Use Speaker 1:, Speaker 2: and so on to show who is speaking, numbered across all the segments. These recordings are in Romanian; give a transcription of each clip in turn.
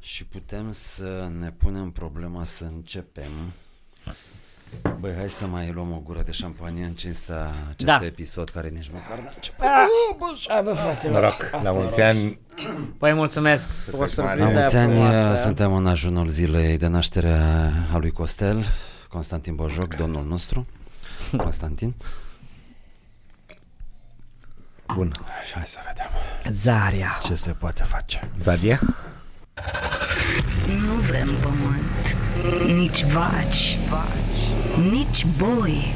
Speaker 1: Și putem să ne punem problema să începem. Băi, hai să mai luăm o gură de șampanie în cinsta acestui
Speaker 2: Da. Ah,
Speaker 1: episod care nici măcar n-a început.
Speaker 2: Hai bă, fraților.
Speaker 3: Noroc,
Speaker 2: Asta
Speaker 3: la
Speaker 2: e
Speaker 3: mulți
Speaker 2: noroc.
Speaker 3: ani.
Speaker 2: Păi mulțumesc, o
Speaker 1: La
Speaker 2: surpriză
Speaker 1: mulți ani
Speaker 2: frumoasă.
Speaker 1: uh,
Speaker 2: eh?
Speaker 1: suntem în ajunul zilei de naștere a lui Costel, Constantin Bojoc, domnul nostru. Constantin.
Speaker 3: Bun.
Speaker 1: Și hai să vedem
Speaker 2: Zaria.
Speaker 1: ce se poate face.
Speaker 3: Zadia?
Speaker 4: Nu vrem pământ, nici vaci, nici boi.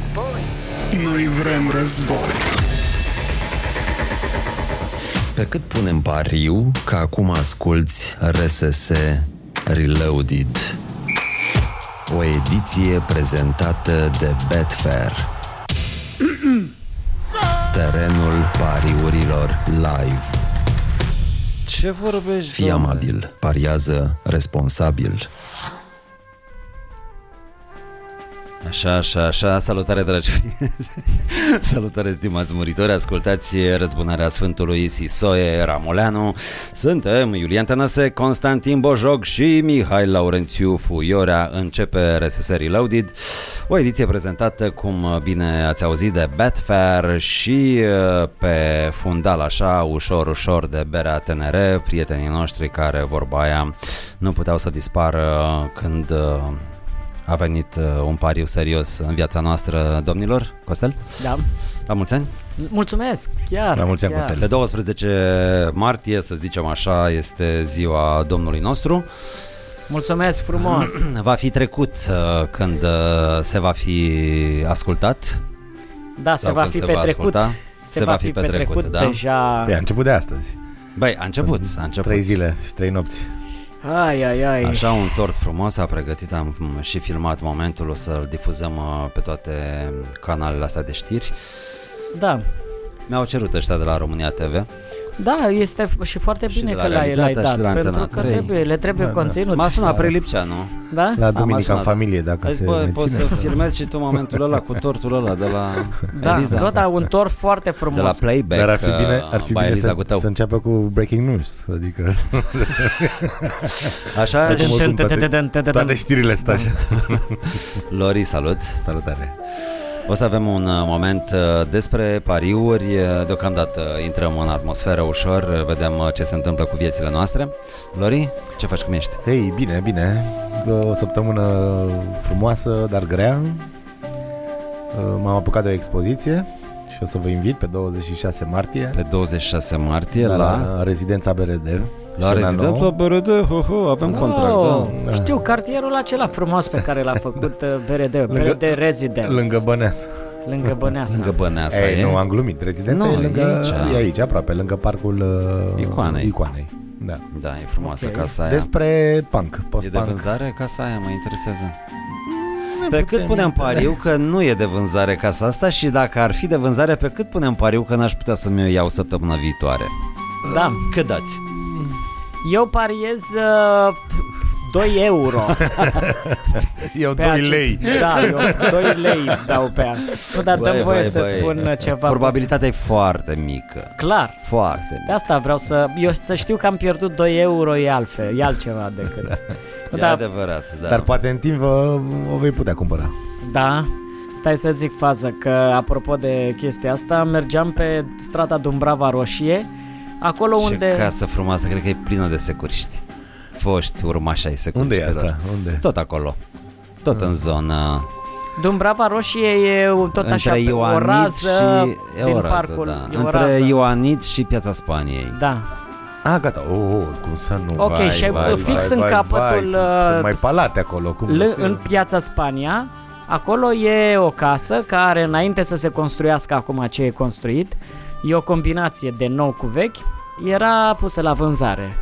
Speaker 4: Noi vrem război.
Speaker 5: Pe cât punem pariu că acum asculți RSS Reloaded. O ediție prezentată de Betfair. Terenul pariurilor live.
Speaker 1: Ce vorbești?
Speaker 5: Fii
Speaker 1: domnule?
Speaker 5: amabil, pariază responsabil.
Speaker 1: Așa, așa, așa, salutare dragi prieteni Salutare stimați muritori, ascultați Răzbunarea Sfântului Sisoe Ramoleanu Suntem Iulian Tănăse, Constantin Bojoc și Mihai Laurențiu Fuiorea Începe RSS Reloaded O ediție prezentată, cum bine ați auzit, de Betfair Și uh, pe fundal așa, ușor, ușor de berea TNR Prietenii noștri care, vorba aia, nu puteau să dispară când uh, a venit uh, un pariu serios în viața noastră, domnilor. Costel,
Speaker 2: Da.
Speaker 1: la mulți ani.
Speaker 2: Mulțumesc, chiar.
Speaker 3: La mulți ani,
Speaker 2: chiar.
Speaker 3: Costel.
Speaker 1: Pe 12 martie, să zicem așa, este ziua domnului nostru.
Speaker 2: Mulțumesc frumos.
Speaker 1: Va fi trecut uh, când uh, se va fi ascultat.
Speaker 2: Da, se
Speaker 1: Sau
Speaker 2: va
Speaker 1: când
Speaker 2: fi
Speaker 1: se va
Speaker 2: petrecut.
Speaker 1: asculta, se va fi petrecut, da?
Speaker 2: deja.
Speaker 3: Păi a început de astăzi.
Speaker 1: Băi, a început, a început.
Speaker 3: Trei zile și trei nopți.
Speaker 2: Ai, ai, ai.
Speaker 1: Așa un tort frumos a pregătit, am și filmat momentul, o să-l difuzăm uh, pe toate canalele astea de știri.
Speaker 2: Da.
Speaker 1: Mi-au cerut ăștia de la România TV.
Speaker 2: Da, este f- și foarte
Speaker 1: Și
Speaker 2: bine
Speaker 1: de la
Speaker 2: că l-ai, l-ai
Speaker 1: realitatea și
Speaker 2: dat,
Speaker 1: de la
Speaker 2: pentru
Speaker 1: Antena
Speaker 2: că
Speaker 1: 3.
Speaker 2: trebuie, le trebuie
Speaker 3: Da, da.
Speaker 2: conținut.
Speaker 1: M-a sunat Prelipceanu.
Speaker 2: Da?
Speaker 3: La
Speaker 1: Am
Speaker 3: Duminica în
Speaker 1: sunat.
Speaker 3: familie, dacă
Speaker 1: Ai
Speaker 3: se
Speaker 1: zis, bă, poți să
Speaker 3: menține.
Speaker 1: filmezi și tu momentul ăla cu tortul ăla de la
Speaker 2: Da,
Speaker 1: Eliza.
Speaker 2: tot a un tor foarte
Speaker 1: de la
Speaker 2: frumos.
Speaker 1: Playback.
Speaker 3: Dar ar fi bine,
Speaker 1: uh,
Speaker 3: ar fi
Speaker 1: by
Speaker 3: bine
Speaker 1: Eliza
Speaker 3: să,
Speaker 1: Gutău.
Speaker 3: să înceapă cu breaking news. Adică
Speaker 1: Așa,
Speaker 2: Deci-
Speaker 1: și-
Speaker 3: oricum, toate,
Speaker 2: Tătătătătătăm.
Speaker 3: toate știrile sunt așa.
Speaker 1: Da. Lori, salut. Salutare. O să avem un uh, moment uh, despre pariuri. Uh, Deocamdată intrăm în atmosferă ușor, uh, vedem uh, ce se întâmplă cu viețile noastre. Lori, ce faci cum ești?
Speaker 3: Hei, bine, bine. O săptămână frumoasă, dar grea. M-am apucat de o expoziție și o să vă invit pe 26 martie
Speaker 1: Pe 26 martie Păi, la,
Speaker 3: Da,
Speaker 1: la,
Speaker 3: la rezidența BRD.
Speaker 1: la
Speaker 3: scena nouă.
Speaker 1: rezidența BRD, ho, ho, avem contract,
Speaker 2: Oh,
Speaker 1: da.
Speaker 2: Știu cartierul acela frumos pe care l-a făcut uh, BRD, BRD Residence.
Speaker 3: Lângă Băneasa.
Speaker 2: lângă Băneasa.
Speaker 1: Lângă Băneasa
Speaker 3: Ei,
Speaker 1: e.
Speaker 3: nu, am glumit. Rezidența
Speaker 1: Nu,
Speaker 3: e, lângă,
Speaker 1: e aici.
Speaker 3: e aici, aproape, lângă parcul uh,
Speaker 1: Icoanei.
Speaker 3: Icoanei. Da.
Speaker 1: Da, e frumoasă
Speaker 3: Ok.
Speaker 1: casa aia.
Speaker 3: Despre punk,
Speaker 1: E de
Speaker 3: post-punk.
Speaker 1: vânzare casa aia, mă interesează.
Speaker 3: Ne
Speaker 1: Pe cât
Speaker 3: putem
Speaker 1: punem
Speaker 3: intra.
Speaker 1: pariu că nu e de vânzare casa asta și dacă ar fi de vânzare, pe cât punem pariu că n-aș putea să-mi o iau săptămâna viitoare?
Speaker 2: Da.
Speaker 1: Cât dați?
Speaker 2: Eu pariez uh, 2 euro.
Speaker 3: Eu
Speaker 2: pe
Speaker 3: 2
Speaker 2: acest-
Speaker 3: lei.
Speaker 2: Da, eu 2 lei dau pe ea. Nu, dar dăm voie să spun uh, ceva.
Speaker 1: Probabilitatea e foarte mică.
Speaker 2: Clar.
Speaker 1: Foarte
Speaker 2: De
Speaker 1: mică.
Speaker 2: asta vreau să... Eu să știu că am pierdut 2 euro, e altfel, e altceva decât... Nu,
Speaker 1: E
Speaker 2: da,
Speaker 1: adevărat, da.
Speaker 3: Dar poate în timp vă, o vei putea cumpăra.
Speaker 2: da, stai să zic fază, că apropo de chestia asta, mergeam pe strada Dumbrava Roșie, acolo
Speaker 1: Ce
Speaker 2: unde...
Speaker 1: casă frumoasă, cred că e plină de securiști. Foști urmași ai
Speaker 3: Unde
Speaker 1: securiști.
Speaker 3: e asta? Unde?
Speaker 1: Tot acolo. Tot
Speaker 3: Ah.
Speaker 1: în zona
Speaker 2: Dumbrava Roșie e tot așa
Speaker 1: între
Speaker 2: pe o
Speaker 1: Ioanid
Speaker 2: rază
Speaker 1: și e
Speaker 2: din
Speaker 1: o rază,
Speaker 2: parcul.
Speaker 1: da.
Speaker 2: e o
Speaker 1: între
Speaker 2: rază.
Speaker 1: Ioanid și Piața Spaniei.
Speaker 2: Da.
Speaker 3: Ah, gata. Oh, oh, cum să nu.
Speaker 2: Ok,
Speaker 1: Vai,
Speaker 2: și ai
Speaker 1: vai,
Speaker 2: fix în
Speaker 3: Vai,
Speaker 2: capătul...
Speaker 3: sunt,
Speaker 2: uh,
Speaker 3: sunt mai palate acolo. Cum nu
Speaker 2: L-
Speaker 3: știu.
Speaker 2: în piața Spania, acolo e o casă care înainte să se construiască acum ce e construit, e o combinație de nou cu vechi, era pusă la vânzare.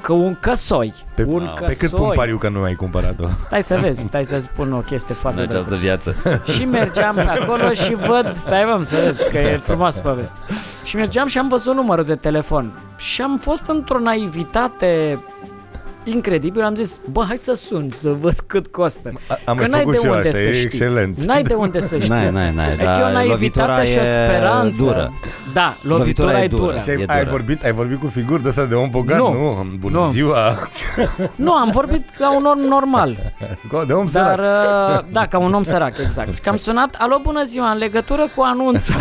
Speaker 2: Că un căsoi,
Speaker 3: Pe-
Speaker 2: un
Speaker 1: Pe
Speaker 2: căsoi.
Speaker 3: Pe cât pun pariu că nu ai cumpărat-o?
Speaker 2: Stai să vezi, stai să spun o
Speaker 1: În
Speaker 2: chestie foarte
Speaker 1: această
Speaker 2: drăguță.
Speaker 1: viață.
Speaker 2: Și mergeam pe acolo și văd, stai mă, să vezi că e frumoasă poveste. Și mergeam și am văzut numărul de telefon. Și am fost într-o naivitate incredibil, am zis, bă, hai să sun, să văd cât costă.
Speaker 3: A- am
Speaker 2: că
Speaker 3: mai
Speaker 2: n-ai
Speaker 3: făcut
Speaker 2: de
Speaker 3: și eu
Speaker 2: unde
Speaker 3: așa,
Speaker 2: să
Speaker 3: e
Speaker 2: știi.
Speaker 3: excelent.
Speaker 2: N-ai de unde să știi.
Speaker 1: N-ai, n-ai, n-ai,
Speaker 2: Adică
Speaker 1: dar
Speaker 2: e o
Speaker 1: lovitura
Speaker 2: naivitate și o
Speaker 1: e
Speaker 2: speranță.
Speaker 1: dură.
Speaker 2: Da,
Speaker 1: Lovitura
Speaker 2: lovitura
Speaker 1: e
Speaker 2: e dură.
Speaker 1: dură.
Speaker 3: Și ai,
Speaker 1: E
Speaker 3: ai,
Speaker 1: dură.
Speaker 3: vorbit, ai vorbit cu figuri de astea de om bogat?
Speaker 2: Nu.
Speaker 3: Nu, bună
Speaker 2: Nu.
Speaker 3: ziua!
Speaker 2: Nu, am vorbit ca un om normal.
Speaker 3: De om
Speaker 2: Dar,
Speaker 3: sărac.
Speaker 2: uh, da, ca un om sărac, exact. Și că am sunat, alo, bună ziua, în legătură cu anunțul.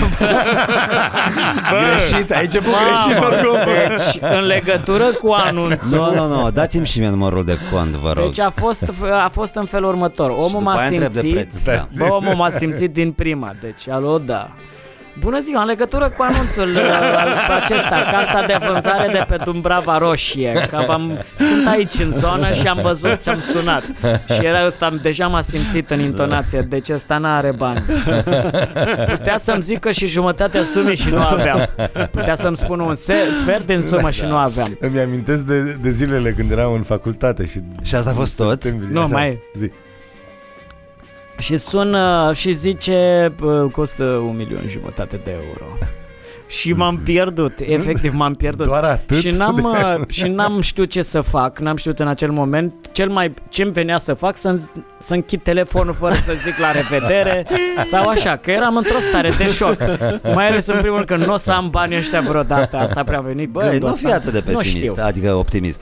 Speaker 1: Greșit, aici e
Speaker 2: Mamă, deci, în legătură cu anunțul.
Speaker 1: Nu, nu, nu, dați-mi și mie numărul de cont, vă rog.
Speaker 2: Deci a fost, a fost în felul următor. Omul
Speaker 1: după
Speaker 2: m-a
Speaker 1: aia întreb de
Speaker 2: simțit,
Speaker 1: preț, da.
Speaker 2: bă, omul m-a simțit din prima, deci alo, da. Bună ziua, în legătură cu anunțul uh, al- acesta, casa de vânzare de pe Dumbrava Roșie, că am, sunt aici în zonă și am văzut și am sunat. Și era ăsta, deja m-a simțit în intonație, deci ăsta n-are bani. Putea să-mi zică și jumătatea sumei și nu aveam. Putea să-mi spună un se- sfert din sumă și nu aveam.
Speaker 3: Îmi amintesc de, de zilele când eram în facultate și...
Speaker 1: Și asta a fost tot?
Speaker 3: Septembrie,
Speaker 2: Nu, mai e.
Speaker 3: Zi.
Speaker 2: Și sună și zice "Bă, costă un milion jumătate de euro. Și
Speaker 1: Mhm.
Speaker 2: m-am pierdut, efectiv m-am pierdut.
Speaker 3: Doar atât?
Speaker 2: Și n-am, uh, și n-am știut ce să fac, n-am știut în acel moment. Cel mai ce-mi venea să fac să, să închid telefonul fără să zic la revedere sau așa, că eram într-o stare de șoc. Mai ales în primul rând că nu o să am banii ăștia vreodată, asta prea a venit
Speaker 1: Băi,
Speaker 2: gândul
Speaker 1: nu
Speaker 2: ăsta.
Speaker 1: fi atât de
Speaker 2: Nu știu.
Speaker 1: pesimist, adică optimist.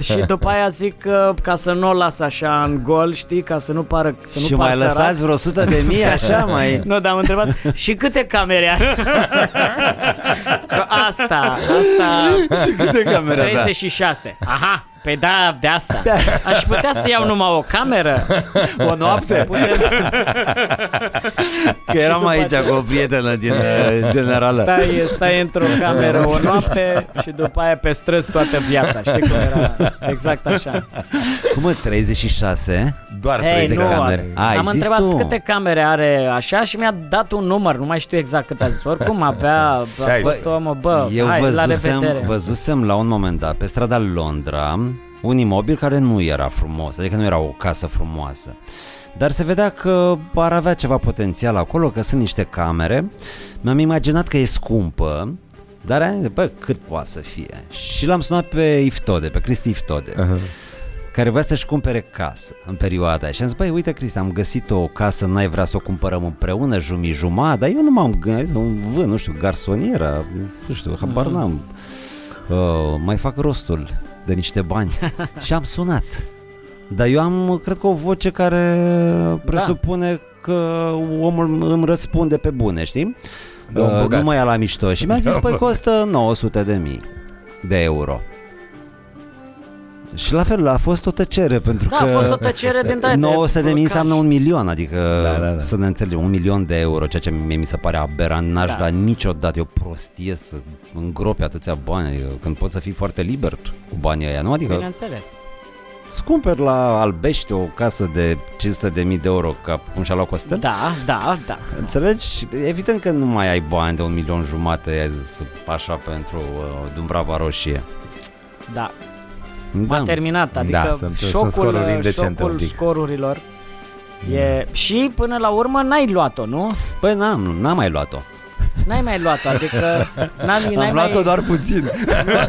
Speaker 2: Și după aia zic că ca să nu o las așa în gol, știi, ca să nu pară să nu
Speaker 1: Și
Speaker 2: par
Speaker 1: mai
Speaker 2: sărac.
Speaker 1: lăsați vreo 100 de mii, așa mai...
Speaker 2: Nu, dar am întrebat și câte camere ai? Că asta, asta...
Speaker 1: Și câte camere avea?
Speaker 2: 36. Aha, pe da, de asta. Aș putea să iau numai o cameră?
Speaker 1: O noapte?
Speaker 2: Putem
Speaker 1: Că eram
Speaker 2: după
Speaker 1: aici
Speaker 2: aceea-
Speaker 1: cu o prietenă din uh, generală.
Speaker 2: stai, stai într-o cameră o noapte și după aia pe străzi toată viața. Știi cum era? Exact așa.
Speaker 1: Cum mă, 36?
Speaker 3: Doar
Speaker 2: Ei,
Speaker 3: trei de
Speaker 2: nu,
Speaker 3: camere.
Speaker 1: camere. Ai
Speaker 2: am
Speaker 1: zis
Speaker 2: întrebat
Speaker 1: tu?
Speaker 2: câte camere are așa și mi-a dat un număr, nu mai știu exact cât a zis. Oricum avea, a
Speaker 3: ai
Speaker 2: fost
Speaker 3: zis?
Speaker 2: omul, bă,
Speaker 1: Eu
Speaker 2: hai, la
Speaker 1: văzusem,
Speaker 2: revedere.
Speaker 1: văzusem la un moment dat pe strada Londra un imobil care nu era frumos, adică nu era o casă frumoasă. Dar se vedea că ar avea ceva potențial acolo, că sunt niște camere. Mi-am imaginat că e scumpă, dar am zis, bă, cât poate să fie? Și l-am sunat pe Iftode, pe Cristi Iftode. Uh-huh care vrea să-și cumpere casă în perioada aia. Și am zis, băi, uite, Cristi, am găsit o casă, n-ai vrea să o cumpărăm împreună, jumii jumătate, dar eu nu m-am gândit, un vân, nu știu, garsoniera, nu știu, habar n-am. Uh, mai fac rostul de niște bani. și am sunat. Dar eu am, cred că, o voce care presupune că omul îmi răspunde pe bune, știi?
Speaker 3: De om bogat.
Speaker 1: nu mai ia la mișto. Și mi-a
Speaker 3: De
Speaker 1: zis,
Speaker 3: om
Speaker 1: păi,
Speaker 3: bogat.
Speaker 1: costă 900 de mii de euro. Și la fel, a fost o tăcere, pentru
Speaker 2: Da,
Speaker 1: că...
Speaker 2: a fost o tăcere din data
Speaker 1: 900 de mii
Speaker 2: Ca-
Speaker 1: înseamnă un milion, adică
Speaker 3: Da, da, da.
Speaker 1: să ne înțelegem, un milion de euro, ceea ce mie mi se pare aberant, n-aș
Speaker 2: Da.
Speaker 1: da. da niciodată, e o prostie să îngropi atâția bani, adică când poți să fii foarte liber cu banii aia, nu? Adică
Speaker 2: Bineînțeles.
Speaker 1: scumperi la Albești o casă de 500 de mii de euro, ca cum și-a luat Costel,
Speaker 2: Da, da, da.
Speaker 1: Înțelegi? Evident că nu mai ai bani de un milion jumate să- așa pentru uh, Dumbrava Roșie.
Speaker 2: Da,
Speaker 1: Da.
Speaker 2: m-a terminat, adică
Speaker 3: Da,
Speaker 2: da,
Speaker 3: sunt- sunt
Speaker 2: șocul,
Speaker 3: scoruri indecente un
Speaker 2: șocul
Speaker 3: pic.
Speaker 2: scorurilor e... Și până la urmă n-ai luat-o, nu?
Speaker 1: Păi n-am, n-am mai luat-o.
Speaker 2: N-ai mai luat-o, adică n-am, n-ai
Speaker 1: Am luat-o
Speaker 2: mai...
Speaker 1: doar puțin.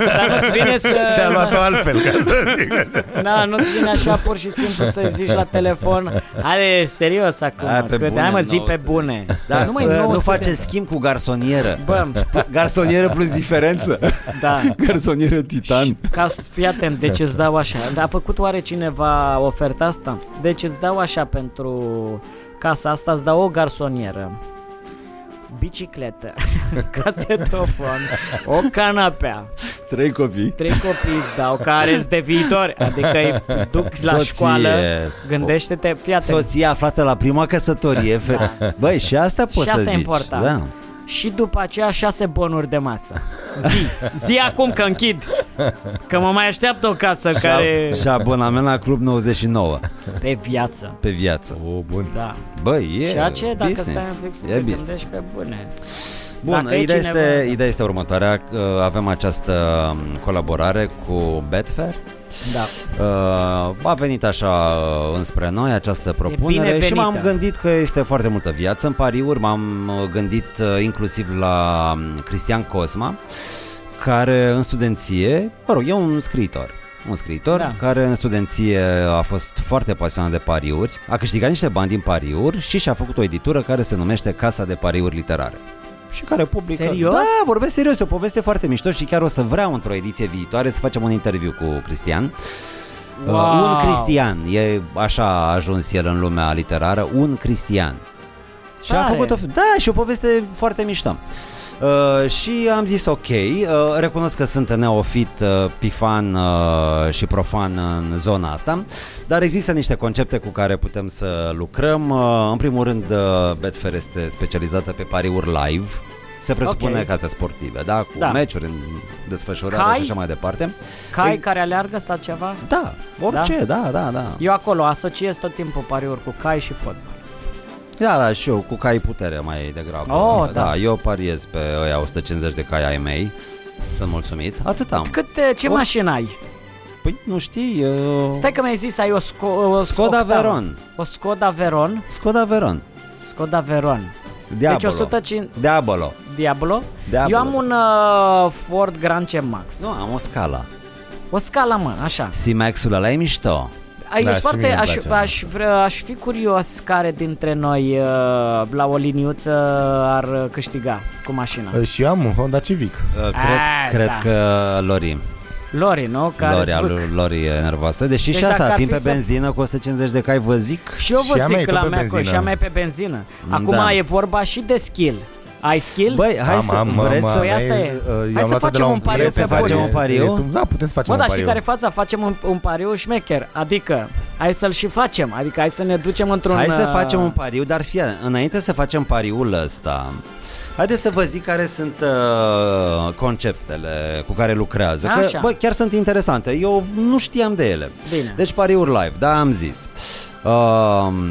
Speaker 2: Dar nu-ți vine să...
Speaker 3: Și a luat-o altfel, ca să zic.
Speaker 2: Na, nu-ți vine așa pur și simplu să zici la telefon Are serios acum,
Speaker 1: Hai, pe
Speaker 2: câte?
Speaker 1: bune,
Speaker 2: Hai mă, zi pe
Speaker 1: 900.
Speaker 2: bune
Speaker 1: Da,
Speaker 2: Nu mai
Speaker 1: bă, nu
Speaker 2: 900.
Speaker 1: face schimb cu garsonieră.
Speaker 2: Bă,
Speaker 1: Garsonieră plus diferență.
Speaker 2: da
Speaker 1: Garsonieră
Speaker 2: Și Ca să fii atent, deci îți dau așa. Dar a făcut oare cineva oferta asta? Deci îți dau așa pentru casa asta, îți dau o garsonieră, bicicletă, casetofon, o canapea,
Speaker 1: Trei copii.
Speaker 2: trei copii îți dau care îți de viitor, adică îi duc la
Speaker 1: Soție.
Speaker 2: școală, gândește-te, fii atent.
Speaker 1: Soția aflată la prima căsătorie. Da. Băi, și asta poți
Speaker 2: Și
Speaker 1: să
Speaker 2: asta e
Speaker 1: zici.
Speaker 2: important.
Speaker 1: Da.
Speaker 2: Și după aceea șase bonuri de masă. Zi, zi acum că închid, că mă mai așteaptă o casă care
Speaker 1: Și abonament la Club 99
Speaker 2: pe viață.
Speaker 1: pe viață.
Speaker 3: O, bun.
Speaker 2: Da.
Speaker 1: Băi, e
Speaker 2: Ceea ce, dacă
Speaker 1: business.
Speaker 2: stai un pic să
Speaker 1: e
Speaker 2: te
Speaker 1: business.
Speaker 2: gândești pe bune.
Speaker 1: Bun,
Speaker 2: Dacă e
Speaker 1: ideea,
Speaker 2: cineva-
Speaker 1: este, ideea este următoarea. că Avem această um, colaborare cu Betfair.
Speaker 2: Da.
Speaker 1: Uh, a venit așa uh, înspre noi această propunere
Speaker 2: binevenită.
Speaker 1: și m-am gândit că este foarte multă viață în pariuri, m-am uh, gândit uh, inclusiv la um, Cristian Cosma, care în studenție, mă rog, e un scriitor, un scriitor da.
Speaker 2: Da.
Speaker 1: care în studenție a fost foarte pasionat de pariuri, a câștigat niște bani din pariuri și și-a făcut o editură care se numește Casa de Pariuri Literare. Și care publică...
Speaker 2: Serios?
Speaker 1: Da, vorbesc serios, e o poveste foarte mișto și chiar o să vreau într-o ediție viitoare să facem un interviu cu Cristian.
Speaker 2: Wow.
Speaker 1: Uh, un Cristian, e așa a ajuns el în lumea literară, un Cristian. Și a
Speaker 2: Tare.
Speaker 1: făcut o, da, și o poveste foarte mișto. Uh, și am zis ok, uh, recunosc că sunt neofit, uh, pifan uh, și profan în zona asta, dar există niște concepte cu care putem să lucrăm. Uh, în primul rând, uh, Betfair este specializată pe pariuri live, se presupune
Speaker 2: Ok.
Speaker 1: okay. case sportive, da, cu da.
Speaker 2: Da.
Speaker 1: meciuri în desfășurare
Speaker 2: Cai?
Speaker 1: și așa mai departe.
Speaker 2: Cai
Speaker 1: Ex-
Speaker 2: care aleargă sau ceva?
Speaker 1: Da, orice, da, da, da. da.
Speaker 2: Eu acolo asociez tot timpul pariuri cu cai și fotbal.
Speaker 1: Da, da, și eu cu cai putere mai degrabă.
Speaker 2: Oh,
Speaker 1: da.
Speaker 2: da.
Speaker 1: eu pariez pe ăia 150 de cai ai mei. Sunt mulțumit. Atât am. Oh.
Speaker 2: Cât, eh, ce
Speaker 1: Of.
Speaker 2: mașină ai?
Speaker 1: Păi, nu știi, eu...
Speaker 2: Stai că mi-ai zis ai o, sco- o
Speaker 1: Skoda
Speaker 2: Octavia.
Speaker 1: Veron.
Speaker 2: O Skoda Veron.
Speaker 1: Skoda Veron.
Speaker 2: Skoda Veron.
Speaker 1: Diabolo.
Speaker 2: Deci 105
Speaker 1: Diabolo.
Speaker 2: Diablo.
Speaker 1: Diablo.
Speaker 2: Eu am un uh, Ford Grand C Max.
Speaker 1: Nu, am o scala.
Speaker 2: O scala, mă, așa.
Speaker 1: Simaxul ăla e mișto. Uh,
Speaker 2: Ai
Speaker 3: Da,
Speaker 2: da,
Speaker 3: și mie
Speaker 2: foarte,
Speaker 3: îmi
Speaker 2: aș,
Speaker 3: place,
Speaker 2: aș, vrea, aș fi curios care dintre noi uh, la o liniuță ar uh, câștiga cu mașina.
Speaker 3: Uh, Și eu am un Honda Civic.
Speaker 1: Uh, Cred,
Speaker 2: Ah,
Speaker 1: cred
Speaker 2: da.
Speaker 1: că Lori.
Speaker 2: Lori, nu? Care
Speaker 1: Lori,
Speaker 2: zvâc.
Speaker 1: al, Lori e nervoasă. Deși
Speaker 2: Deci
Speaker 1: și
Speaker 2: dacă
Speaker 1: asta,
Speaker 2: ar
Speaker 1: fiind
Speaker 2: fi
Speaker 1: pe
Speaker 2: să-
Speaker 1: benzină cu 150 de cai, vă zic...
Speaker 2: Și eu vă
Speaker 3: Și a mea e
Speaker 2: zic că
Speaker 3: tot
Speaker 2: la
Speaker 3: pe
Speaker 2: mea cu-
Speaker 3: benzină.
Speaker 2: și a mea e pe benzină. Acum
Speaker 1: Da.
Speaker 2: e vorba și de skill. Ai skill?
Speaker 1: Băi, hai
Speaker 3: Am,
Speaker 1: să...
Speaker 3: am,
Speaker 1: vreți
Speaker 3: am,
Speaker 1: să...
Speaker 3: am.
Speaker 2: Păi asta e.
Speaker 3: Uh,
Speaker 2: Hai
Speaker 3: i-am
Speaker 2: să
Speaker 3: luat-o de
Speaker 2: facem
Speaker 3: la
Speaker 2: un pariu
Speaker 3: prieten
Speaker 1: să
Speaker 3: care
Speaker 1: facem un
Speaker 3: e-
Speaker 1: pariu.
Speaker 3: e tu- Da, putem să facem
Speaker 2: Mă,
Speaker 3: un
Speaker 2: dar știi
Speaker 3: pariu.
Speaker 2: care e faza? Facem un, un pariu șmecher. Adică, hai să-l și facem. Adică, hai să ne ducem într-un...
Speaker 1: Hai să
Speaker 2: uh,
Speaker 1: facem un pariu, dar fie, înainte să facem pariul ăsta, haideți să vă zic care sunt uh, conceptele cu care lucrează. Că,
Speaker 2: Așa.
Speaker 1: bă, chiar sunt interesante. Eu nu știam de ele.
Speaker 2: Bine.
Speaker 1: Deci pariuri live, da, am zis. Uh,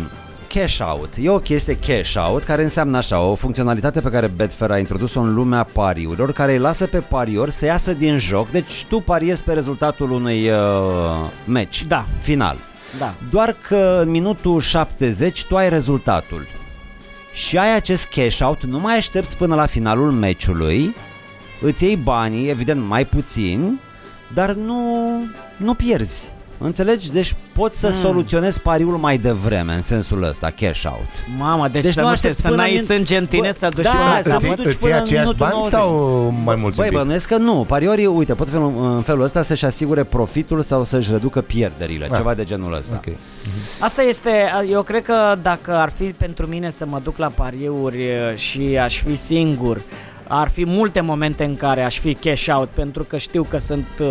Speaker 1: cash out. E o chestie cash out care înseamnă așa, o funcționalitate pe care Betfair a introdus-o în lumea pariurilor, care îi lasă pe parior să iasă din joc. Deci tu pariezi pe rezultatul unui uh, meci
Speaker 2: Da.
Speaker 1: final.
Speaker 2: Da.
Speaker 1: Doar că în minutul 70 tu ai rezultatul și ai acest cash out, nu mai aștepți până la finalul meciului, îți iei banii, evident mai puțin, dar nu, nu pierzi. Înțelegi? Deci poți
Speaker 3: Hmm.
Speaker 1: să mm. soluționezi pariul mai devreme în sensul ăsta, cash out.
Speaker 2: Mamă, deci,
Speaker 1: Deci
Speaker 2: să
Speaker 1: nu
Speaker 2: nu te,
Speaker 1: aștepți
Speaker 2: să
Speaker 1: până
Speaker 2: n-ai
Speaker 1: în-
Speaker 2: sânge în tine
Speaker 1: Bă,
Speaker 2: să duci
Speaker 1: da,
Speaker 2: până
Speaker 1: să
Speaker 2: la
Speaker 1: te
Speaker 2: capăt.
Speaker 1: duci
Speaker 3: Îți
Speaker 1: până
Speaker 3: iei
Speaker 1: în
Speaker 3: aceiași
Speaker 1: minutul
Speaker 3: bani
Speaker 1: 90?
Speaker 3: sau mai mulți
Speaker 1: Băi,
Speaker 3: un pic?
Speaker 1: bănuiesc că nu. Pariorii, uite, pot fi în în felul ăsta să-și asigure profitul sau să-și reducă pierderile,
Speaker 3: Ah.
Speaker 1: ceva de genul ăsta.
Speaker 3: Ok.
Speaker 2: Asta este, eu cred că dacă ar fi pentru mine să mă duc la pariuri e, și aș fi singur, ar fi multe momente în care aș fi cash out pentru că știu că sunt uh,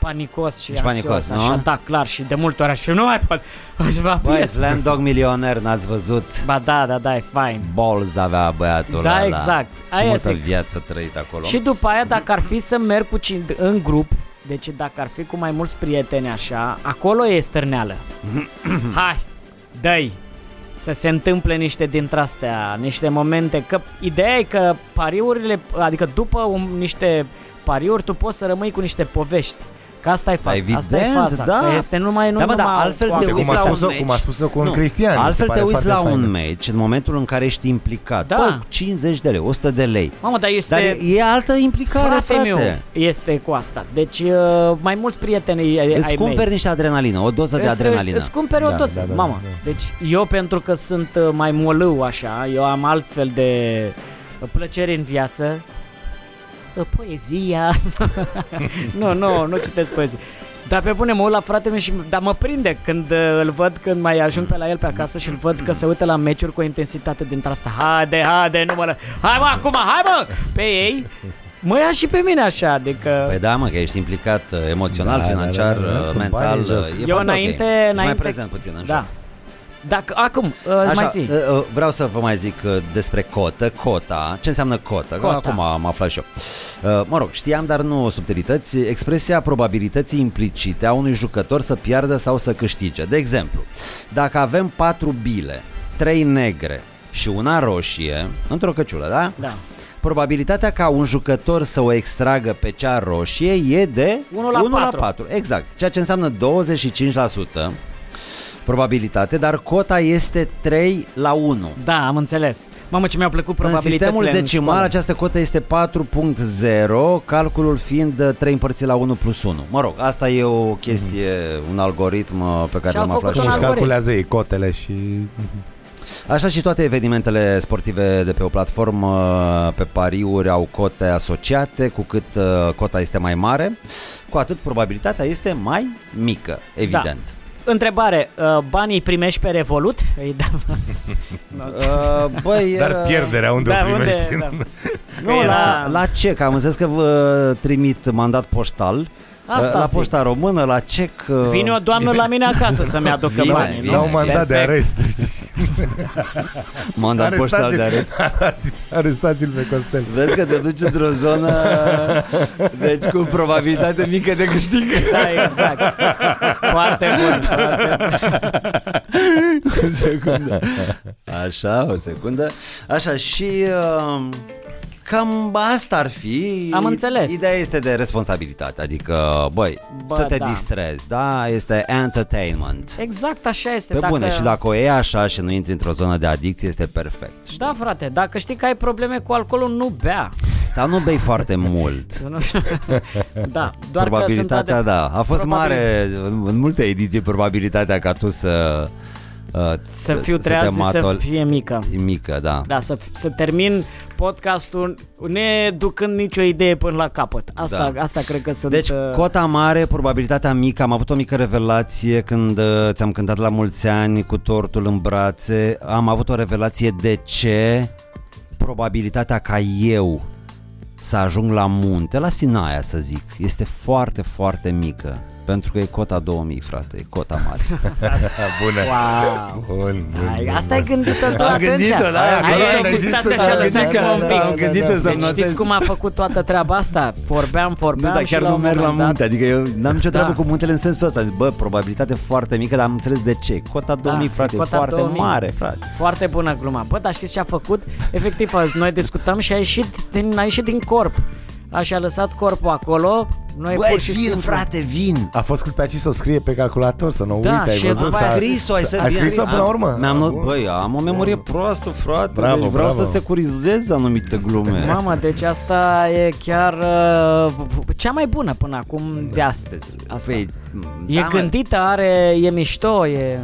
Speaker 2: panicos și
Speaker 1: Ești panicos,
Speaker 2: anxios,
Speaker 1: nu?
Speaker 2: așa, da, clar, și de multe ori aș fi, nu mai pot, aș va
Speaker 1: Băi, Slam Dog Milioner, n-ați văzut?
Speaker 2: Ba da, da, da, e fain.
Speaker 1: balls avea băiatul
Speaker 2: Da,
Speaker 1: ăla.
Speaker 2: exact.
Speaker 1: Și
Speaker 2: Aia
Speaker 1: multă
Speaker 2: zic.
Speaker 1: viață trăită acolo.
Speaker 2: Și după aia, dacă ar fi să merg cu cin- în grup, deci dacă ar fi cu mai mulți prieteni așa, acolo e stârneală. Hai, dă să se întâmple niște dintre astea, niște momente, că ideea e că pariurile, adică după un, niște pariuri, tu poți să rămâi cu niște povești. Că asta e faza. asta e
Speaker 1: evident,
Speaker 2: faza.
Speaker 1: da.
Speaker 2: Că este numai, nu
Speaker 1: Da, mă,
Speaker 2: numai
Speaker 1: da, altfel
Speaker 2: cu
Speaker 1: te
Speaker 2: acolo.
Speaker 3: Uite,
Speaker 1: uiți
Speaker 3: cum a
Speaker 1: la un
Speaker 3: spus-o-
Speaker 1: meci.
Speaker 3: cum a spus-o cu un
Speaker 1: Nu.
Speaker 3: Cristian, mi se
Speaker 1: Altfel
Speaker 3: pare
Speaker 1: te uiți
Speaker 3: foarte
Speaker 1: la un
Speaker 3: faină.
Speaker 1: meci în momentul în care ești implicat.
Speaker 2: Da.
Speaker 1: Bă, 50 de lei, 100 de lei.
Speaker 2: Mamă, dar este...
Speaker 1: Dar e, e altă implicare,
Speaker 2: Frate,
Speaker 1: frate.
Speaker 2: meu este cu asta. Deci uh, mai mulți prieteni ai
Speaker 1: Îți
Speaker 2: ai mei.
Speaker 1: cumperi niște adrenalină, o doză de
Speaker 2: Îți-
Speaker 1: adrenalină.
Speaker 2: Îți cumperi
Speaker 3: Da,
Speaker 2: o doză,
Speaker 3: da, da,
Speaker 2: mamă.
Speaker 3: da.
Speaker 2: Deci eu pentru că sunt uh, mai molâu așa, eu am altfel de uh, plăceri în viață. Uh, Poezia. nu, nu, nu citesc poezii. Dar pe bune mă uit la fratele meu și dar mă prinde când uh, îl văd, când mai ajung pe la el pe acasă și îl văd că se uită la meciuri cu o intensitate dintre asta. Haide, haide, nu mă lă... Hai mă, acum, hai mă! Pe ei, mă ia și pe mine așa, adică...
Speaker 1: Păi da, mă, că ești implicat uh, emoțional,
Speaker 3: Da, da,
Speaker 1: financiar,
Speaker 3: da, da, da,
Speaker 1: uh,
Speaker 3: sunt
Speaker 1: mental.
Speaker 3: bani în joc.
Speaker 1: uh, e
Speaker 2: Eu
Speaker 1: foarte
Speaker 2: înainte,
Speaker 1: ok. Și
Speaker 2: înainte...
Speaker 1: mai prezent puțin în
Speaker 2: Da.
Speaker 1: joc.
Speaker 2: Dacă, acum, Așa, mai zi.
Speaker 1: uh, uh, vreau să vă mai zic uh, despre cotă, cota, ce înseamnă cotă, că
Speaker 2: Cota.
Speaker 1: acum am aflat și eu. Uh, Mă rog, știam, dar nu subtilități, expresia probabilității implicite a unui jucător să piardă sau să câștige. De exemplu, dacă avem patru bile, trei negre și una roșie, într-o căciulă, da?
Speaker 2: Da.
Speaker 1: Probabilitatea ca un jucător să o extragă pe cea roșie e de
Speaker 2: 1 la
Speaker 1: 1 la
Speaker 2: 4.
Speaker 1: 4. Exact, ceea ce înseamnă 25%. probabilitate, dar cota este 3 la 1.
Speaker 2: Da, am înțeles. Mamă, ce mi-au plăcut
Speaker 1: În
Speaker 2: probabilitățile
Speaker 1: sistemul decimal
Speaker 2: școală.
Speaker 1: această cotă este 4.0, calculul fiind 3 împărțit la 1 plus 1. Mă rog, asta e o chestie, un algoritm uh, pe care
Speaker 2: Și-au
Speaker 1: l-am aflat
Speaker 2: făcut
Speaker 1: și
Speaker 3: Cum
Speaker 1: eu.
Speaker 2: un algoritm.
Speaker 3: își calculează ei cotele și...
Speaker 1: Așa și toate evenimentele sportive de pe o platformă pe pariuri au cote asociate, cu cât uh, cota este mai mare, cu atât probabilitatea este mai mică, evident.
Speaker 2: Întrebare, uh, banii îi primești pe Revolut? Îi dăm.
Speaker 1: Uh, Băi,
Speaker 3: Dar
Speaker 1: uh,
Speaker 3: pierderea unde o primești?
Speaker 2: Da.
Speaker 1: Nu,
Speaker 2: Că
Speaker 1: la,
Speaker 2: era-
Speaker 1: da. la ce? Că am înțeles că vă trimit mandat poștal. Uh,
Speaker 2: Asta
Speaker 1: la
Speaker 2: zic.
Speaker 1: poșta română, la cec. uh,
Speaker 2: Vine o doamnă la mine acasă să-mi aducă
Speaker 1: Vine,
Speaker 2: banii.
Speaker 1: vine.
Speaker 2: nu?
Speaker 3: La un mandat de
Speaker 2: Perfect.
Speaker 3: arest, știi?
Speaker 1: mandat poștal de arest.
Speaker 3: Arestați-l pe Costel.
Speaker 1: Vezi că te duci într-o zonă Deci cu probabilitate mică de câștig
Speaker 2: Da, exact. Foarte bun.
Speaker 1: O secundă Așa, o secundă Așa și uh, Cam asta ar fi
Speaker 2: Am înțeles.
Speaker 1: Ideea este de responsabilitate Adică, băi,
Speaker 2: Bă,
Speaker 1: să te
Speaker 2: da.
Speaker 1: distrezi Da, este entertainment
Speaker 2: Exact așa este.
Speaker 1: Pe
Speaker 2: dacă...
Speaker 1: bune, și dacă o iei așa și nu intri într-o zonă de adicție, este perfect știi?
Speaker 2: Da, frate, dacă știi că ai probleme cu alcoolul, nu bea.
Speaker 1: Sau nu bei foarte mult
Speaker 2: Să nu- da, doar
Speaker 1: probabilitatea,
Speaker 2: că sunt
Speaker 1: da. A fost
Speaker 2: probabil-
Speaker 1: mare în, în multe ediții probabilitatea ca tu să uh,
Speaker 2: Să fiu
Speaker 1: te
Speaker 2: treaz să
Speaker 1: matol-
Speaker 2: fie mică.
Speaker 1: e mică, da.
Speaker 2: Da, să, să termin podcastul ne ducând nicio idee până la capăt. Asta,
Speaker 1: Da.
Speaker 2: da. asta cred că sunt...
Speaker 1: Deci
Speaker 2: uh,
Speaker 1: cota mare, probabilitatea mică, am avut o mică revelație când uh, ți-am cântat la mulți ani cu tortul în brațe, am avut o revelație de ce probabilitatea ca eu să ajung la munte, la Sinaia să zic, este foarte, foarte mică. Pentru că e cota 2000, frate, e cota mare.
Speaker 2: Da,
Speaker 3: Bună.
Speaker 2: Wow.
Speaker 3: Bun, bun,
Speaker 2: Ai,
Speaker 3: bun,
Speaker 2: asta
Speaker 3: bun.
Speaker 2: ai gândit-o tu
Speaker 1: Am
Speaker 2: atunci?
Speaker 1: gândit-o, da, acolo
Speaker 2: Ai
Speaker 1: am
Speaker 2: refustați
Speaker 1: gândit-o,
Speaker 2: așa,
Speaker 1: am gândit-o,
Speaker 2: lăsați-mă un
Speaker 1: da, am
Speaker 2: pic.
Speaker 1: gândit-o să-mi
Speaker 2: Deci știți
Speaker 1: notez.
Speaker 2: cum a făcut toată treaba asta? Vorbeam,
Speaker 1: Nu,
Speaker 2: vorbeam
Speaker 1: dar
Speaker 2: da, și
Speaker 1: chiar
Speaker 2: la
Speaker 1: nu
Speaker 2: un
Speaker 1: merg la
Speaker 2: moment
Speaker 1: munte,
Speaker 2: dat,
Speaker 1: adică eu n-am nicio
Speaker 2: Da.
Speaker 1: treabă cu muntele în sensul ăsta. Zic, bă, probabilitate foarte mică, dar am înțeles de ce. Cota 2000,
Speaker 2: Da,
Speaker 1: frate, e
Speaker 2: cota
Speaker 1: foarte
Speaker 2: 2000.
Speaker 1: mare, frate.
Speaker 2: Foarte bună gluma. Bă, dar știți ce a făcut? Efectiv, azi noi discutăm și a ieșit din, a ieșit din corp. Așa a lăsat corpul acolo. Noi
Speaker 1: Bă,
Speaker 2: Păi pur și
Speaker 1: vin,
Speaker 2: simplu.
Speaker 1: frate, vin.
Speaker 3: A fost cu pe aici să o scrie pe calculator, să nu o
Speaker 2: Da,
Speaker 3: uite, ai
Speaker 2: și
Speaker 3: văzut?
Speaker 2: după
Speaker 1: Ai
Speaker 2: aia-
Speaker 3: S-a-
Speaker 1: scris-o, ai să
Speaker 3: Ai scris-o până la urmă?
Speaker 1: Mi-am luat,
Speaker 3: Bun.
Speaker 1: băi, am o memorie proastă, frate.
Speaker 3: Bravo,
Speaker 1: deci vreau
Speaker 3: bravo.
Speaker 1: să securizez anumite glume.
Speaker 2: Mamă, deci asta e chiar uh, cea mai bună până acum de astăzi. Asta.
Speaker 1: Păi, da,
Speaker 2: e
Speaker 1: mă.
Speaker 2: gândită, are, e mișto, e...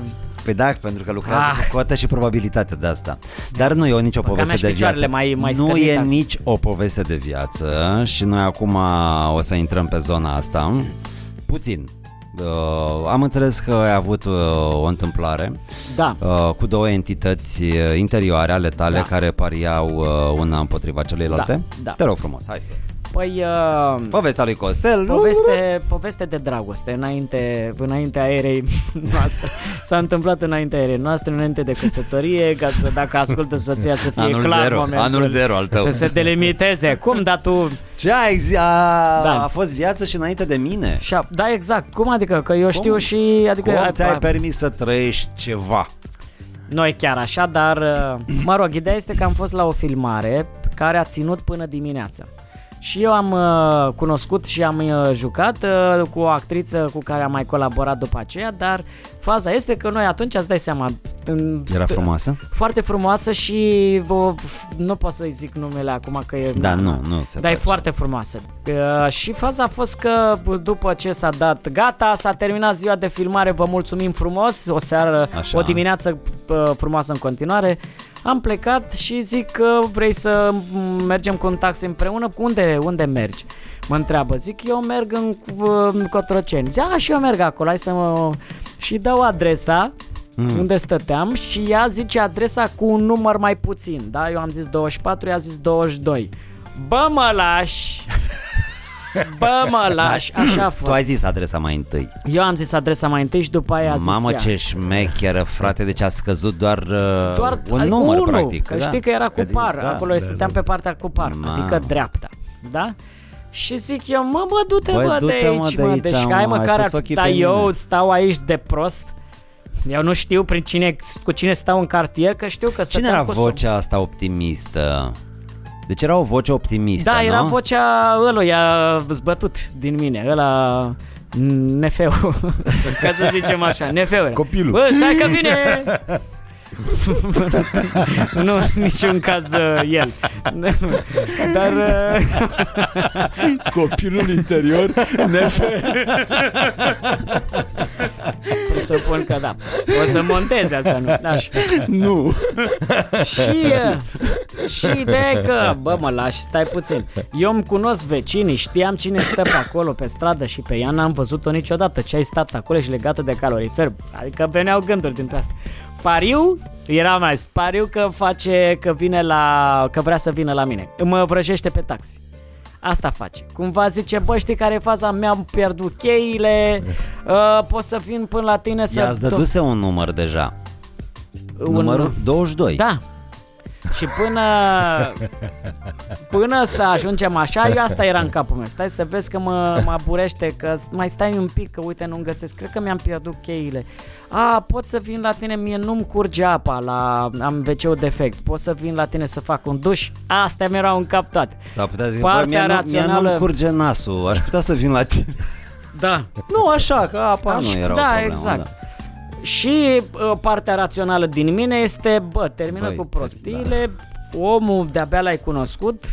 Speaker 1: Păi da, pentru că lucrează
Speaker 2: Ah.
Speaker 1: cu cotă și probabilitatea de asta. Dar nu e o nicio poveste
Speaker 2: mi-aș
Speaker 1: de
Speaker 2: picioarele
Speaker 1: viață.
Speaker 2: mai- mai
Speaker 1: nu
Speaker 2: stăpite
Speaker 1: e
Speaker 2: acum.
Speaker 1: nici o poveste de viață și noi acum o să intrăm pe zona asta. Puțin. Uh, am înțeles că ai avut uh, o întâmplare
Speaker 2: Da.
Speaker 1: uh, cu două entități uh, interioare ale tale
Speaker 2: Da.
Speaker 1: care pariau uh, una împotriva celeilalte.
Speaker 2: Da, da.
Speaker 1: Te rog frumos, hai să.
Speaker 2: Păi, uh,
Speaker 1: Povestea lui Costel.
Speaker 2: poveste, poveste de dragoste, înainte, înainte aerei noastre. S-a întâmplat înainte aerei noastre, înainte de căsătorie, ca să, dacă ascultă soția să fie
Speaker 1: Anul
Speaker 2: clar
Speaker 1: zero,
Speaker 2: momentul.
Speaker 1: anul zero al tău.
Speaker 2: Să se delimiteze. Cum, da, tu...
Speaker 1: Ce ai zis? A,
Speaker 2: Da.
Speaker 1: a fost viață și înainte de mine.
Speaker 2: și-a- Da, exact. Cum adică? Că eu știu și... Adică,
Speaker 1: Cum ți-ai permis să trăiești ceva?
Speaker 2: Noi chiar așa, dar uh, mă rog, ideea este că am fost la o filmare care a ținut până dimineață. Și eu am uh, cunoscut și am uh, jucat uh, cu o actriță cu care am mai colaborat după aceea, dar faza este că noi atunci, îți dai seama, în
Speaker 1: Era
Speaker 2: st-
Speaker 1: frumoasă?
Speaker 2: Foarte frumoasă și bă, f- nu pot să-i zic numele acum că e...
Speaker 1: Da, nu, nu se
Speaker 2: Dar e
Speaker 1: face.
Speaker 2: foarte frumoasă. Uh, și faza a fost că bă, după ce s-a dat gata, s-a terminat ziua de filmare, vă mulțumim frumos, o seară,
Speaker 1: Așa.
Speaker 2: Așa. o dimineață uh, frumoasă în continuare. Am plecat și zic că vrei să m- mergem cu un taxi împreună, unde, unde mergi? Mă întreabă, zic eu merg în, uh, în Cotroceni. Zic, a, și eu merg acolo, hai să mă... Și dau adresa
Speaker 1: Hmm.
Speaker 2: mm. unde stăteam și ea zice adresa cu un număr mai puțin, da? Eu am zis 24, ea a zis 22. Bă, mă lași! Bă, mă lași! Așa a fost.
Speaker 1: Tu ai zis adresa mai întâi.
Speaker 2: Eu am zis adresa mai întâi și după aia a zis
Speaker 1: Mamă
Speaker 2: ea.
Speaker 1: ce șmecheră, frate, deci a scăzut doar, uh,
Speaker 2: Doar
Speaker 1: un
Speaker 2: adică
Speaker 1: număr,
Speaker 2: unul,
Speaker 1: practic.
Speaker 2: Că
Speaker 1: da.
Speaker 2: știi că era cu par,
Speaker 1: da,
Speaker 2: acolo da, stăteam pe partea cu par,
Speaker 1: Mamă.
Speaker 2: adică dreapta, da? Și zic eu, mă, mă, du-te,
Speaker 1: Băi,
Speaker 2: mă,
Speaker 1: du-te,
Speaker 2: de aici, mă, deci
Speaker 1: mă,
Speaker 2: hai, mă,
Speaker 1: ai
Speaker 2: care
Speaker 1: pus ochii
Speaker 2: dar
Speaker 1: pe mine.
Speaker 2: eu stau aici de prost, eu nu știu prin cine, cu cine stau în cartier, că știu că
Speaker 1: Cine
Speaker 2: stăteam
Speaker 1: era
Speaker 2: cu
Speaker 1: vocea asta optimistă? Deci era o voce optimistă,
Speaker 2: Da,
Speaker 1: nu?
Speaker 2: era vocea ăluia zbătut din mine, ăla Nefeu, ca să zicem așa, nefeu.
Speaker 3: Copilul.
Speaker 2: Bă, stai că vine! nu, în niciun caz uh, el. Dar uh,
Speaker 1: Copilul interior
Speaker 2: presupun că da. O să monteze asta, nu? Așa.
Speaker 1: nu.
Speaker 2: Și, uh, și de că, bă mă lași, stai puțin Eu îmi cunosc vecinii, știam cine stă pe acolo pe stradă și pe ea N-am văzut-o niciodată ce ai stat acolo și legată de calorifer Adică veneau gânduri dintre astea Pariu, era mai nice. pariu că face, că vine la, că vrea să vină la mine Mă vrăjește pe taxi Asta face. Cumva zice, bă, știi care e faza? Mi-am pierdut cheile, uh, pot să vin până la tine să...
Speaker 1: I-ați dăduse un număr deja.
Speaker 2: un-
Speaker 1: Numărul 22.
Speaker 2: da. Și până până să ajungem așa, eu asta era în capul meu. Stai să vezi că mă, mă aburește, că s- mai stai un pic, că uite nu-mi găsesc. Cred că mi-am pierdut cheile. A, pot să vin la tine, mie nu-mi curge apa la... am wc defect. Pot să vin la tine să fac un duș? Astea mi-erau în cap toate.
Speaker 1: S-ar putea zice, bă,
Speaker 2: Partea
Speaker 1: mie, nu, mie
Speaker 2: rațională-
Speaker 1: nu-mi curge nasul, aș putea să vin la tine.
Speaker 2: Da.
Speaker 1: Nu așa, că apa
Speaker 2: Aș-
Speaker 1: Păi, nu era o
Speaker 2: da,
Speaker 1: problemă,
Speaker 2: exact.
Speaker 1: Da.
Speaker 2: Și uh, partea rațională din mine este, bă, termină
Speaker 1: Băi,
Speaker 2: Băi, cu
Speaker 1: te-
Speaker 2: prostiile, da. omul de-abia l-ai cunoscut,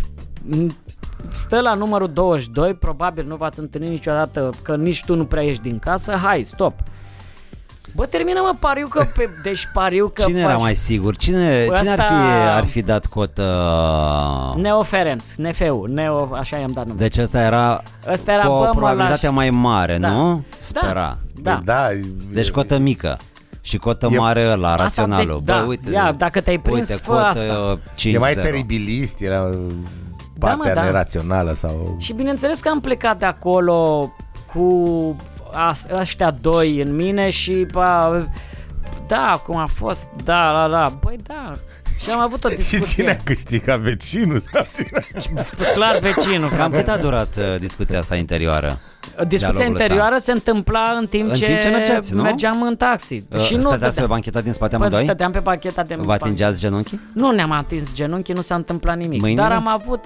Speaker 2: m- stă la numărul 22, probabil nu v-ați întâlnit niciodată, că nici tu nu prea ieși din casă, hai, stop. Bă, termină mă pariu că pe... Deci pariu că
Speaker 1: Cine era mai sigur? Cine,
Speaker 2: Păi
Speaker 1: cine ar, fi,
Speaker 2: asta-
Speaker 1: ar fi dat cotă?
Speaker 2: Neoferenț, nefeu, neo, așa i-am dat numele.
Speaker 1: Deci asta era,
Speaker 2: Ăsta era,
Speaker 1: cu
Speaker 2: bă,
Speaker 1: o
Speaker 2: mă,
Speaker 1: probabilitate
Speaker 2: lași.
Speaker 1: mai mare,
Speaker 2: Da.
Speaker 1: nu?
Speaker 2: Da.
Speaker 1: Spera.
Speaker 2: Da.
Speaker 3: da e-
Speaker 1: Deci cotă mică și cotă
Speaker 3: E-
Speaker 1: mare la
Speaker 2: Asta
Speaker 1: raționalul.
Speaker 2: te- da,
Speaker 1: Bă, uite,
Speaker 2: ia, dacă te-ai prins,
Speaker 1: uite,
Speaker 2: fă
Speaker 1: cotă
Speaker 2: asta.
Speaker 1: 5
Speaker 3: E mai teribilist, era uh, partea
Speaker 2: da.
Speaker 3: nerațională sau...
Speaker 2: Și bineînțeles că am plecat de acolo cu as- ăștia doi în mine și bă, da, cum a fost, da, la, la, băi, da. Și am avut o
Speaker 3: Și cine
Speaker 2: discuție.
Speaker 3: a câștigat vecinul? Sau cine?
Speaker 2: Clar vecinul.
Speaker 1: Cam cât a durat uh, discuția asta interioară?
Speaker 2: Discuția
Speaker 1: dialogul ăsta?
Speaker 2: interioară se întâmpla în timp,
Speaker 1: În timp ce mergeați, nu?
Speaker 2: mergeam în taxi.
Speaker 1: Uh,
Speaker 2: și nu
Speaker 1: Stăteați pe
Speaker 2: dădeam.
Speaker 1: bancheta din spate
Speaker 2: Păi,
Speaker 1: amândoi?
Speaker 2: stăteam pe bacheta de
Speaker 1: Vă atingeați genunchii?
Speaker 2: Nu ne-am atins genunchii, nu s-a întâmplat nimic.
Speaker 1: Mâinile?
Speaker 2: Dar am avut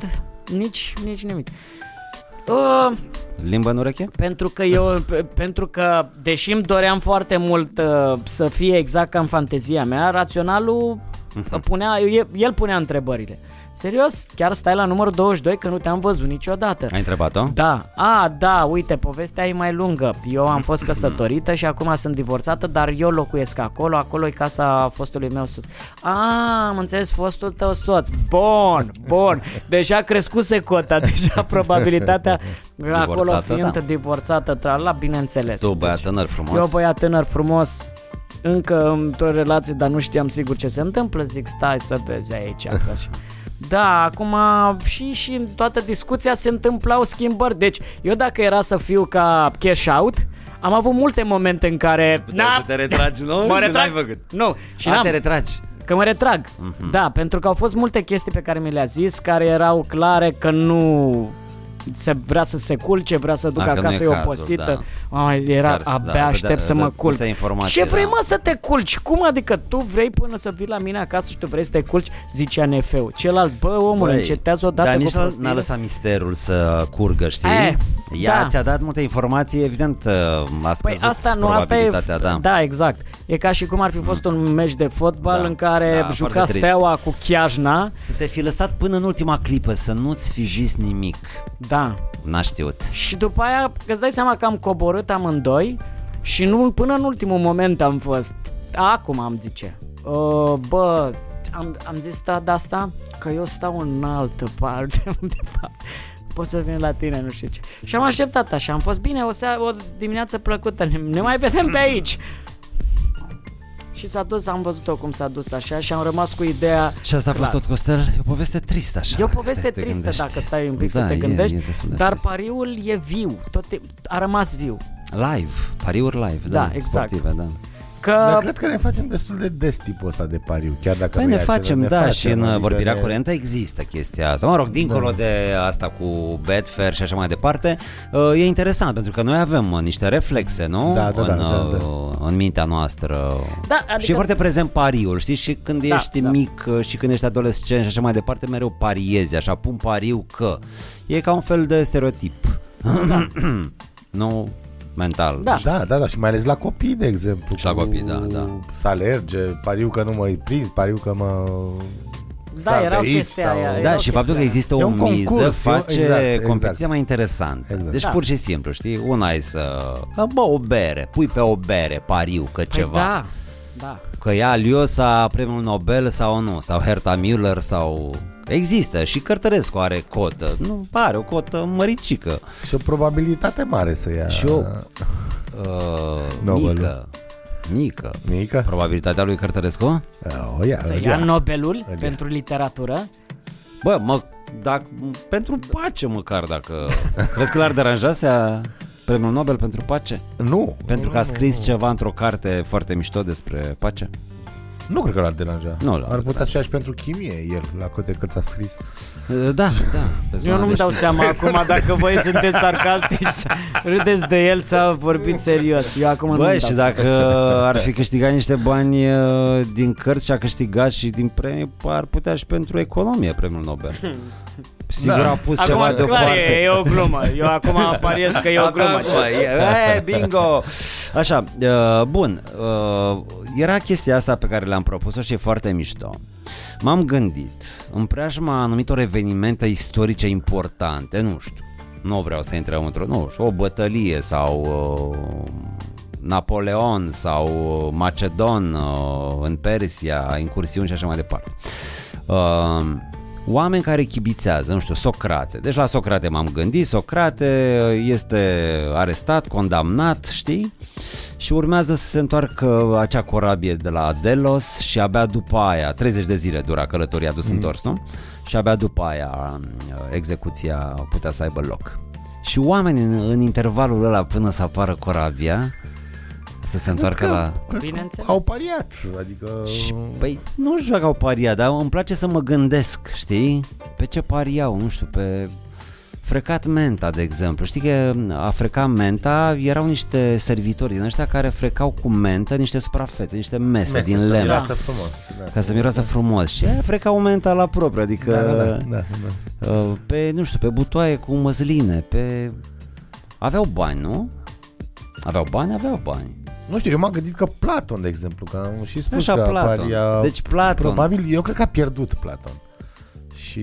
Speaker 2: nici, nici nimic. Uh,
Speaker 1: Limbă în ureche?
Speaker 2: Pentru că eu, pe- pentru că, deși îmi doream foarte mult uh, să fie exact ca în fantezia mea, raționalul uh, punea, el, el punea întrebările. Serios, chiar stai la numărul 22 că nu te-am văzut niciodată.
Speaker 1: Ai întrebat-o?
Speaker 2: Da, a, da, uite, povestea e mai lungă. Eu am fost căsătorită și acum sunt divorțată, dar eu locuiesc acolo, acolo e casa fostului meu soț. A, am înțeles, fostul tău soț. Bun, bun. Deja crescuse cota, deja probabilitatea acolo
Speaker 1: Divorțată,
Speaker 2: fiind
Speaker 1: da.
Speaker 2: divorțată, tra la bineînțeles.
Speaker 1: Tu, băiat
Speaker 2: Deci,
Speaker 1: tânăr frumos.
Speaker 2: eu băiat tânăr frumos, încă într-o relație, dar nu știam sigur ce se întâmplă, zic stai să vezi aici. Că și... Da, acum și, și în toată discuția se întâmplau schimbări. Deci, eu dacă era să fiu ca cash out, am avut multe momente în care...
Speaker 1: Puteai să te retragi, nu?
Speaker 2: Mă
Speaker 1: Și
Speaker 2: retrag?
Speaker 1: n-ai făcut.
Speaker 2: Nu, și
Speaker 1: A,
Speaker 2: n-am.
Speaker 1: te retragi.
Speaker 2: Că mă retrag.
Speaker 1: Mhm.
Speaker 2: Mm-hmm. Da, pentru că au fost multe chestii pe care mi le-a zis, care erau clare că nu se vrea să se culce, vrea să ducă
Speaker 1: Dacă nu
Speaker 2: acasă,
Speaker 1: e
Speaker 2: e
Speaker 1: cazul,
Speaker 2: obosită.
Speaker 1: da.
Speaker 2: Da. era
Speaker 1: Chiar,
Speaker 2: Chiar,
Speaker 1: da, să
Speaker 2: abia da,
Speaker 1: dea-
Speaker 2: aștept să,
Speaker 1: să
Speaker 2: mă culc.
Speaker 1: puse informații,
Speaker 2: Ce vrei
Speaker 1: da.
Speaker 2: mă să te culci? Cum adică tu vrei până să vii la mine acasă și tu vrei să te culci? Zicea nefeu. Celălalt, bă, omul,
Speaker 1: Băi,
Speaker 2: încetează odată
Speaker 1: Păi, Dar
Speaker 2: cu
Speaker 1: nici n-a-
Speaker 2: prostiile.
Speaker 1: n-a lăsat misterul să curgă, știi?
Speaker 2: E,
Speaker 1: Ea
Speaker 2: da.
Speaker 1: ți-a dat multe informații, evident, uh, a
Speaker 2: Păi
Speaker 1: scăzut
Speaker 2: asta nu, asta e...
Speaker 1: probabilitatea, da. Mhm.
Speaker 2: da, exact. E ca și cum ar fi fost un meci de fotbal
Speaker 1: Da,
Speaker 2: da, în care
Speaker 1: da,
Speaker 2: da, juca
Speaker 1: foarte trist.
Speaker 2: steaua cu Chiajna.
Speaker 1: Să te fi lăsat până în ultima clipă, să nu-ți fi zis nimic.
Speaker 2: Da,
Speaker 1: N-a știut.
Speaker 2: Și după aia îți dai seama că am coborât amândoi și nu, până în ultimul moment am fost. Acum am zice. Uh, bă, am, am zis strada asta că eu stau în altă parte undeva. Pot să vin la tine, nu știu ce. Și am așteptat așa, am fost bine, o, seară, o dimineață plăcută, ne, ne mai vedem pe aici. Și s-a dus, am văzut-o cum s-a dus așa și am rămas cu ideea
Speaker 1: Și asta a fost
Speaker 2: Clar.
Speaker 1: tot, Costel, e o poveste tristă așa.
Speaker 2: E o
Speaker 1: dacă
Speaker 2: poveste
Speaker 1: stai să te
Speaker 2: tristă
Speaker 1: gândești.
Speaker 2: dacă stai un pic
Speaker 1: Da,
Speaker 2: să te
Speaker 1: e-
Speaker 2: gândești,
Speaker 1: e destul de
Speaker 2: dar
Speaker 1: trist.
Speaker 2: pariul e viu, tot e, a rămas viu.
Speaker 1: Live, pariuri live, da,
Speaker 2: Da, exact.
Speaker 1: sportive, da.
Speaker 2: Că
Speaker 3: Dar cred că ne facem destul de des tipul ăsta de pariu, chiar dacă
Speaker 1: Păi
Speaker 3: nu
Speaker 1: ne
Speaker 3: e acela,
Speaker 1: facem,
Speaker 3: ne
Speaker 1: da,
Speaker 3: facem,
Speaker 1: și în
Speaker 3: adică
Speaker 1: vorbirea
Speaker 3: ne-
Speaker 1: curentă există chestia asta. Mă rog, dincolo de asta cu Betfair și așa mai departe, uh, e interesant pentru că noi avem uh, niște reflexe, nu?
Speaker 3: Da, da, da,
Speaker 1: în,
Speaker 3: da,
Speaker 1: uh, în mintea noastră.
Speaker 2: Da, adică-
Speaker 1: Și e foarte prezent pariul, știi? Și când
Speaker 2: Da,
Speaker 1: ești
Speaker 2: da.
Speaker 1: mic uh, și când ești adolescent și așa mai departe, mereu pariezi, așa, pun pariu că. E ca un fel de stereotip. nu? mental.
Speaker 2: Da.
Speaker 3: Da, da, da, și mai ales la copii, de exemplu.
Speaker 1: Și la
Speaker 3: cu-
Speaker 1: copii, da, da.
Speaker 3: Să alerge, pariu că nu mă prins, pariu că mă... sar
Speaker 2: Da,
Speaker 3: de
Speaker 2: erau
Speaker 3: aici
Speaker 2: chestia aia,
Speaker 1: Da,
Speaker 2: Erau
Speaker 1: și faptul că
Speaker 2: chestia-
Speaker 1: există
Speaker 3: E
Speaker 1: o
Speaker 3: un concurs,
Speaker 1: miză
Speaker 3: e un-
Speaker 1: face
Speaker 3: exact, exact.
Speaker 1: competiția mai interesantă.
Speaker 3: Exact.
Speaker 1: Deci
Speaker 2: Da.
Speaker 1: pur și simplu, știi, una e să... da, Bă, o bere, pui pe o bere, pariu că
Speaker 2: Păi
Speaker 1: ceva.
Speaker 2: Da, da.
Speaker 1: Că e Aliosa premiul Nobel sau nu, sau Herta Müller sau... Există și Cărtărescu are cotă, nu, are o cotă măricică
Speaker 3: Și o probabilitate mare să ia...
Speaker 1: și o uh,
Speaker 3: Nobelul.
Speaker 1: mică, mică.
Speaker 3: Mică?
Speaker 1: Probabilitatea lui Cărtărescu?
Speaker 3: O ia,
Speaker 2: Să
Speaker 3: îl
Speaker 2: ia
Speaker 3: ia.
Speaker 2: Nobelul
Speaker 3: ia.
Speaker 2: pentru literatură.
Speaker 1: Bă, mă, dacă, pentru pace măcar dacă... Crezi că l-ar deranja să ia premiul Nobel pentru pace?
Speaker 3: Nu,
Speaker 1: Pentru că a scris ceva într-o carte foarte mișto despre pace?
Speaker 3: nu cred că l-ar deranja.
Speaker 1: Nu l-ar
Speaker 3: Ar putea să ia și pentru chimie el, la câte cât a scris.
Speaker 1: Uh, Da, da. Pe zona
Speaker 2: Eu nu-mi
Speaker 1: de
Speaker 2: dau
Speaker 1: știință.
Speaker 2: seama acum dacă voi sunteți sarcastici, sau râdeți de el sau vorbiți serios. Eu acum nu-mi
Speaker 1: Bă,
Speaker 2: dau
Speaker 1: și
Speaker 2: seama.
Speaker 1: dacă ar fi câștigat niște bani uh, din cărți și a câștigat și din premii, ar putea și pentru economie premiul Nobel. Sigur a pus ceva
Speaker 2: Da. Acum, clar,
Speaker 1: deoparte.
Speaker 2: e, e o glumă. Eu acum pariez că e o
Speaker 1: Acum,
Speaker 2: glumă.
Speaker 1: bă, Da, e, e, bingo! Așa, uh, bun, uh, era chestia asta pe care le-am propus-o și e foarte mișto. M-am gândit, în preajma anumitor evenimente istorice importante, nu știu, nu vreau să intrăm într-o, nu știu, o bătălie sau uh, Napoleon sau Macedon uh, în Persia, incursiuni și așa mai departe. Uh, oameni care chibițează, nu știu, Socrate. Deci la Socrate m-am gândit, Socrate uh, este arestat, condamnat, știi? Și urmează să se întoarcă acea corabie de la Delos și abia după aia, 30 de zile dura călătoria dus întors, nu? Și abia după aia uh, execuția putea să aibă loc. Și oamenii în, în intervalul ăla până să apară corabia să se întoarcă la...
Speaker 3: Cred că
Speaker 2: Bineînțeles.
Speaker 3: Au pariat, adică...
Speaker 1: Și, păi, nu știu dacă au pariat, dar îmi place să mă gândesc, știi? Pe ce pariau, nu știu, pe frecat menta, de exemplu. Știi că a freca menta erau niște servitori din ăștia care frecau cu mentă niște suprafețe, niște mese,
Speaker 3: Mese,
Speaker 1: din
Speaker 3: să
Speaker 1: lemn.
Speaker 3: miroasă frumos. da,
Speaker 1: Ca să miroasă frumos și aia frecau menta la propriu, adică
Speaker 3: Da, da, da, da, da.
Speaker 1: uh, pe, nu știu, pe butoaie cu măsline, pe... Aveau bani, nu? Aveau bani? Aveau bani.
Speaker 3: Nu știu, eu m-am gândit că Platon, de exemplu, că am și spus
Speaker 1: Așa,
Speaker 3: că
Speaker 1: Platon.
Speaker 3: paria...
Speaker 1: Deci Platon.
Speaker 3: Probabil, eu cred că a pierdut Platon. Și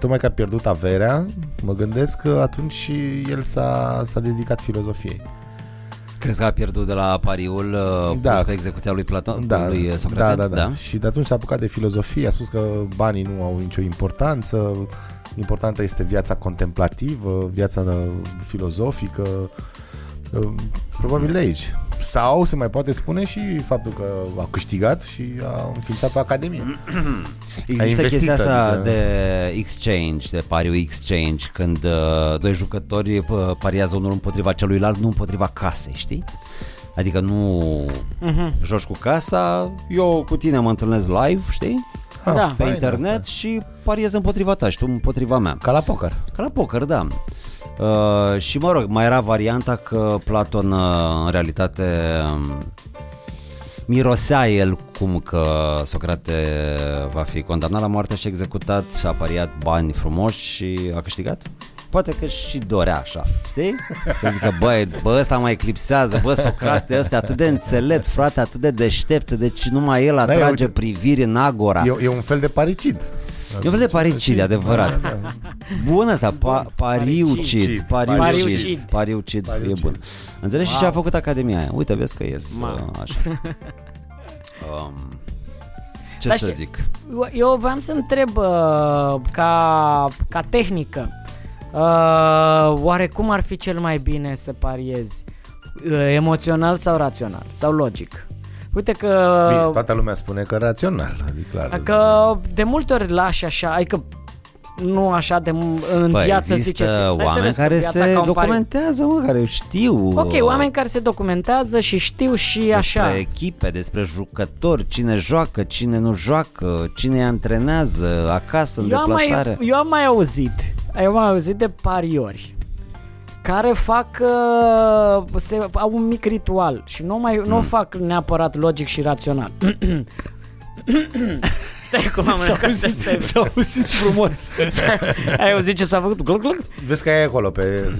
Speaker 3: tocmai că a pierdut averea, mă gândesc că atunci și el s-a, s-a dedicat filozofiei.
Speaker 1: Crezi că a pierdut de la pariul uh,
Speaker 3: Da.
Speaker 1: pus pe execuția lui Platon, lui uh, Socrate?
Speaker 3: Da, da, da, da. Și de atunci s-a apucat de filozofie, a spus că banii nu au nicio importanță, importantă este viața contemplativă, viața uh, filozofică, uh, probabil de aici. Sau se mai poate spune și faptul că a câștigat și a înființat o academie.
Speaker 1: Există
Speaker 3: investit,
Speaker 1: chestia asta
Speaker 3: adică-
Speaker 1: de exchange, de pariu exchange, când uh, doi jucători pă, pariază unul împotriva celuilalt, nu împotriva casei, știi? Adică nu uh-huh. joci cu casa, eu cu tine mă întâlnesc live, știi?
Speaker 3: Ah,
Speaker 2: Da.
Speaker 1: Pe
Speaker 3: fain
Speaker 1: internet
Speaker 3: Asta.
Speaker 1: și pariez împotriva ta și tu împotriva mea.
Speaker 3: Ca la poker.
Speaker 1: Ca la poker, da. Uh, și mă rog, mai era varianta că Platon uh, în realitate um, mirosea el cum că Socrate va fi condamnat la moarte și executat și a pariat bani frumoși și a câștigat? Poate că și dorea așa, știi? Să zică, băi, bă, ăsta mai eclipsează, bă, Socrate, ăsta e atât de înțelept, frate, atât de deștept, deci numai el atrage
Speaker 3: uite-
Speaker 1: priviri în agora.
Speaker 3: E, e un fel de paricid.
Speaker 1: Da.
Speaker 3: Da,
Speaker 1: E un fel de paricid, adevărat. Bun asta, pa- pariucid,
Speaker 3: Paricid.
Speaker 1: pariucid,
Speaker 2: Pariucid.
Speaker 1: pariucid, e
Speaker 3: Pariucid.
Speaker 1: bun. Înțelegi? Și și-a făcut Academia aia. Uite, vezi că ies
Speaker 2: Ma.
Speaker 1: uh, așa. Um, ce
Speaker 2: Dar
Speaker 1: să
Speaker 2: știi-
Speaker 1: zic?
Speaker 2: Eu- Eu voiam să întreb uh, ca, ca tehnică. Uh, oare cum ar fi cel mai bine să pariezi? Uh, emoțional sau rațional? Sau logic? Uite că...
Speaker 3: Bine, toată lumea spune că rațional, adică clar.
Speaker 2: Că de multe ori lași așa, adică nu așa de m- în
Speaker 1: Bă,
Speaker 2: viață zice fix.
Speaker 1: Păi, există
Speaker 2: Stai să
Speaker 1: oameni
Speaker 2: vezi cu
Speaker 1: care se
Speaker 2: viața ca un pariu.
Speaker 1: documentează, mă, care știu.
Speaker 2: Ok,
Speaker 1: uh,
Speaker 2: oameni care se documentează și știu și
Speaker 1: despre
Speaker 2: așa.
Speaker 1: echipe, despre jucători, cine joacă, cine nu joacă, cine îi antrenează acasă în
Speaker 2: Eu am,
Speaker 1: deplasare.
Speaker 2: mai, eu am mai auzit, eu am mai auzit de pariori care fac uh, se, au un mic ritual și nu mai nu o fac neapărat logic și rațional. Stai cum am
Speaker 1: S-a
Speaker 2: mâncat
Speaker 1: auzit,
Speaker 2: să
Speaker 1: s-a auzit frumos.
Speaker 2: Ai auzit ce s-a făcut? Gluc, gluc?
Speaker 3: Vezi că e acolo pe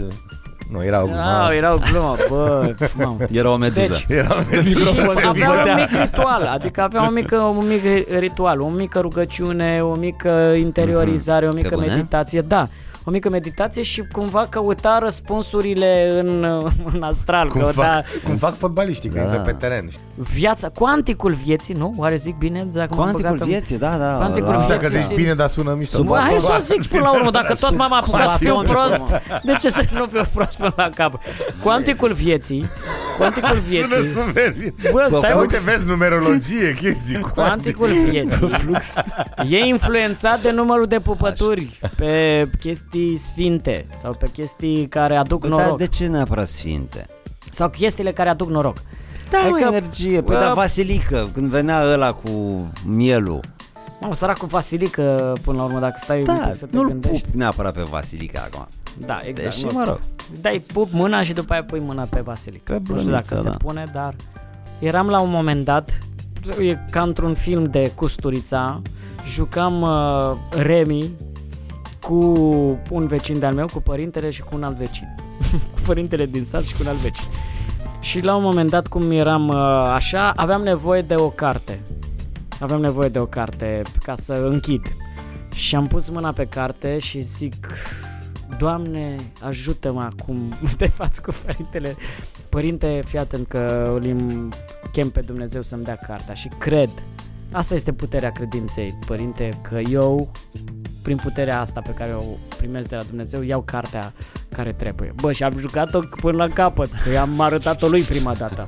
Speaker 3: Nu, era o glumă.
Speaker 2: Ah, era o glumă, bă, mamă.
Speaker 1: Era o meduză.
Speaker 2: Deci,
Speaker 3: Era un
Speaker 2: Și
Speaker 3: microfon.
Speaker 2: avea un mic ritual, adică avea un mic, un mic ritual, o mică rugăciune, o mică interiorizare, o
Speaker 1: Mhm. Pe
Speaker 2: mică
Speaker 1: bune?
Speaker 2: meditație, da. O mică meditație și cumva căuta răspunsurile în, în astral.
Speaker 3: Cum
Speaker 2: căuta
Speaker 3: fac, cum fac fotbaliștii
Speaker 2: Da.
Speaker 3: când intră pe teren. știi?
Speaker 2: viața, cuanticul vieții, nu? Oare zic bine? Dacă m-am
Speaker 1: Cuanticul
Speaker 2: băgat în-
Speaker 1: vieții, da, da.
Speaker 2: Cuanticul
Speaker 1: la-
Speaker 2: vieții.
Speaker 3: Dacă
Speaker 2: Exact.
Speaker 3: zici bine, dar sună mișto.
Speaker 1: Sub-
Speaker 3: Bă,
Speaker 2: Bă, hai să o
Speaker 3: bă,
Speaker 2: zic până la urmă, dacă tot m-am apucat să fiu prost, de ce să nu fiu prost până la cap? Cuanticul vieții, cuanticul
Speaker 3: Sună
Speaker 2: vieții,
Speaker 3: suverin.
Speaker 2: bă, stai
Speaker 3: Dar
Speaker 2: un
Speaker 3: uite, vezi numerologie, chestii cu
Speaker 2: Cuanticul vieții e influențat de numărul de pupături pe chestii sfinte sau pe chestii care aduc
Speaker 1: Dar
Speaker 2: noroc
Speaker 1: Da, de ce neapărat sfinte?
Speaker 2: sau chestiile care aduc noroc.
Speaker 1: Da,
Speaker 2: Hai
Speaker 1: mă,
Speaker 2: că- uh,
Speaker 1: energie. Păi,
Speaker 2: Bă,
Speaker 1: da, Vasilică, când venea ăla cu mielul.
Speaker 2: Mamă, oh, săracul Vasilică, până la urmă, dacă stai un
Speaker 1: Da,
Speaker 2: pic să te
Speaker 1: nu-l pup
Speaker 2: gândești.
Speaker 1: neapărat pe Vasilica acum.
Speaker 2: Da, exact.
Speaker 1: Deși,
Speaker 2: nu-l
Speaker 1: mă rog.
Speaker 2: pup. Dai pup mâna și după aia pui mâna pe Vasilică.
Speaker 1: Pe
Speaker 2: nu știu
Speaker 1: blăniță,
Speaker 2: dacă se
Speaker 1: da.
Speaker 2: pune, dar eram la un moment dat, e ca într-un film de Custurița, jucam uh, Remi cu un vecin de-al meu, cu părintele și cu un alt vecin. cu părintele din sat și cu un alt vecin. Și la un moment dat, cum eram uh, așa, aveam nevoie de o carte. Aveam nevoie de o carte ca să închid. Și am pus mâna pe carte și zic, Doamne, ajută-mă acum de față cu părintele. Părinte, fii atent că îl chem pe Dumnezeu să-mi dea cartea și cred. Asta este puterea credinței, părinte, că eu, prin puterea asta pe care o primesc de la Dumnezeu, iau cartea care trebuie. Bă, și am jucat-o până la capăt, că i-am arătat-o lui prima dată.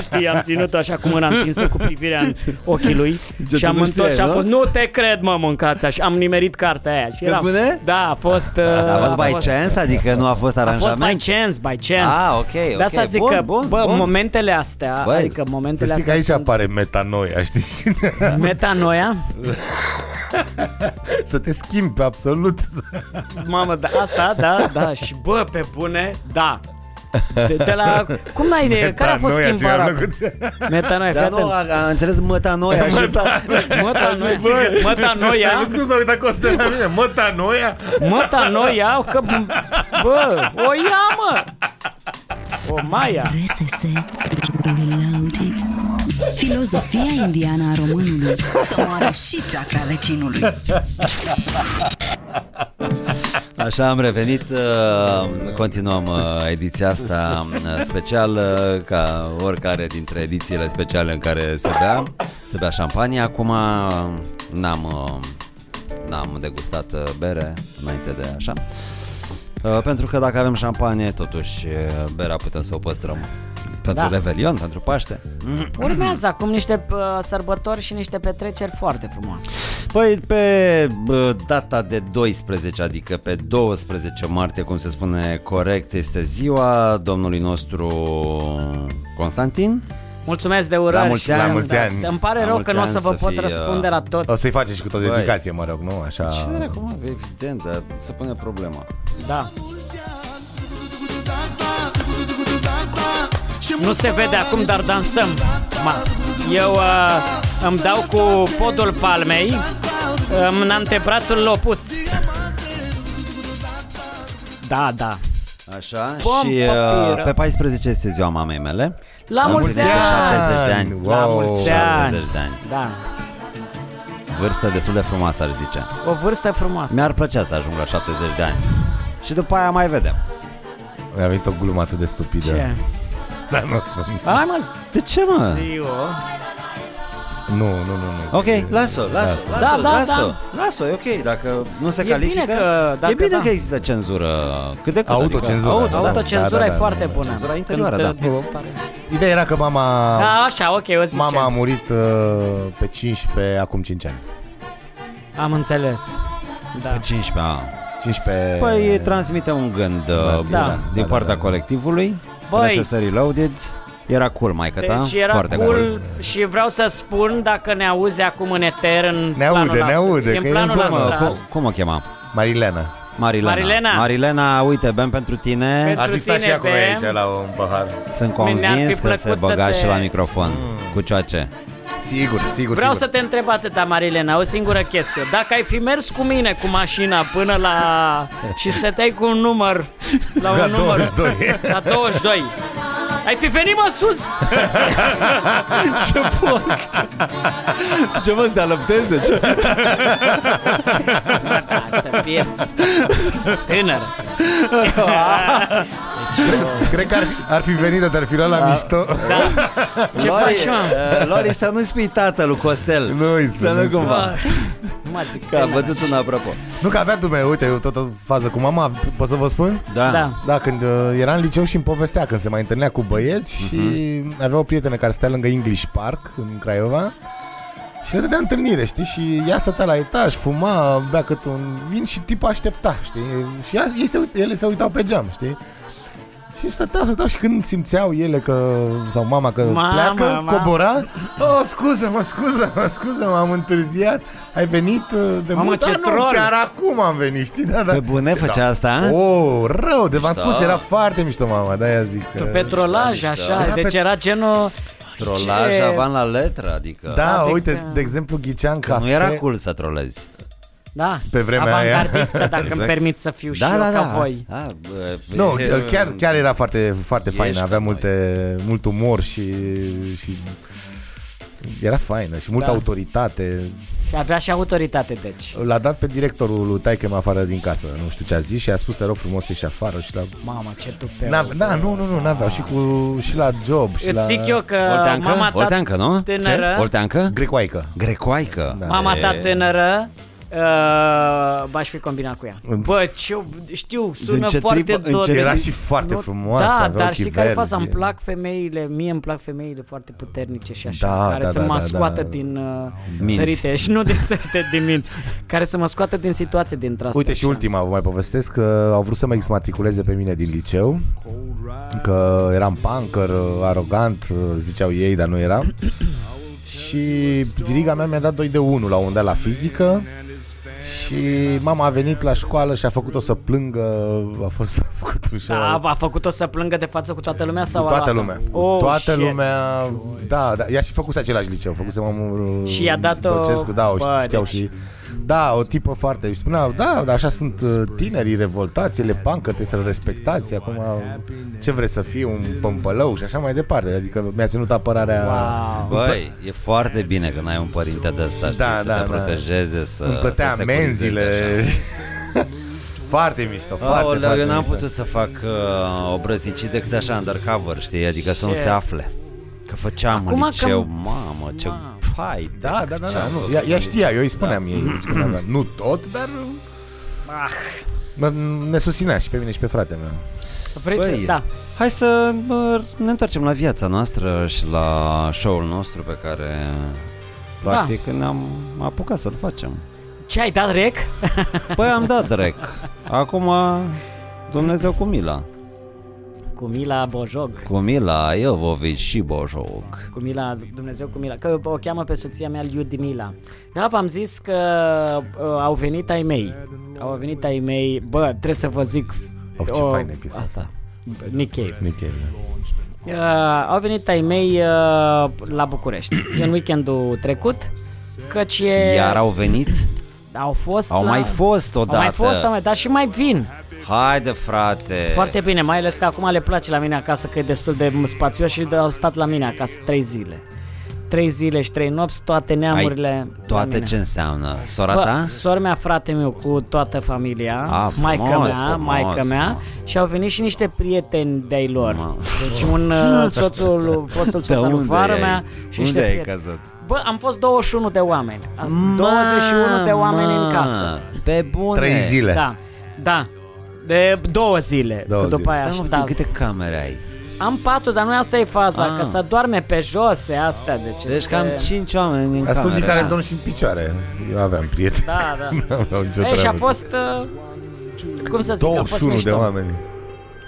Speaker 2: Știi, am ținut-o așa cu mâna întinsă, cu privirea în ochii lui
Speaker 1: Ce,
Speaker 2: și
Speaker 1: tu
Speaker 2: am
Speaker 1: nu
Speaker 2: întors
Speaker 1: știai,
Speaker 2: și am
Speaker 1: nu?
Speaker 2: fost, nu te cred, mă, mâncați așa. Am nimerit cartea aia. Și
Speaker 1: Pe
Speaker 2: eram,
Speaker 1: bune?
Speaker 2: Da, a fost... uh,
Speaker 1: A fost by chance? Adică nu a fost
Speaker 2: A fost by
Speaker 1: aranjament?
Speaker 2: chance, by chance.
Speaker 1: Ah, ok, ok.
Speaker 2: De asta zic
Speaker 1: bun,
Speaker 2: că,
Speaker 1: bun,
Speaker 2: bă,
Speaker 1: bun.
Speaker 2: momentele astea,
Speaker 1: Bă,
Speaker 2: adică
Speaker 3: Să
Speaker 2: momentele
Speaker 3: știi că aici
Speaker 2: astea
Speaker 3: apare metanoia, știi?
Speaker 2: sunt metanoia.
Speaker 3: Să te schimbi pe absolut.
Speaker 2: Mamă, da, asta, da, da. Și bă, pe bune, da. De, de la... Cum n-ai idee? Care a fost
Speaker 3: Metanoia, ce mi-a
Speaker 2: schimbarea?
Speaker 3: plăcut.
Speaker 2: Metanoia,
Speaker 1: Dar
Speaker 2: fii
Speaker 1: Da, nu,
Speaker 2: atent.
Speaker 1: a, a înțeles mătanoia și s-a...
Speaker 2: Mătanoia,
Speaker 3: Ai
Speaker 2: mătanoia,
Speaker 3: văzut cum s-a uitat Costel la mine? Metanoia?
Speaker 2: mătanoia, că, bă, o ia, mă! O maia!
Speaker 4: RSS Reloaded Filozofia indiană a românului Să moară și chakra vecinului
Speaker 1: Așa am revenit, uh, continuăm uh, ediția asta uh, specială, ca oricare dintre edițiile speciale în care se bea, se bea șampanie. Acum n-am, uh, n-am degustat uh, bere înainte de așa, Uh, pentru că dacă avem șampanie, totuși uh, berea putem să o păstrăm pentru
Speaker 2: Da.
Speaker 1: Revelion, pentru Paște.
Speaker 2: Urmează acum niște uh, sărbători și niște petreceri foarte frumoase.
Speaker 1: Păi pe bă, data de 12, adică pe 12 martie, cum se spune corect, este ziua domnului nostru Constantin.
Speaker 2: Mulțumesc de urări.
Speaker 1: La mulți
Speaker 2: și-
Speaker 1: ani.
Speaker 3: La mulți ani.
Speaker 2: Îmi pare
Speaker 1: La
Speaker 2: rău
Speaker 1: mulți
Speaker 2: că nu o
Speaker 1: ani
Speaker 2: să vă
Speaker 1: să
Speaker 2: pot
Speaker 1: fii,
Speaker 2: răspunde
Speaker 1: uh,
Speaker 2: la tot.
Speaker 3: O să-i faci și cu o
Speaker 1: Băi.
Speaker 3: dedicație, mă rog, nu? Așa...
Speaker 1: Ce dracu, mă, evident, dar se pune problema.
Speaker 2: Da. Nu se vede acum, dar dansăm. Ma. Eu uh, îmi dau cu podul palmei um, în antebrațul opus. Da, da.
Speaker 1: Așa,
Speaker 2: Pom,
Speaker 1: și
Speaker 2: papiră.
Speaker 1: uh, pe 14 este ziua mamei mele.
Speaker 2: La mulți
Speaker 1: Împlinește
Speaker 2: ani!
Speaker 1: 70 de ani.
Speaker 2: La mulți ani!
Speaker 1: 70 de ani.
Speaker 2: Da,
Speaker 1: Vârstă destul de frumoasă, aș zice.
Speaker 2: o vârstă frumoasă.
Speaker 1: Mi-ar plăcea să ajung la 70 de ani. Și după aia mai vedem.
Speaker 3: Mi-a venit o glumă atât de stupidă.
Speaker 2: Ce?
Speaker 3: Dar nu o spun.
Speaker 2: Hai mă,
Speaker 1: De ce, mă?
Speaker 3: Da,
Speaker 2: ziua.
Speaker 3: Nu, nu, nu, nu.
Speaker 1: Ok, las-o, las-o,
Speaker 2: Da,
Speaker 1: las-o,
Speaker 2: da,
Speaker 1: las-o,
Speaker 2: da.
Speaker 1: las-o, e ok, dacă nu se
Speaker 2: E
Speaker 1: califică,
Speaker 2: bine că- dacă
Speaker 1: e bine
Speaker 2: da.
Speaker 1: că există cenzură, cât de cât,
Speaker 3: Autocenzură.
Speaker 1: Adică, auto, da.
Speaker 2: Autocenzura
Speaker 3: Da, da,
Speaker 2: e
Speaker 3: da,
Speaker 2: foarte
Speaker 3: da.
Speaker 2: bună.
Speaker 1: Cenzura interioară,
Speaker 2: Când
Speaker 1: da.
Speaker 2: dispare.
Speaker 3: Ideea era că mama...
Speaker 2: Da, așa, ok, o zice.
Speaker 3: Mama a murit uh, pe 15, acum 5 ani.
Speaker 2: Am înțeles. Da.
Speaker 1: Pe 15 ani.
Speaker 3: 15...
Speaker 1: Păi transmite un gând da, bun,
Speaker 2: da,
Speaker 1: din
Speaker 3: da,
Speaker 1: partea
Speaker 3: da.
Speaker 1: colectivului,
Speaker 2: Băi.
Speaker 1: RSS Reloaded, era cool, maică ta,
Speaker 2: Deci era
Speaker 1: foarte
Speaker 2: cool, și vreau să spun dacă ne auzi acum în eter în
Speaker 3: Ne
Speaker 2: planul
Speaker 3: aude, ne
Speaker 2: ast-
Speaker 3: aude,
Speaker 2: e în
Speaker 3: că e în
Speaker 2: planul
Speaker 3: zonă,
Speaker 1: Mă,
Speaker 2: ăsta.
Speaker 1: cum, cum o chema?
Speaker 3: Marilena.
Speaker 1: Marilena.
Speaker 2: Marilena.
Speaker 1: Marilena, uite, bem pentru tine.
Speaker 2: Pentru
Speaker 3: Ar fi stat
Speaker 2: tine,
Speaker 3: și acolo
Speaker 2: Ben.
Speaker 3: aici la un pahar.
Speaker 1: Sunt
Speaker 2: Mi-ar fi
Speaker 1: convins că
Speaker 2: plăcut
Speaker 1: se
Speaker 2: să
Speaker 1: băga
Speaker 2: te-
Speaker 3: Mm.
Speaker 1: și la microfon cu cioace.
Speaker 3: Sigur, sigur,
Speaker 2: Vreau să
Speaker 3: sigur.
Speaker 2: te întreb atâta, Marilena, o singură chestie. Dacă ai fi mers cu mine cu mașina până la... și stăteai cu un număr, la un
Speaker 3: La
Speaker 2: număr...
Speaker 3: 22.
Speaker 2: La 22. Ai fi venit, mă, sus!
Speaker 1: Ce porc! Ce mă, să te alăpteze? Ce?
Speaker 2: Da, să fie tânăr.
Speaker 3: Cred că ar fi, ar fi venit, dar ar fi luat la mișto.
Speaker 2: Da. Ce faci, mă?
Speaker 1: uh, Lori, să nu spui tatăl lui Costel.
Speaker 3: Nu-i spui,
Speaker 1: să nu
Speaker 3: nu-i spui.
Speaker 2: Ah.
Speaker 1: cumva.
Speaker 2: Mă zic,
Speaker 1: Că
Speaker 2: că
Speaker 1: am bătut un apropo.
Speaker 3: Nu că avea dume, uite, eu tot o fază cu mama, pot să vă spun?
Speaker 2: Da.
Speaker 3: Da, când uh, era în liceu și îmi povestea când se mai întâlnea cu băieți și avea o prietenă care stătea lângă English Park în Craiova și le dădea întâlnire, știi? Și ea stătea la etaj, fuma, bea cât un vin și tipul aștepta, știi? Și ea, ei se, uit- ele se uitau pe geam, știi? Și stăteau, stăteau și când simțeau ele că, sau mama că
Speaker 2: Mamă,
Speaker 3: pleacă,
Speaker 2: mamă.
Speaker 3: cobora Oh, scuză-mă, scuză-mă, scuză-mă, am întârziat Ai venit uh, de
Speaker 2: Mamă,
Speaker 3: mult?
Speaker 2: ce
Speaker 3: "Da, nu,
Speaker 2: troll!"
Speaker 3: chiar acum am venit, știi? Da, da.
Speaker 1: Pe bune făcea asta?
Speaker 3: Oh, rău, de v-am spus, era foarte mișto mama, de-aia zic că...
Speaker 2: pe trolaj, așa.
Speaker 3: Da, pe-
Speaker 2: Deci era genul...
Speaker 1: Trolaj
Speaker 2: Ce?
Speaker 1: avan la letră, adică...
Speaker 3: Da,
Speaker 2: Adică-
Speaker 3: uite, de exemplu, ghiceam
Speaker 1: Că
Speaker 3: cafe...
Speaker 1: nu era cool să trolezi.
Speaker 2: Da,
Speaker 3: Pe vremea aia.
Speaker 2: avantgardistă, dacă
Speaker 1: Exact.
Speaker 2: îmi permit să fiu și
Speaker 1: Da,
Speaker 2: eu
Speaker 1: da,
Speaker 2: ca
Speaker 1: da.
Speaker 2: voi.
Speaker 1: Ah, bă, eh,
Speaker 3: Nu,
Speaker 1: e-
Speaker 3: chiar, chiar era foarte, foarte
Speaker 1: Ești
Speaker 3: fain, avea
Speaker 1: ca
Speaker 3: multe, mult umor și, și era faină și multă
Speaker 2: Da.
Speaker 3: autoritate.
Speaker 2: Și avea și autoritate, deci.
Speaker 3: L-a dat pe directorul lui Taichem afară din casă, nu știu ce a zis și a spus, te rog frumos, ieși afară și la...
Speaker 2: Mamă, ce tupeu.
Speaker 3: N-a, da, nu, nu, nu, n-aveau și, cu, și la job și
Speaker 2: Îți
Speaker 3: la...
Speaker 2: zic eu că
Speaker 1: Olteancă?
Speaker 2: mama ta
Speaker 1: Olteancă, nu?
Speaker 2: tânără,
Speaker 1: Olteancă?
Speaker 3: Grecoaică.
Speaker 1: Grecoaică.
Speaker 3: Da.
Speaker 1: Eh,
Speaker 2: mama
Speaker 1: E-
Speaker 2: ta tânără, uh, m-aș fi combinat cu ea.
Speaker 3: În-
Speaker 2: Bă, ce, știu, sună
Speaker 1: ce
Speaker 2: foarte
Speaker 1: tripă- în
Speaker 2: tot.
Speaker 1: ce-
Speaker 3: Era și foarte frumoasă,
Speaker 2: Da,
Speaker 3: avea
Speaker 2: dar
Speaker 3: ochii
Speaker 2: știi care e
Speaker 3: verzi.
Speaker 2: faza? Îmi plac femeile, mie îmi plac femeile foarte puternice și așa,
Speaker 3: Da,
Speaker 2: care
Speaker 3: da,
Speaker 2: să
Speaker 3: da,
Speaker 2: mă
Speaker 3: da, da.
Speaker 2: scoată din uh,
Speaker 1: Minți.
Speaker 2: sărite și nu din sărite, din minți, care să mă scoată din situație dintre asta.
Speaker 3: Uite și ultima, vă mai povestesc că au vrut să mă exmatriculeze pe mine din liceu Că eram punker, uh, arogant, ziceau ei, dar nu eram Și diriga mea mi-a dat 2 de 1 la un dat la fizică și mama a venit la școală și a făcut-o să plângă A fost a făcut ușor
Speaker 2: Da, a făcut-o să plângă de față cu toată lumea sau
Speaker 3: uh, Cu toată
Speaker 2: arată?
Speaker 3: lumea Cu
Speaker 2: Oh,
Speaker 3: Toată
Speaker 2: shit.
Speaker 3: lumea da, da, ea și făcuse același liceu Făcuse mamul
Speaker 2: Și i-a dat-o-
Speaker 3: Dolcescu, da, o
Speaker 2: Bă,
Speaker 3: știau
Speaker 2: deci-
Speaker 3: și da, o tipă foarte își spunea, da, dar așa sunt uh, tinerii revoltați, ele pancă, trebuie să-l respectați acum ce vreți să fii, un pămpălău și așa mai departe adică mi-a ținut apărarea
Speaker 2: Wow.
Speaker 1: Băi, e foarte bine când ai un părinte de ăsta, știi,
Speaker 3: Da,
Speaker 1: să
Speaker 3: da,
Speaker 1: te
Speaker 3: da.
Speaker 1: protejeze, să
Speaker 3: îmi plătea
Speaker 1: te securizeze așa.
Speaker 3: amenziile foarte mișto, foarte,
Speaker 1: Aoleu,
Speaker 3: foarte
Speaker 1: eu n-am
Speaker 3: mișto.
Speaker 1: putut să fac uh, obrăznicii decât așa undercover, știi, adică să nu
Speaker 2: Ce?
Speaker 1: se afle. Că făceam
Speaker 2: Acum
Speaker 1: în
Speaker 2: că-
Speaker 1: liceu, mamă, ce
Speaker 2: Mamă.
Speaker 1: fai.
Speaker 3: da, da, da, da,
Speaker 1: Ce-am
Speaker 3: nu. Ea, ea știa, eu îi spuneam ei, îi spuneam, da. nu tot, dar
Speaker 2: Ah,
Speaker 3: mă, ne susținea și pe mine și pe fratele meu.
Speaker 2: vrei să...
Speaker 1: Băi,
Speaker 2: Da.
Speaker 1: Hai să bă, ne întoarcem la viața noastră și la show-ul nostru pe care practic da. ne-am apucat să-l facem.
Speaker 2: Ce ai dat, rec?
Speaker 1: Păi am dat rec. Acum Dumnezeu cu mila.
Speaker 2: Cu Mila Bojog.
Speaker 1: Cu mila Iovovici și Bojoc.
Speaker 2: Cu Mila, Dumnezeu cu Mila. Că o cheamă pe soția mea Liudmila. Da, v-am zis că uh, au venit ai mei. Au venit ai mei. Bă, trebuie să vă zic...
Speaker 3: Oh, ce faină e piesa
Speaker 2: Asta. Nick Cave.
Speaker 3: Nici ei, da.
Speaker 2: Uh, au venit ai mei uh, la București în weekendul trecut căci e,
Speaker 1: Iar au venit?
Speaker 2: au fost
Speaker 1: Au
Speaker 2: la,
Speaker 1: mai fost
Speaker 2: au mai
Speaker 1: odată.
Speaker 2: fost, au mai, dar și mai vin
Speaker 1: Haide frate!
Speaker 2: Foarte bine, mai ales că acum le place la mine acasă că e destul de spațios și au stat la mine acasă trei zile. Trei zile și trei nopți, toate neamurile. la
Speaker 1: Ai toate
Speaker 2: mine.
Speaker 1: ce înseamnă. Sora
Speaker 2: Bă,
Speaker 1: ta?
Speaker 2: sora mea, frate meu, cu toată familia,
Speaker 1: Ah, frumos,
Speaker 2: maica mea,
Speaker 1: frumos,
Speaker 2: maica mea
Speaker 1: frumos.
Speaker 2: și au venit și niște prieteni de-ai lor.
Speaker 1: Mamă. Ah,
Speaker 2: Deci un uh, soțul, fostul soț al lui vară mea
Speaker 1: Da, unde
Speaker 2: și niște
Speaker 1: ai
Speaker 2: prieteni.
Speaker 1: căzut?
Speaker 2: Bă, am fost 21 de oameni. Azi- 21 de oameni în casă.
Speaker 1: Pe bune!
Speaker 3: Trei zile.
Speaker 2: Da, da. De două zile.
Speaker 3: Două
Speaker 2: că după
Speaker 3: zile.
Speaker 2: aia
Speaker 1: Stai
Speaker 2: și
Speaker 1: mă
Speaker 2: da.
Speaker 1: puțin, câte camere ai?
Speaker 2: Am patru, dar nu asta e faza,
Speaker 1: Ah.
Speaker 2: că se doarme pe jos, e asta. Deci,
Speaker 1: Deci
Speaker 2: este...
Speaker 1: cam 5 oameni în
Speaker 3: Asta
Speaker 1: cameră.
Speaker 3: studii care dorm și în picioare. Eu aveam prieteni.
Speaker 2: Da, da.
Speaker 3: N-aveau nicio
Speaker 2: Ei, și a
Speaker 3: treabă.
Speaker 2: fost... uh, Cum să zic, a fost
Speaker 3: 21
Speaker 2: mișto.
Speaker 3: de oameni.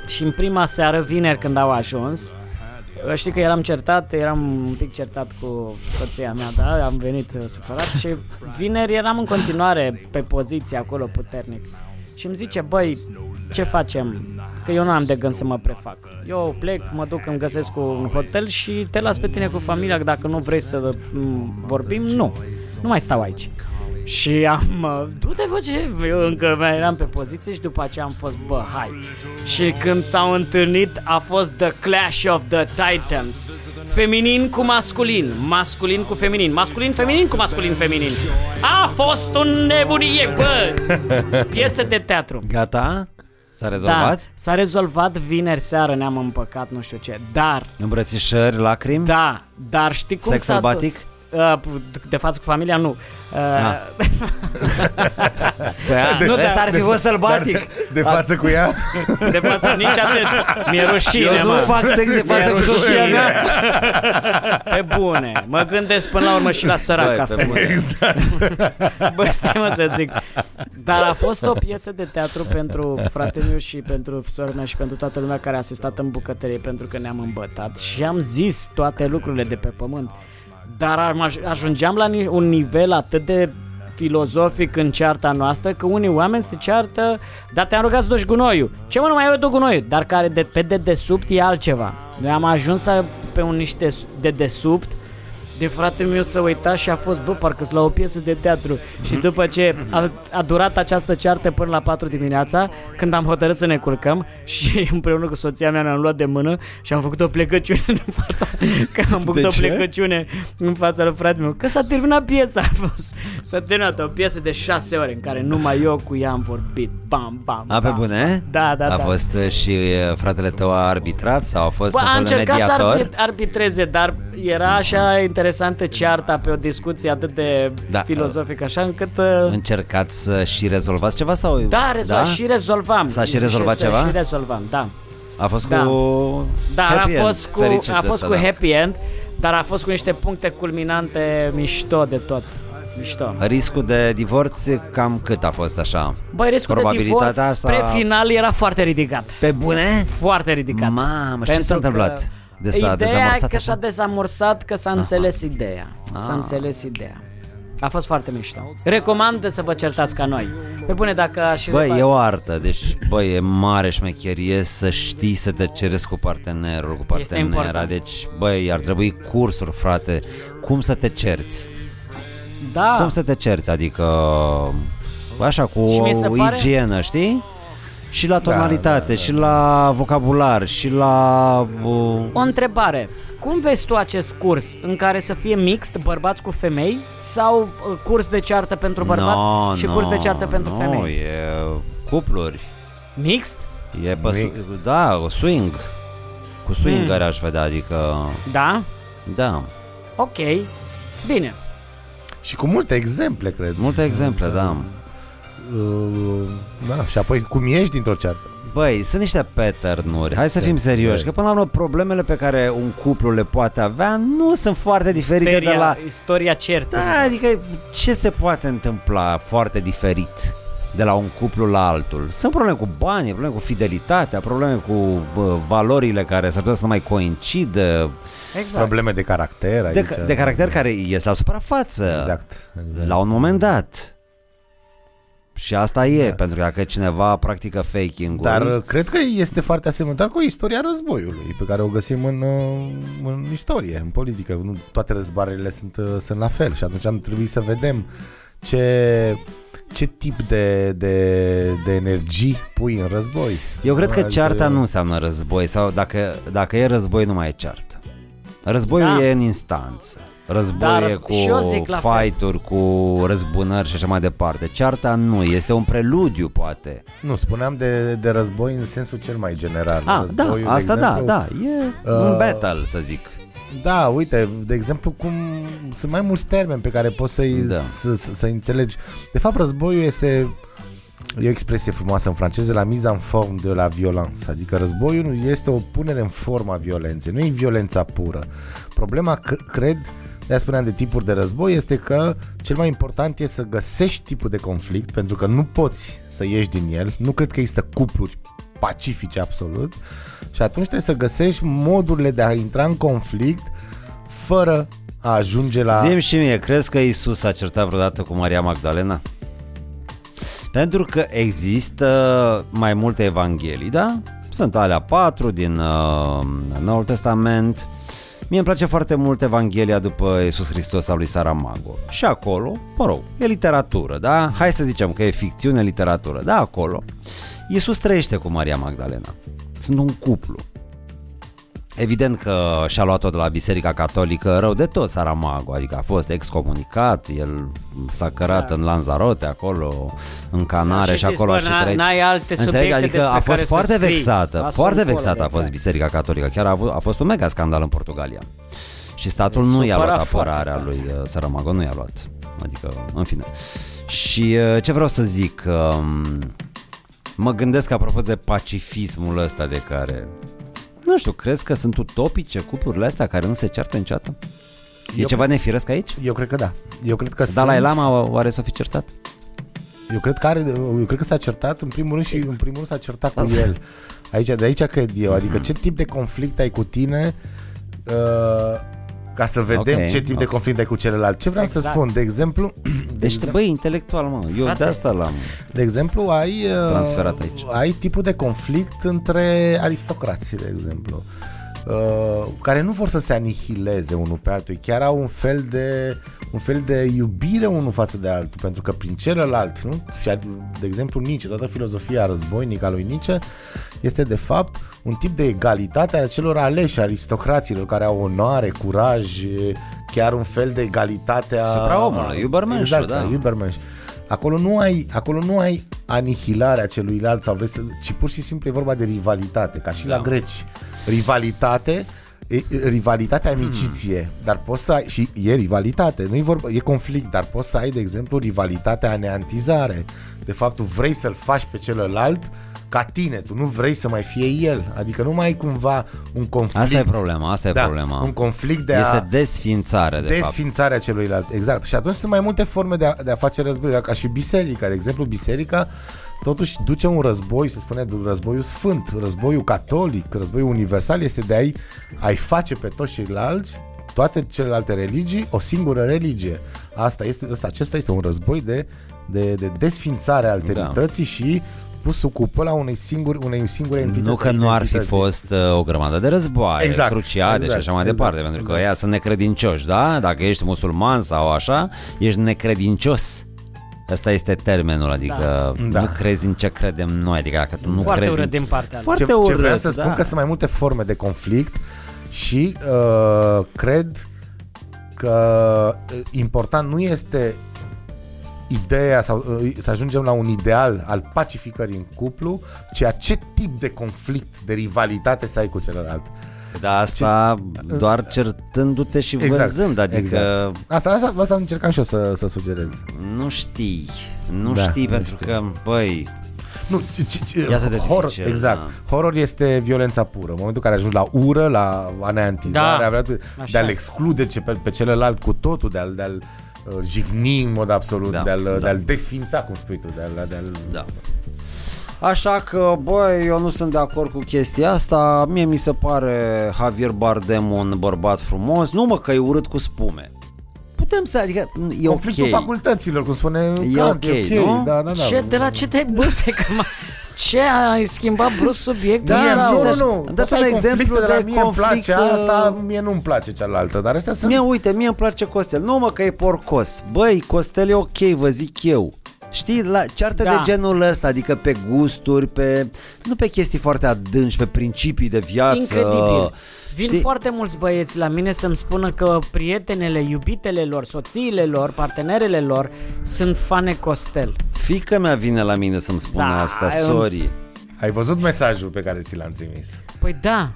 Speaker 2: Și în prima seară, vineri, când au ajuns, uh, știi că eram certat, eram un pic certat cu soția mea, da, am venit uh, supărat și vineri eram în continuare pe poziție acolo puternic. și îmi zice, băi, ce facem? Că eu nu am de gând să mă prefac. Eu plec, mă duc, îmi găsesc un hotel și te las pe tine cu familia, că dacă nu vrei să m, vorbim, nu. Nu mai stau aici. Și am, uh, du-te bă ce, eu încă mai eram pe poziție și după aceea am fost, bă, hai. Și când s-au întâlnit a fost The Clash of the Titans. Feminin cu masculin, masculin cu feminin, masculin, feminin cu masculin, feminin. A fost un nebunie, bă! Piesă de teatru.
Speaker 1: Gata? S-a rezolvat?
Speaker 2: Da, s-a rezolvat vineri seară, ne-am împăcat, nu știu ce, dar
Speaker 1: Îmbrățișări, lacrimi?
Speaker 2: da, dar știi cum
Speaker 1: Sex
Speaker 2: s-a dus?
Speaker 1: sălbatic?
Speaker 2: Uh, de față cu familia, nu. Uh,
Speaker 1: Ah. Păi, a,
Speaker 2: Nu,
Speaker 1: ăsta
Speaker 2: dar-
Speaker 1: ar fi fost sălbatic.
Speaker 3: De față cu ea?
Speaker 2: Uh, De față nici atât. Mi-e rușine,
Speaker 1: Eu nu
Speaker 2: mă.
Speaker 1: fac sex de
Speaker 2: Mi-e
Speaker 1: față cu soția
Speaker 2: rușine.
Speaker 1: mea.
Speaker 2: Pe bune. Mă gândesc până la urmă și la săraca
Speaker 1: Băi, pe
Speaker 2: femeie.
Speaker 1: bune.
Speaker 2: Bă, stai mă să zic. Dar a fost o piesă de teatru pentru fratele meu și pentru sora mea și pentru toată lumea care a asistat în bucătărie pentru că ne-am îmbătat și am zis toate lucrurile de pe pământ. Dar am aj- ajungeam la ni- un nivel atât de filozofic în cearta noastră că unii oameni se ceartă dar te-am rugat să duci gunoiul. Ce mă, nu mai eu duc gunoiul, dar care de, pe dedesubt e altceva. Noi am ajuns să, pe un niște s- dedesubt de fratele meu să uita și a fost, bă, parcă la o piesă de teatru. Și după ce a, a durat această ceartă până la 4 dimineața, când am hotărât să ne culcăm și împreună cu soția mea ne-am luat de mână și am făcut o plecăciune în fața, că am făcut
Speaker 1: De
Speaker 2: o
Speaker 1: ce?
Speaker 2: plecăciune în fața lui fratele meu, că s-a terminat piesa, a fost, s-a terminat o piesă de 6 ore în care numai eu cu ea am vorbit, bam, bam,
Speaker 1: A, pe
Speaker 2: bam.
Speaker 1: bune?
Speaker 2: Da, da,
Speaker 1: A
Speaker 2: da.
Speaker 1: fost uh, și uh, fratele tău a arbitrat sau a fost
Speaker 2: Bă,
Speaker 1: un
Speaker 2: a
Speaker 1: fel de
Speaker 2: încercat să
Speaker 1: mediator?
Speaker 2: arbit- arbitreze, dar era așa interesantă cearta pe o discuție atât de
Speaker 1: Da.
Speaker 2: da, filozofică, așa încât... uh,
Speaker 1: Încercați să și rezolvați ceva sau...
Speaker 2: Da, rezol- da, și rezolvam.
Speaker 1: S-a și rezolvat
Speaker 2: să
Speaker 1: ceva?
Speaker 2: Și rezolvam, da.
Speaker 1: A fost
Speaker 2: Da.
Speaker 1: cu...
Speaker 2: Dar
Speaker 1: happy
Speaker 2: a fost
Speaker 1: end.
Speaker 2: cu,
Speaker 1: Fericit
Speaker 2: a
Speaker 1: de
Speaker 2: fost
Speaker 1: asta,
Speaker 2: cu
Speaker 1: da.
Speaker 2: happy end, dar a fost cu niște puncte culminante mișto de tot. Mișto.
Speaker 1: Riscul de divorț cam cât a fost așa?
Speaker 2: Băi, riscul de
Speaker 1: Probabilitatea
Speaker 2: divorț spre
Speaker 1: asta-
Speaker 2: final era foarte ridicat.
Speaker 1: Pe bune?
Speaker 2: Foarte ridicat.
Speaker 1: Mamă, și ce s-a
Speaker 2: Pentru că
Speaker 1: întâmplat? De s-a
Speaker 2: ideea
Speaker 1: dezamorsat
Speaker 2: că
Speaker 1: așa? Ah.
Speaker 2: s-a dezamorsat, că s-a înțeles ideea. S-a înțeles ideea. A fost foarte mișto. Recomand să vă certați ca noi. Pe bune, dacă și
Speaker 1: Băi, e o artă, deci băi, e mare șmecherie să știi să te cerezi cu partenerul, cu
Speaker 2: Este
Speaker 1: partenera,
Speaker 2: important.
Speaker 1: deci băi, ar trebui cursuri, frate, cum să te cerți,
Speaker 2: da,
Speaker 1: cum să te cerți, adică așa cu
Speaker 2: Și mi se
Speaker 1: o
Speaker 2: pare-
Speaker 1: igienă, știi? Și la tonalitate, și la vocabular, și la... Uh,
Speaker 2: o întrebare. Cum vezi tu acest curs în care să fie mixt bărbați cu femei sau uh, curs de ceartă pentru bărbați
Speaker 1: no,
Speaker 2: și
Speaker 1: no,
Speaker 2: curs de ceartă pentru
Speaker 1: no,
Speaker 2: femei?
Speaker 1: e cupluri,
Speaker 2: Mixt?
Speaker 1: e pe
Speaker 3: Mix.
Speaker 1: su- da, o swing, cu swing
Speaker 2: Hmm.
Speaker 1: mm. aș vedea, adică,
Speaker 2: Da?
Speaker 1: da,
Speaker 2: Ok. Bine.
Speaker 3: Și cu multe exemple, cred.
Speaker 1: multe exemple, da.
Speaker 3: Uh, Da, și apoi cum ieși dintr-o ceartă.
Speaker 1: Băi, sunt niște pattern-uri, hai să fim serioși, că până la urmă problemele pe care un cuplu le poate avea nu sunt foarte diferite
Speaker 2: Istoria,
Speaker 1: de la...
Speaker 2: istoria certă.
Speaker 1: Da, adică ce se poate întâmpla foarte diferit de la un cuplu la altul? Sunt probleme cu banii, probleme cu fidelitatea, probleme cu bă, valorile care s-ar putea să nu mai coincidă,
Speaker 2: Exact.
Speaker 3: Probleme de caracter aici.
Speaker 1: de, de caracter care ies la suprafață.
Speaker 3: Exact. exact.
Speaker 1: La un moment dat. Și asta e, da. pentru că dacă cineva practică faking-ul...
Speaker 3: Dar cred că este foarte asemănător cu istoria războiului, pe care o găsim în, uh, în istorie, în politică. Nu toate războarele sunt, uh, sunt la fel și atunci am trebuit să vedem ce, ce tip de, de, de energii pui în război.
Speaker 1: Eu cred că
Speaker 3: Adică-
Speaker 1: cearta nu înseamnă război sau dacă, dacă e război nu mai e ceartă. Războiul
Speaker 2: Da.
Speaker 1: e în instanță. Război
Speaker 2: Da,
Speaker 1: da, e
Speaker 2: răz-
Speaker 1: cu
Speaker 2: și eu zic la fel.
Speaker 1: fight-uri, cu răzbunări și așa mai departe. Cearta nu, este un preludiu poate.
Speaker 3: Nu, spuneam de, de război în sensul cel mai general.
Speaker 1: Ah, da,
Speaker 3: Războiul, de
Speaker 1: asta da,
Speaker 3: exemplu,
Speaker 1: da, e un
Speaker 3: uh,
Speaker 1: battle să zic.
Speaker 3: Da, uite, de exemplu, cum sunt mai mulți termeni pe care poți să-i,
Speaker 1: Da.
Speaker 3: da. să, să, să înțelegi. De fapt, războiul este e o expresie frumoasă în franceză, la mise en forme de la violence, adică războiul este o punere în formă a violenței, nu e violența pură. Problema, c- cred, de spuneam de tipuri de război, este că cel mai important e să găsești tipul de conflict, pentru că nu poți să ieși din el, nu cred că există cupluri pacifice absolut, și atunci trebuie să găsești modurile de a intra în conflict fără a ajunge la...
Speaker 1: Zim și mie, crezi că Isus a certat vreodată cu Maria Magdalena? Pentru că există mai multe evanghelii, da? Sunt alea patru din uh, Noul Testament. Mie îmi place foarte mult Evanghelia după Iisus Hristos al lui Saramago. Și acolo, mă rog, e literatură, da? Hai să zicem că e ficțiune, literatură. Da, acolo. Iisus trăiește cu Maria Magdalena. Sunt un cuplu. Evident că și-a luat-o de la Biserica Catolică rău de tot Saramago, adică a fost excomunicat, el s-a cărat
Speaker 2: Da.
Speaker 1: da. în Lanzarote, acolo, în Canare
Speaker 2: Da,
Speaker 1: și,
Speaker 2: și zis,
Speaker 1: acolo
Speaker 2: bă,
Speaker 1: și
Speaker 2: n-a-
Speaker 1: trăit.
Speaker 2: n-ai alte subiecte
Speaker 1: adică
Speaker 2: despre
Speaker 1: a fost
Speaker 2: care să
Speaker 1: foarte
Speaker 2: scrii.
Speaker 1: vexată,
Speaker 2: Absolut
Speaker 1: foarte
Speaker 2: orele,
Speaker 1: vexată a fost
Speaker 2: da.
Speaker 1: Biserica Catolică, chiar a, avut, a fost un mega scandal în Portugalia. Și statul
Speaker 2: Ne
Speaker 1: nu i-a
Speaker 2: Deci supăra
Speaker 1: luat
Speaker 2: foarte
Speaker 1: apărarea
Speaker 2: tare.
Speaker 1: lui uh, Saramago, nu i-a luat. Adică, în fine. Și uh, ce vreau să zic, um, mă gândesc apropo de pacifismul ăsta de care... Nu știu, crezi că sunt utopice cuplurile astea care nu se ceartă niciodată? E
Speaker 3: Eu-
Speaker 1: ceva nefiresc aici?
Speaker 3: Eu cred că da. Eu cred că
Speaker 1: Dalai
Speaker 3: sunt,
Speaker 1: Lama o- oare s-o fi certat?
Speaker 3: Eu cred că are, eu cred că s-a certat în primul rând și în primul rând s-a certat cu
Speaker 1: Asta-
Speaker 3: el. Aici, de aici cred eu. Adică ce tip de conflict ai cu tine uh, ca să vedem
Speaker 1: Ok,
Speaker 3: ce tip de
Speaker 1: ok.
Speaker 3: conflict ai cu celălalt. Ce vreau să
Speaker 2: Exact.
Speaker 3: spun, de exemplu, de,
Speaker 1: Deci,
Speaker 3: exemplu-
Speaker 1: băi, intelectual, mă, eu
Speaker 2: Da. Frate.
Speaker 1: de asta l-am.
Speaker 3: de exemplu, ai uh,
Speaker 1: Transferat aici.
Speaker 3: ai tipul de conflict între aristocrații, de exemplu. Uh, care nu vor să se anihileze unul pe altul, chiar au un fel de un fel de iubire unul față de altul, pentru că prin celălalt, nu? Și de exemplu Nietzsche, toată filozofia războinică a lui Nietzsche este de fapt un tip de egalitate a celor aleși, aristocraților care au onoare, curaj, chiar un fel de egalitate a
Speaker 1: Supraomului, Übermenschul,
Speaker 3: exact,
Speaker 1: da.
Speaker 3: a Übermensch. Acolo nu ai, acolo nu ai anihilarea celuilalt sau vrei să, ci pur și simplu e vorba de rivalitate, ca și da. la greci. Rivalitate, e- e, rivalitate amiciție, hmm. dar poți să ai, și e rivalitate, nu e vorba, e conflict, dar poți să ai, de exemplu, rivalitatea aneantizare. De fapt, tu vrei să-l faci pe celălalt ca tine, tu nu vrei să mai fie el, adică nu mai ai cumva un conflict.
Speaker 1: Asta e problema, asta e
Speaker 3: da,
Speaker 1: problema.
Speaker 3: Un conflict de a
Speaker 1: Este desfințare, de fapt.
Speaker 3: desfințarea celuilalt. Exact. Și atunci sunt mai multe forme de a, de a face război, ca și biserica. De exemplu, biserica totuși duce un război, se spune războiul sfânt, războiul catolic, războiul universal, este de a-i, a-i face pe toți ceilalți toate celelalte religii, o singură religie. Asta este, asta, acesta este un război de, de, de desfințare a alterității da. și pusul cu la unei singuri, unei singure entități.
Speaker 1: Nu că
Speaker 3: a
Speaker 1: nu ar fi
Speaker 3: identității.
Speaker 1: fost uh, o grămadă de războaie,
Speaker 3: Exact,
Speaker 1: exact, cruciade exact, și
Speaker 3: exact,
Speaker 1: așa mai
Speaker 3: exact,
Speaker 1: departe, pentru că
Speaker 3: exact.
Speaker 1: ea sunt necredincioși, da? Dacă ești musulman sau așa, ești necredincios. Asta este termenul, adică da.
Speaker 3: Da.
Speaker 1: nu crezi în ce credem noi, adică dacă tu nu
Speaker 2: Foarte
Speaker 1: crezi
Speaker 2: urât
Speaker 1: în...
Speaker 2: din partea lui.
Speaker 1: Foarte
Speaker 3: ce,
Speaker 1: urât,
Speaker 3: ce vreau să
Speaker 1: da.
Speaker 3: spun că sunt mai multe forme de conflict și uh, cred că uh, important nu este ideea sau uh, să ajungem la un ideal al pacificării în cuplu, ceea ce tip de conflict, de rivalitate să ai cu celălalt.
Speaker 1: Da, asta doar certându-te și exact, văzând, adică exact.
Speaker 3: Asta, asta, asta încercam și eu să, să sugerez.
Speaker 1: nu știi, nu
Speaker 3: Da,
Speaker 1: da, știi
Speaker 3: nu
Speaker 1: pentru
Speaker 3: știu.
Speaker 1: că, băi,
Speaker 3: Nu, ci, ci,
Speaker 1: Iată de
Speaker 3: horror,
Speaker 1: dificil,
Speaker 3: exact.
Speaker 1: da.
Speaker 3: Horror este violența pură. În momentul în care ajungi la ură, la aneantizare,
Speaker 2: Da,
Speaker 3: da.
Speaker 2: așa.
Speaker 3: de-al exclude ce- pe, pe celălalt cu totul, de-al, de-al uh, jigni în mod absolut,
Speaker 1: Da,
Speaker 3: da, de-al,
Speaker 1: da.
Speaker 3: da. de-al desfința, cum spui tu, de-al... de-al...
Speaker 1: Da. Așa că, băi, eu nu sunt de acord cu chestia asta. Mie mi se pare Javier Bardem un bărbat frumos. Nu mă că e urât cu spume. Putem să, adică e
Speaker 3: Conflictul
Speaker 1: ok.
Speaker 3: facultăților, cum spune
Speaker 1: E
Speaker 3: Kant,
Speaker 1: ok,
Speaker 3: e ok,
Speaker 1: nu?
Speaker 3: da, da, da.
Speaker 2: Ce, de la ce te-ai bârse că m-a... Ce ai schimbat brusc subiectul?
Speaker 1: Da,
Speaker 2: ăsta?
Speaker 1: am zis
Speaker 3: nu,
Speaker 1: așa.
Speaker 3: nu, nu,
Speaker 1: Îmi dați
Speaker 3: poți să
Speaker 1: un
Speaker 3: ai
Speaker 1: exemplu
Speaker 3: conflicte
Speaker 1: de
Speaker 3: la mie îmi
Speaker 1: conflict,
Speaker 3: place
Speaker 1: uh,
Speaker 3: asta, mie nu-mi place cealaltă, dar astea sunt...
Speaker 1: Mie, uite, mie îmi place Costel. Nu mă că e porcos. Băi, Costel e ok, vă zic eu. Știi, la ceartă
Speaker 2: Da.
Speaker 1: de genul ăsta, adică pe gusturi, pe nu pe chestii foarte adânci, pe principii de viață.
Speaker 2: Incredibil.
Speaker 1: Știi?
Speaker 2: Vin Știi? foarte mulți băieți la mine să-mi spună că prietenele, iubitele lor, soțiile lor, partenerele lor sunt fane Costel.
Speaker 1: Fică mea vine la mine să-mi spună
Speaker 2: Da,
Speaker 1: asta,
Speaker 2: e un-
Speaker 1: sorry.
Speaker 3: Ai văzut mesajul pe care ți l-am trimis?
Speaker 2: Păi da,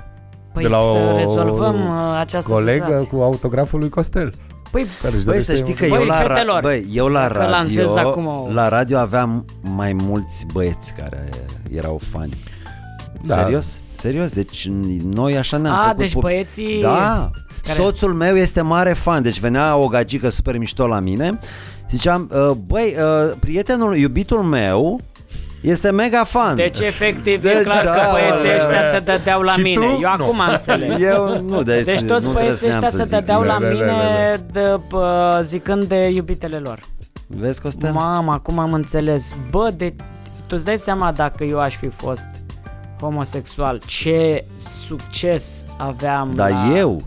Speaker 2: păi
Speaker 3: de la
Speaker 2: să
Speaker 3: o
Speaker 2: rezolvăm uh, această
Speaker 3: colegă
Speaker 2: situație.
Speaker 3: cu autograful lui Costel.
Speaker 2: Păi,
Speaker 3: Care
Speaker 1: Băi,
Speaker 3: își dorește
Speaker 1: să știi că
Speaker 2: Băi,
Speaker 1: eu la, ra-
Speaker 2: fetelor,
Speaker 1: băi, eu la
Speaker 2: dacă lansez
Speaker 1: radio,
Speaker 2: acum o-
Speaker 1: la radio aveam mai mulți băieți care erau fani. Da.
Speaker 3: Da.
Speaker 1: Serios? Serios, deci noi așa ne-am
Speaker 2: A,
Speaker 1: făcut
Speaker 2: deci
Speaker 1: pub-
Speaker 2: băieții
Speaker 1: Da,
Speaker 2: care-
Speaker 1: soțul meu este mare fan Deci venea o gagică super mișto la mine Ziceam, "Uh, băi, uh, prietenul, iubitul meu Este mega fan
Speaker 2: deci efectiv
Speaker 1: Deci,
Speaker 2: e clar că
Speaker 1: da,
Speaker 2: băieții
Speaker 1: da,
Speaker 2: ăștia
Speaker 3: da.
Speaker 2: se dădeau la
Speaker 3: Și
Speaker 2: mine.
Speaker 3: tu?
Speaker 2: Eu
Speaker 3: Nu.
Speaker 2: acum am înțeles.
Speaker 1: Eu nu, deci,
Speaker 2: Deci toți
Speaker 1: nu
Speaker 2: băieții
Speaker 1: îndrăzneam
Speaker 2: ăștia se
Speaker 1: să zic.
Speaker 2: dădeau la
Speaker 3: Da, da, da,
Speaker 2: mine de, pă, zicând de iubitele lor.
Speaker 1: Vezi, Costel?
Speaker 2: Mamă, acum am înțeles. Bă, de... tu îți dai seama dacă eu aș fi fost homosexual, ce succes aveam
Speaker 1: Dar
Speaker 2: la...
Speaker 1: Da, eu,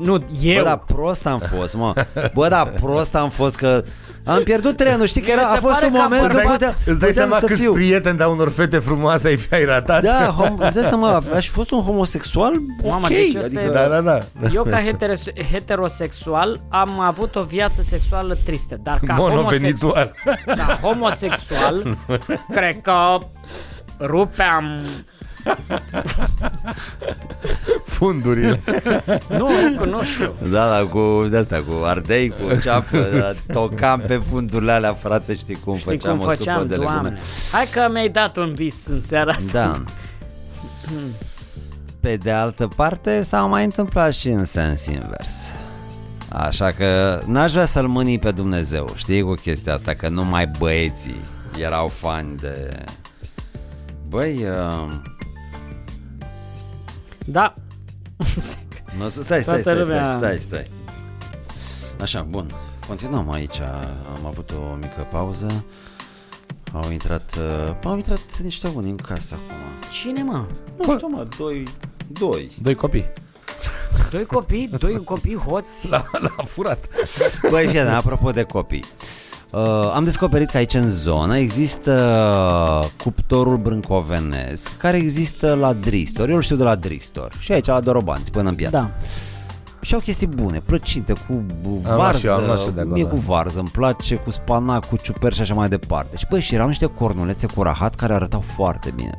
Speaker 2: Nu, eu.
Speaker 1: Bă, dar prost am fost, mă. Bă, dar prost am fost că am pierdut trenul. Știi că
Speaker 2: Mie
Speaker 1: era,
Speaker 2: mi se
Speaker 1: a fost
Speaker 2: pare
Speaker 1: un
Speaker 2: că am
Speaker 1: moment când
Speaker 2: purtat-
Speaker 1: puteam,
Speaker 3: Îți dai
Speaker 1: puteam
Speaker 3: seama
Speaker 1: să
Speaker 3: câți
Speaker 1: fiu.
Speaker 3: prieteni de unor fete frumoase ai, ai ratat?
Speaker 1: Da, hom, îți dai seama, aș fi fost un homosexual, ok. adică-
Speaker 2: Mamă, deci eu se-
Speaker 3: da, da, da.
Speaker 2: Eu ca heteros- heterosexual am avut o viață sexuală tristă, dar ca homosexual,
Speaker 3: Monovenitual.
Speaker 2: da, homosexual cred că rupeam
Speaker 3: Fundurile.
Speaker 2: nu, nu știu.
Speaker 1: Da, da, cu de asta, cu ardei, cu ceapă, da, tocam pe fundurile alea, frate, știi cum
Speaker 2: Știi
Speaker 1: făceam
Speaker 2: Păi cum
Speaker 1: Păi o supă
Speaker 2: făceam,
Speaker 1: de
Speaker 2: doamne.
Speaker 1: legume.
Speaker 2: Hai că mi-ai dat un vis în seara asta.
Speaker 1: Da. Pe de altă parte, s-a mai întâmplat și în sens invers. Așa că n-aș vrea să-l mâni pe Dumnezeu, știi, cu chestia asta, că numai băieții erau fani de... Băi, uh,
Speaker 2: Da.
Speaker 1: nu, stai, stai, stai,
Speaker 2: Toată
Speaker 1: stai,
Speaker 2: lumea-
Speaker 1: stai, stai. Așa, bun. Continuăm aici. Am avut o mică pauză. Au intrat, uh, au intrat niște unii în casă acum.
Speaker 2: Cine, mă?
Speaker 1: Nu știu, mă, doi, doi.
Speaker 3: Doi copii.
Speaker 2: Doi copii, doi copii hoți.
Speaker 1: Da.
Speaker 3: L-a furat.
Speaker 1: Băi, fii atent, apropo de copii. Uh, am descoperit că aici în zonă există cuptorul brâncovenesc care există la Dristor, eu îl știu de la Dristor și aici la Dorobanți până în piață.
Speaker 2: Da.
Speaker 1: Și au chestii bune, plăcinte, cu bu-
Speaker 3: Am luat și
Speaker 1: varză,
Speaker 3: eu, am luat și eu de acolo,
Speaker 1: mie
Speaker 3: da.
Speaker 1: cu varză, îmi place, cu spanac, cu ciuperci și așa mai departe. Și băi, și erau niște cornulețe cu rahat care arătau foarte bine.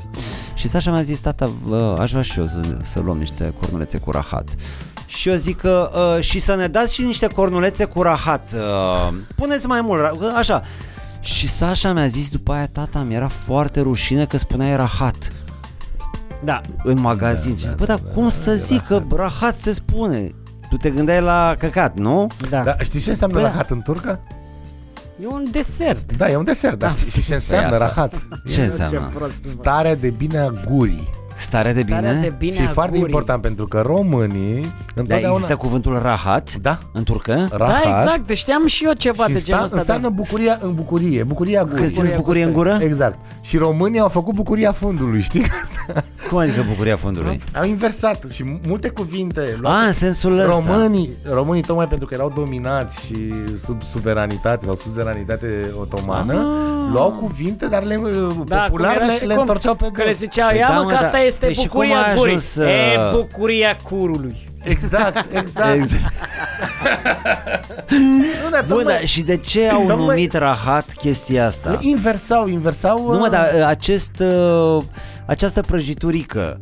Speaker 1: Și Sasha mi-a zis, tata, vă, aș vrea și eu să, să luăm niște cornulețe cu rahat. Și eu zic că, uh, și să ne dați și niște cornulețe cu rahat. Uh, puneți mai mult, ra- uh, așa. Și Sasha mi-a zis după aia, tata, mi era foarte rușine că spuneai rahat
Speaker 2: Da.
Speaker 1: în magazin. Da, și zic, bă, dar cum să zic că rahat se spune? Tu te gândeai la căcat, nu?
Speaker 2: Da.
Speaker 3: Da, știi ce înseamnă
Speaker 1: Bă, da.
Speaker 3: rahat în turcă?
Speaker 2: E un desert.
Speaker 3: Da, e un desert, dar știi ce înseamnă
Speaker 1: asta.
Speaker 3: rahat?
Speaker 1: Ce
Speaker 2: Ce
Speaker 1: înseamnă?
Speaker 2: prost.
Speaker 3: Starea de bine a gurii.
Speaker 1: Starea de
Speaker 2: Starea de
Speaker 1: bine?
Speaker 2: bine
Speaker 3: și e
Speaker 2: a
Speaker 3: foarte
Speaker 2: gurii.
Speaker 3: important pentru că românii
Speaker 1: Da,
Speaker 3: întotdeauna...
Speaker 1: există cuvântul rahat
Speaker 3: Da,
Speaker 1: în turcă?
Speaker 3: rahat.
Speaker 2: Da, exact, deci știam și eu ceva
Speaker 3: Și
Speaker 2: de
Speaker 3: sta,
Speaker 2: genul ăsta.
Speaker 3: înseamnă
Speaker 2: da.
Speaker 3: bucuria în bucurie, bucuria
Speaker 1: Că
Speaker 3: gurii.
Speaker 1: simți bucurie în gură?
Speaker 3: Exact. Și românii au făcut bucuria fundului, știi?
Speaker 1: Cum adică bucuria fundului?
Speaker 3: Au inversat și multe cuvinte
Speaker 1: A,
Speaker 3: luate
Speaker 1: în sensul Ah, ăsta.
Speaker 3: Românii, românii tocmai pentru că erau dominați și sub suveranitate sau suzeranitate otomană, ah. luau cuvinte, dar le
Speaker 2: Da,
Speaker 3: popular
Speaker 2: cum era
Speaker 3: le,
Speaker 2: și
Speaker 3: le
Speaker 2: cum?
Speaker 3: întorceau pe
Speaker 2: Că le
Speaker 3: dos.
Speaker 2: zicea,
Speaker 1: Păi
Speaker 2: ia
Speaker 1: da,
Speaker 2: mă,
Speaker 1: mă,
Speaker 2: că
Speaker 1: da.
Speaker 2: asta este
Speaker 1: Păi și cum
Speaker 2: bucuria
Speaker 1: ai
Speaker 2: gurii.
Speaker 1: ajuns,
Speaker 2: E,
Speaker 1: uh,
Speaker 2: bucuria curului.
Speaker 3: Exact, exact.
Speaker 1: Exact.
Speaker 3: Nu, dar
Speaker 1: Bă,
Speaker 3: tocmai
Speaker 1: dar și de ce au
Speaker 3: Tocmai-
Speaker 1: numit rahat chestia asta?
Speaker 3: le inversau, inversau.
Speaker 1: Nu mă,
Speaker 3: uh,
Speaker 1: dar uh, acest, uh, această prăjiturică,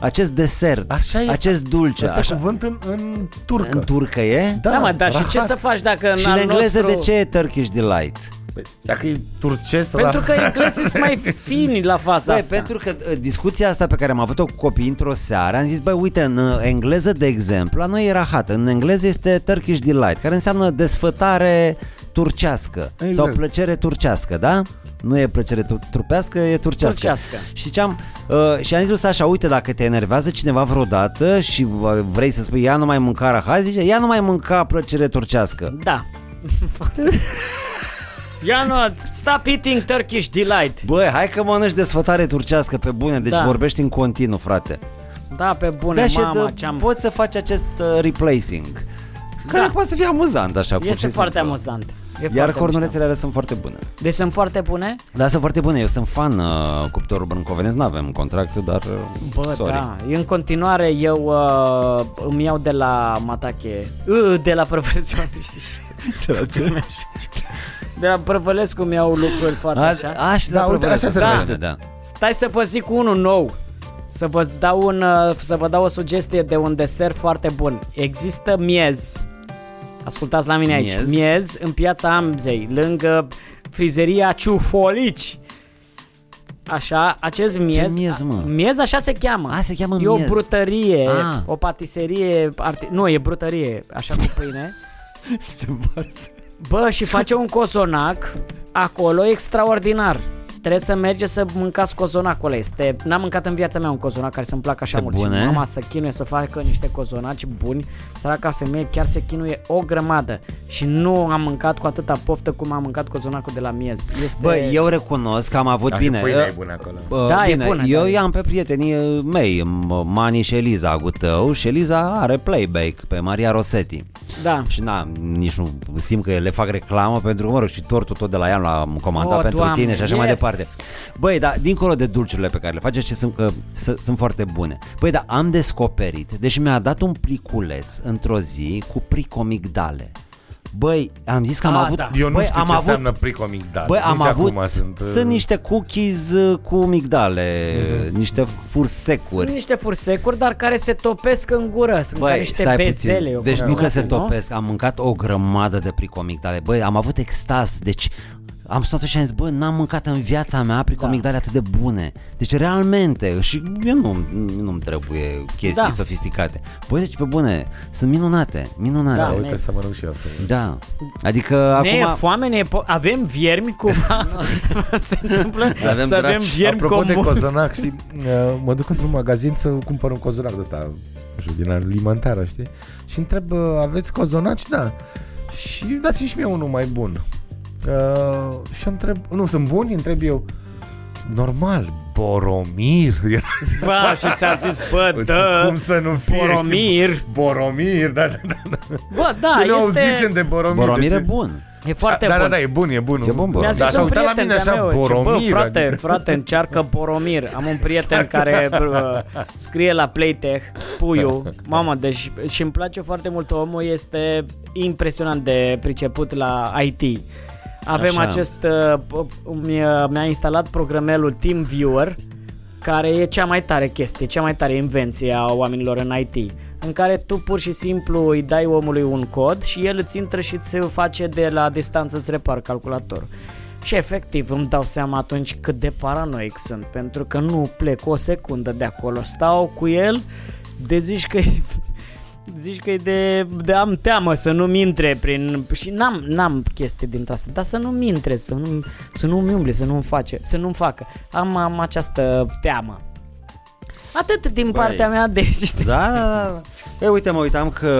Speaker 1: acest desert,
Speaker 3: Așa e.
Speaker 1: acest dulce,
Speaker 3: Asta e
Speaker 1: așa,
Speaker 3: cuvânt în, în turcă.
Speaker 1: în turcă e?
Speaker 2: Da, mă, dar și
Speaker 3: rahat.
Speaker 2: ce să faci dacă în
Speaker 1: Și în
Speaker 2: al
Speaker 1: engleză
Speaker 2: nostru...
Speaker 1: de ce e Turkish Delight?
Speaker 3: Păi, Dacă e turcesc,
Speaker 2: Pentru
Speaker 3: rahat-
Speaker 2: că englezii sunt mai fini la faza
Speaker 1: Băi,
Speaker 2: asta.
Speaker 1: pentru că uh, discuția asta pe care am avut-o cu copii într-o seară, am zis, băi, uite, în uh, engleză, de exemplu, la noi e rahat, în engleză este Turkish Delight, care înseamnă desfătare turcească
Speaker 3: Exact.
Speaker 1: sau plăcere turcească, da? Nu e plăcere tur- trupească, e turcească.
Speaker 2: Turcească.
Speaker 1: Și ce am, uh, și am zis lui Sasha, uite, dacă te enervează cineva vreodată și uh, vrei să spui, ia nu mai mânca rahat, zice, ia nu mai mânca plăcere turcească.
Speaker 2: Da. Ia nu, stop eating Turkish Delight.
Speaker 1: Băi, hai că mănânci desfătare turcească pe bune, deci
Speaker 2: Da.
Speaker 1: vorbești în continuu, frate.
Speaker 2: Da, pe
Speaker 1: De
Speaker 2: bune,
Speaker 1: așa
Speaker 2: mama,
Speaker 1: te,
Speaker 2: ce-am...
Speaker 1: poți să faci acest uh, replacing Care
Speaker 2: Da.
Speaker 1: poate să fie amuzant așa pur și
Speaker 2: Este foarte
Speaker 1: simplu.
Speaker 2: amuzant. E
Speaker 1: Iar
Speaker 2: foarte
Speaker 1: cornulețele alea sunt foarte bune
Speaker 2: mișto. Deci sunt foarte bune?
Speaker 1: Da, sunt foarte bune Eu sunt fan uh, cuptorul brâncovenesc N-avem contract, dar uh,
Speaker 2: Bă,
Speaker 1: sorry
Speaker 2: da. Eu, în continuare, eu uh, îmi iau de la Matache, uh, de la Prăvălescu.
Speaker 1: De la ce?
Speaker 2: De la Prăvălescu îmi iau lucruri foarte
Speaker 1: A,
Speaker 2: așa.
Speaker 1: a, și
Speaker 3: Da,
Speaker 1: da,
Speaker 3: uite,
Speaker 1: da,
Speaker 3: așa se
Speaker 1: da.
Speaker 3: numește.
Speaker 1: da.
Speaker 2: Stai să vă zic unul nou. Să vă dau, un, uh, să vă dau o sugestie de un desert foarte bun. Există miez. Ascultați la mine aici.
Speaker 1: Miez?
Speaker 2: Miez, miez în piața Amzei, lângă frizeria Ciufolici. Așa, acest miez...
Speaker 1: miez, mă?
Speaker 2: miez așa se cheamă.
Speaker 1: A, se cheamă
Speaker 2: E o
Speaker 1: miez.
Speaker 2: brutărie,
Speaker 1: Ah.
Speaker 2: o patiserie... Arti- nu, e brutărie, așa cu pâine. Bă, și face un cozonac acolo extraordinar. Trebuie să mergeți să mâncați cozonac acolo. Este... N-am mâncat în viața mea un cozonac care să-mi placă așa
Speaker 1: Pe
Speaker 2: mult.
Speaker 1: bune?
Speaker 2: Și mama să chinuie să facă niște cozonaci buni. Săraca femeie chiar se chinuie o grămadă. Și nu am mâncat cu atâta poftă cum am mâncat cozonacul de la miez. Este...
Speaker 1: Bă, eu recunosc că am avut
Speaker 3: Dar Da, și
Speaker 1: bine. ă-
Speaker 3: pâinea
Speaker 1: eu-
Speaker 3: e bună acolo.
Speaker 1: Bă,
Speaker 2: Da, e
Speaker 1: bine,
Speaker 2: bună,
Speaker 1: eu
Speaker 2: da, e-
Speaker 1: i-am pe prietenii uh, mei, m- Mani și Eliza, agu tău, și Eliza are playback pe Maria Rosetti.
Speaker 2: Da.
Speaker 1: Și na, nici nu simt că le fac reclamă pentru, mă rog, și tortul tot de la ea l-am comandat
Speaker 2: O,
Speaker 1: pentru
Speaker 2: Oh, Doamne,
Speaker 1: tine și așa mai
Speaker 2: yes!
Speaker 1: departe. Băi, dar dincolo de dulciurile pe care le face și sunt, că, s- sunt foarte bune. Băi, dar am descoperit, deci mi-a dat un pliculeț într-o zi cu pricomigdale. Băi, am zis că am
Speaker 2: Ah,
Speaker 1: avut...
Speaker 2: da.
Speaker 3: Eu nu
Speaker 1: băi,
Speaker 3: știu
Speaker 1: am
Speaker 3: ce
Speaker 1: avut
Speaker 3: înseamnă pricomigdal.
Speaker 1: Băi,
Speaker 3: Nici
Speaker 1: am avut,
Speaker 3: acum sunt... uh, Mhm.
Speaker 1: sunt niște cookies uh, cu migdale, niște
Speaker 2: Sunt
Speaker 1: fursecuri.
Speaker 2: niște fursecuri, dar care se topesc în gură. Sunt ca
Speaker 1: Băi,
Speaker 2: niște
Speaker 1: stai
Speaker 2: bezele.
Speaker 1: puțin.
Speaker 2: eu
Speaker 1: Deci
Speaker 2: cred
Speaker 1: nu că se
Speaker 2: nu?
Speaker 1: topesc, am mâncat o grămadă de pricomigdale. Băi, am avut extaz, deci am stat și am zis, bă, n-am mâncat în viața mea pricomigdale
Speaker 2: Da.
Speaker 1: atât de bune. Deci realmente, și eu nu, nu-mi trebuie chestii
Speaker 2: Da.
Speaker 1: sofisticate. Băi, deci pe bune, sunt minunate,
Speaker 3: Da,
Speaker 1: minunate.
Speaker 3: uite să mănânc și eu.
Speaker 1: Da. Adică
Speaker 2: Ne e
Speaker 1: acum...
Speaker 2: foame, ne e po- avem viermi cumva, se întâmplă
Speaker 1: Avem
Speaker 2: să avem
Speaker 1: draci.
Speaker 2: viermi
Speaker 3: Apropo de
Speaker 2: comun.
Speaker 3: cozonac, știi, uh, mă duc într-un magazin să cumpăr un cozonac de ăsta, nu știu, din alimentară, știi? Și întreb, uh, aveți cozonaci? Da. Și dați-mi și mie unul mai bun. Uh, și întreb, nu, sunt buni? Întreb eu. Normal, Boromir. Era-
Speaker 2: Bă, și ți-a zis, bă, dă,
Speaker 3: Da. Cum să nu fie? Știi?
Speaker 2: Da. Boromir.
Speaker 3: Boromir, da, da, da.
Speaker 2: Bă, da,
Speaker 3: Eu ne auzisem
Speaker 2: este,
Speaker 3: de Boromir.
Speaker 1: Boromir
Speaker 3: deci-
Speaker 1: e bun.
Speaker 2: e foarte
Speaker 3: da,
Speaker 2: bun.
Speaker 3: Da, da, e bun, e bun.
Speaker 1: E bun, Boromir.
Speaker 2: Mi-a zis
Speaker 1: Dar
Speaker 3: s-a
Speaker 2: un
Speaker 3: uitat la
Speaker 2: prieten
Speaker 3: mine
Speaker 2: de-a
Speaker 3: așa,
Speaker 2: meu, zice,
Speaker 3: Boromir.
Speaker 2: bă, frate,
Speaker 3: adică- Exact.
Speaker 2: frate, încearcă Boromir. Am un prieten care bă, scrie la Playtech, Puiu. Mamă, deci și îmi place foarte mult omul, este impresionant de priceput la IT. Avem
Speaker 1: Așa.
Speaker 2: acest, uh, p- mi-a mi-a instalat programelul TeamViewer, care e cea mai tare chestie, cea mai tare invenție a oamenilor în IT, în care tu pur și simplu îi dai omului un cod și el îți intră și îți face de la distanță îți repar calculatorul. Și efectiv îmi dau seama atunci cât de paranoic sunt, pentru că nu plec o secundă de acolo, stau cu el, de zici că Zici că e de, de am teamă să nu-mi intre prin... Și n-am, n-am chestii din asta, dar să nu-mi intre, să, nu, să nu-mi umble, să nu-mi, face, să nu-mi facă. Am, am această teamă. Atât din
Speaker 1: Băi.
Speaker 2: partea mea de...
Speaker 1: Da, da, da. Ei, uite, mă uitam că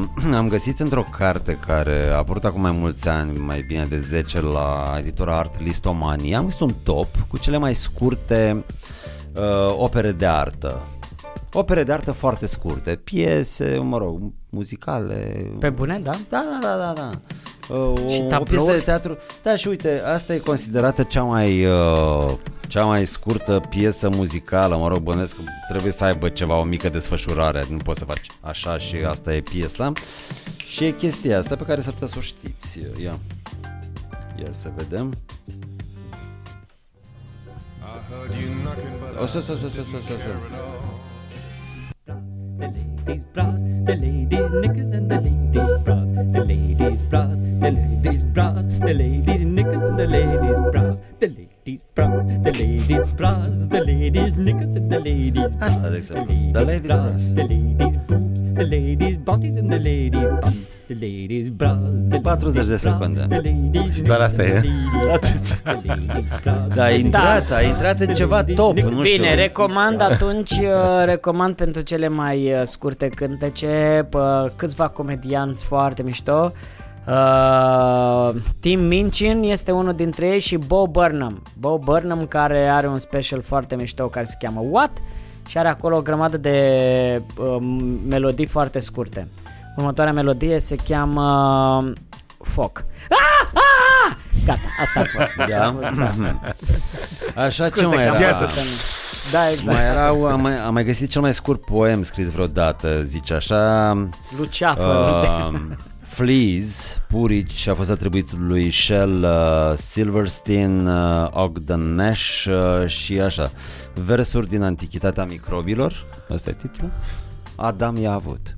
Speaker 1: am găsit într-o carte care a apărut acum mai mulți ani, mai bine de 10 la editura Art Listomania. Am găsit un top cu cele mai scurte uh, opere de artă. Opere de artă foarte scurte, piese, mă rog, muzicale.
Speaker 2: Pe bune, da?
Speaker 1: Da, da, da, da, da. Uh,
Speaker 2: Și
Speaker 1: o, o
Speaker 2: tablouri?
Speaker 1: piesă de teatru. Da, și uite, asta e considerată cea mai uh, cea mai scurtă piesă muzicală. Mă rog, bănesc că trebuie să aibă ceva o mică desfășurare, nu poți să faci așa și asta e piesa. Și e chestia asta pe care s-ar putea să o știți. Ia. Ia să vedem. O, să, să, să, să, să, să, să.
Speaker 6: The ladies' bras, the ladies' knickers, and the ladies' bras. The ladies' bras, the ladies' bras, the ladies' knickers, and the ladies' bras. The ladies' bras, the ladies' bras, the ladies' knickers, and the ladies' bras.
Speaker 1: Asta, de exemplu. The
Speaker 2: Da.
Speaker 1: ladies' bras.
Speaker 6: The ladies' boobs, the ladies' bodies, and the ladies' bums. The ladies' bras, the
Speaker 1: 40 de
Speaker 6: ladies' bras,
Speaker 1: secunde.
Speaker 6: the ladies'
Speaker 3: Și doar asta e.
Speaker 1: Da, a intrat, a intrat în ceva top, nu știu.
Speaker 2: Bine, recomand atunci, uh, recomand pentru cele mai uh, scurte cântece pă, câțiva comedianți foarte mișto. Uh, Tim Minchin este unul dintre ei și Bo Burnham. Bo Burnham care are un special foarte mișto care se cheamă What și are acolo o grămadă de uh, melodii foarte scurte. Următoarea melodie se cheamă uh, Foc. Ah! Ah! Gata, asta a fost. Asta a
Speaker 1: Da.
Speaker 2: fost. da.
Speaker 1: Așa ce
Speaker 2: Scuze
Speaker 1: mai
Speaker 2: că am
Speaker 1: era?
Speaker 2: uitat în- Da, exact.
Speaker 1: Mai erau, am mai, am mai găsit cel mai scurt poem scris vreodată, zice așa.
Speaker 2: Luceafă. Uh,
Speaker 1: Uh, Fleas, Purici, a fost atribuit lui Shell uh, Silverstein, uh, Ogden Nash uh, și așa. Versuri din Antichitatea Microbilor, ăsta e titlul. Adam i-a avut.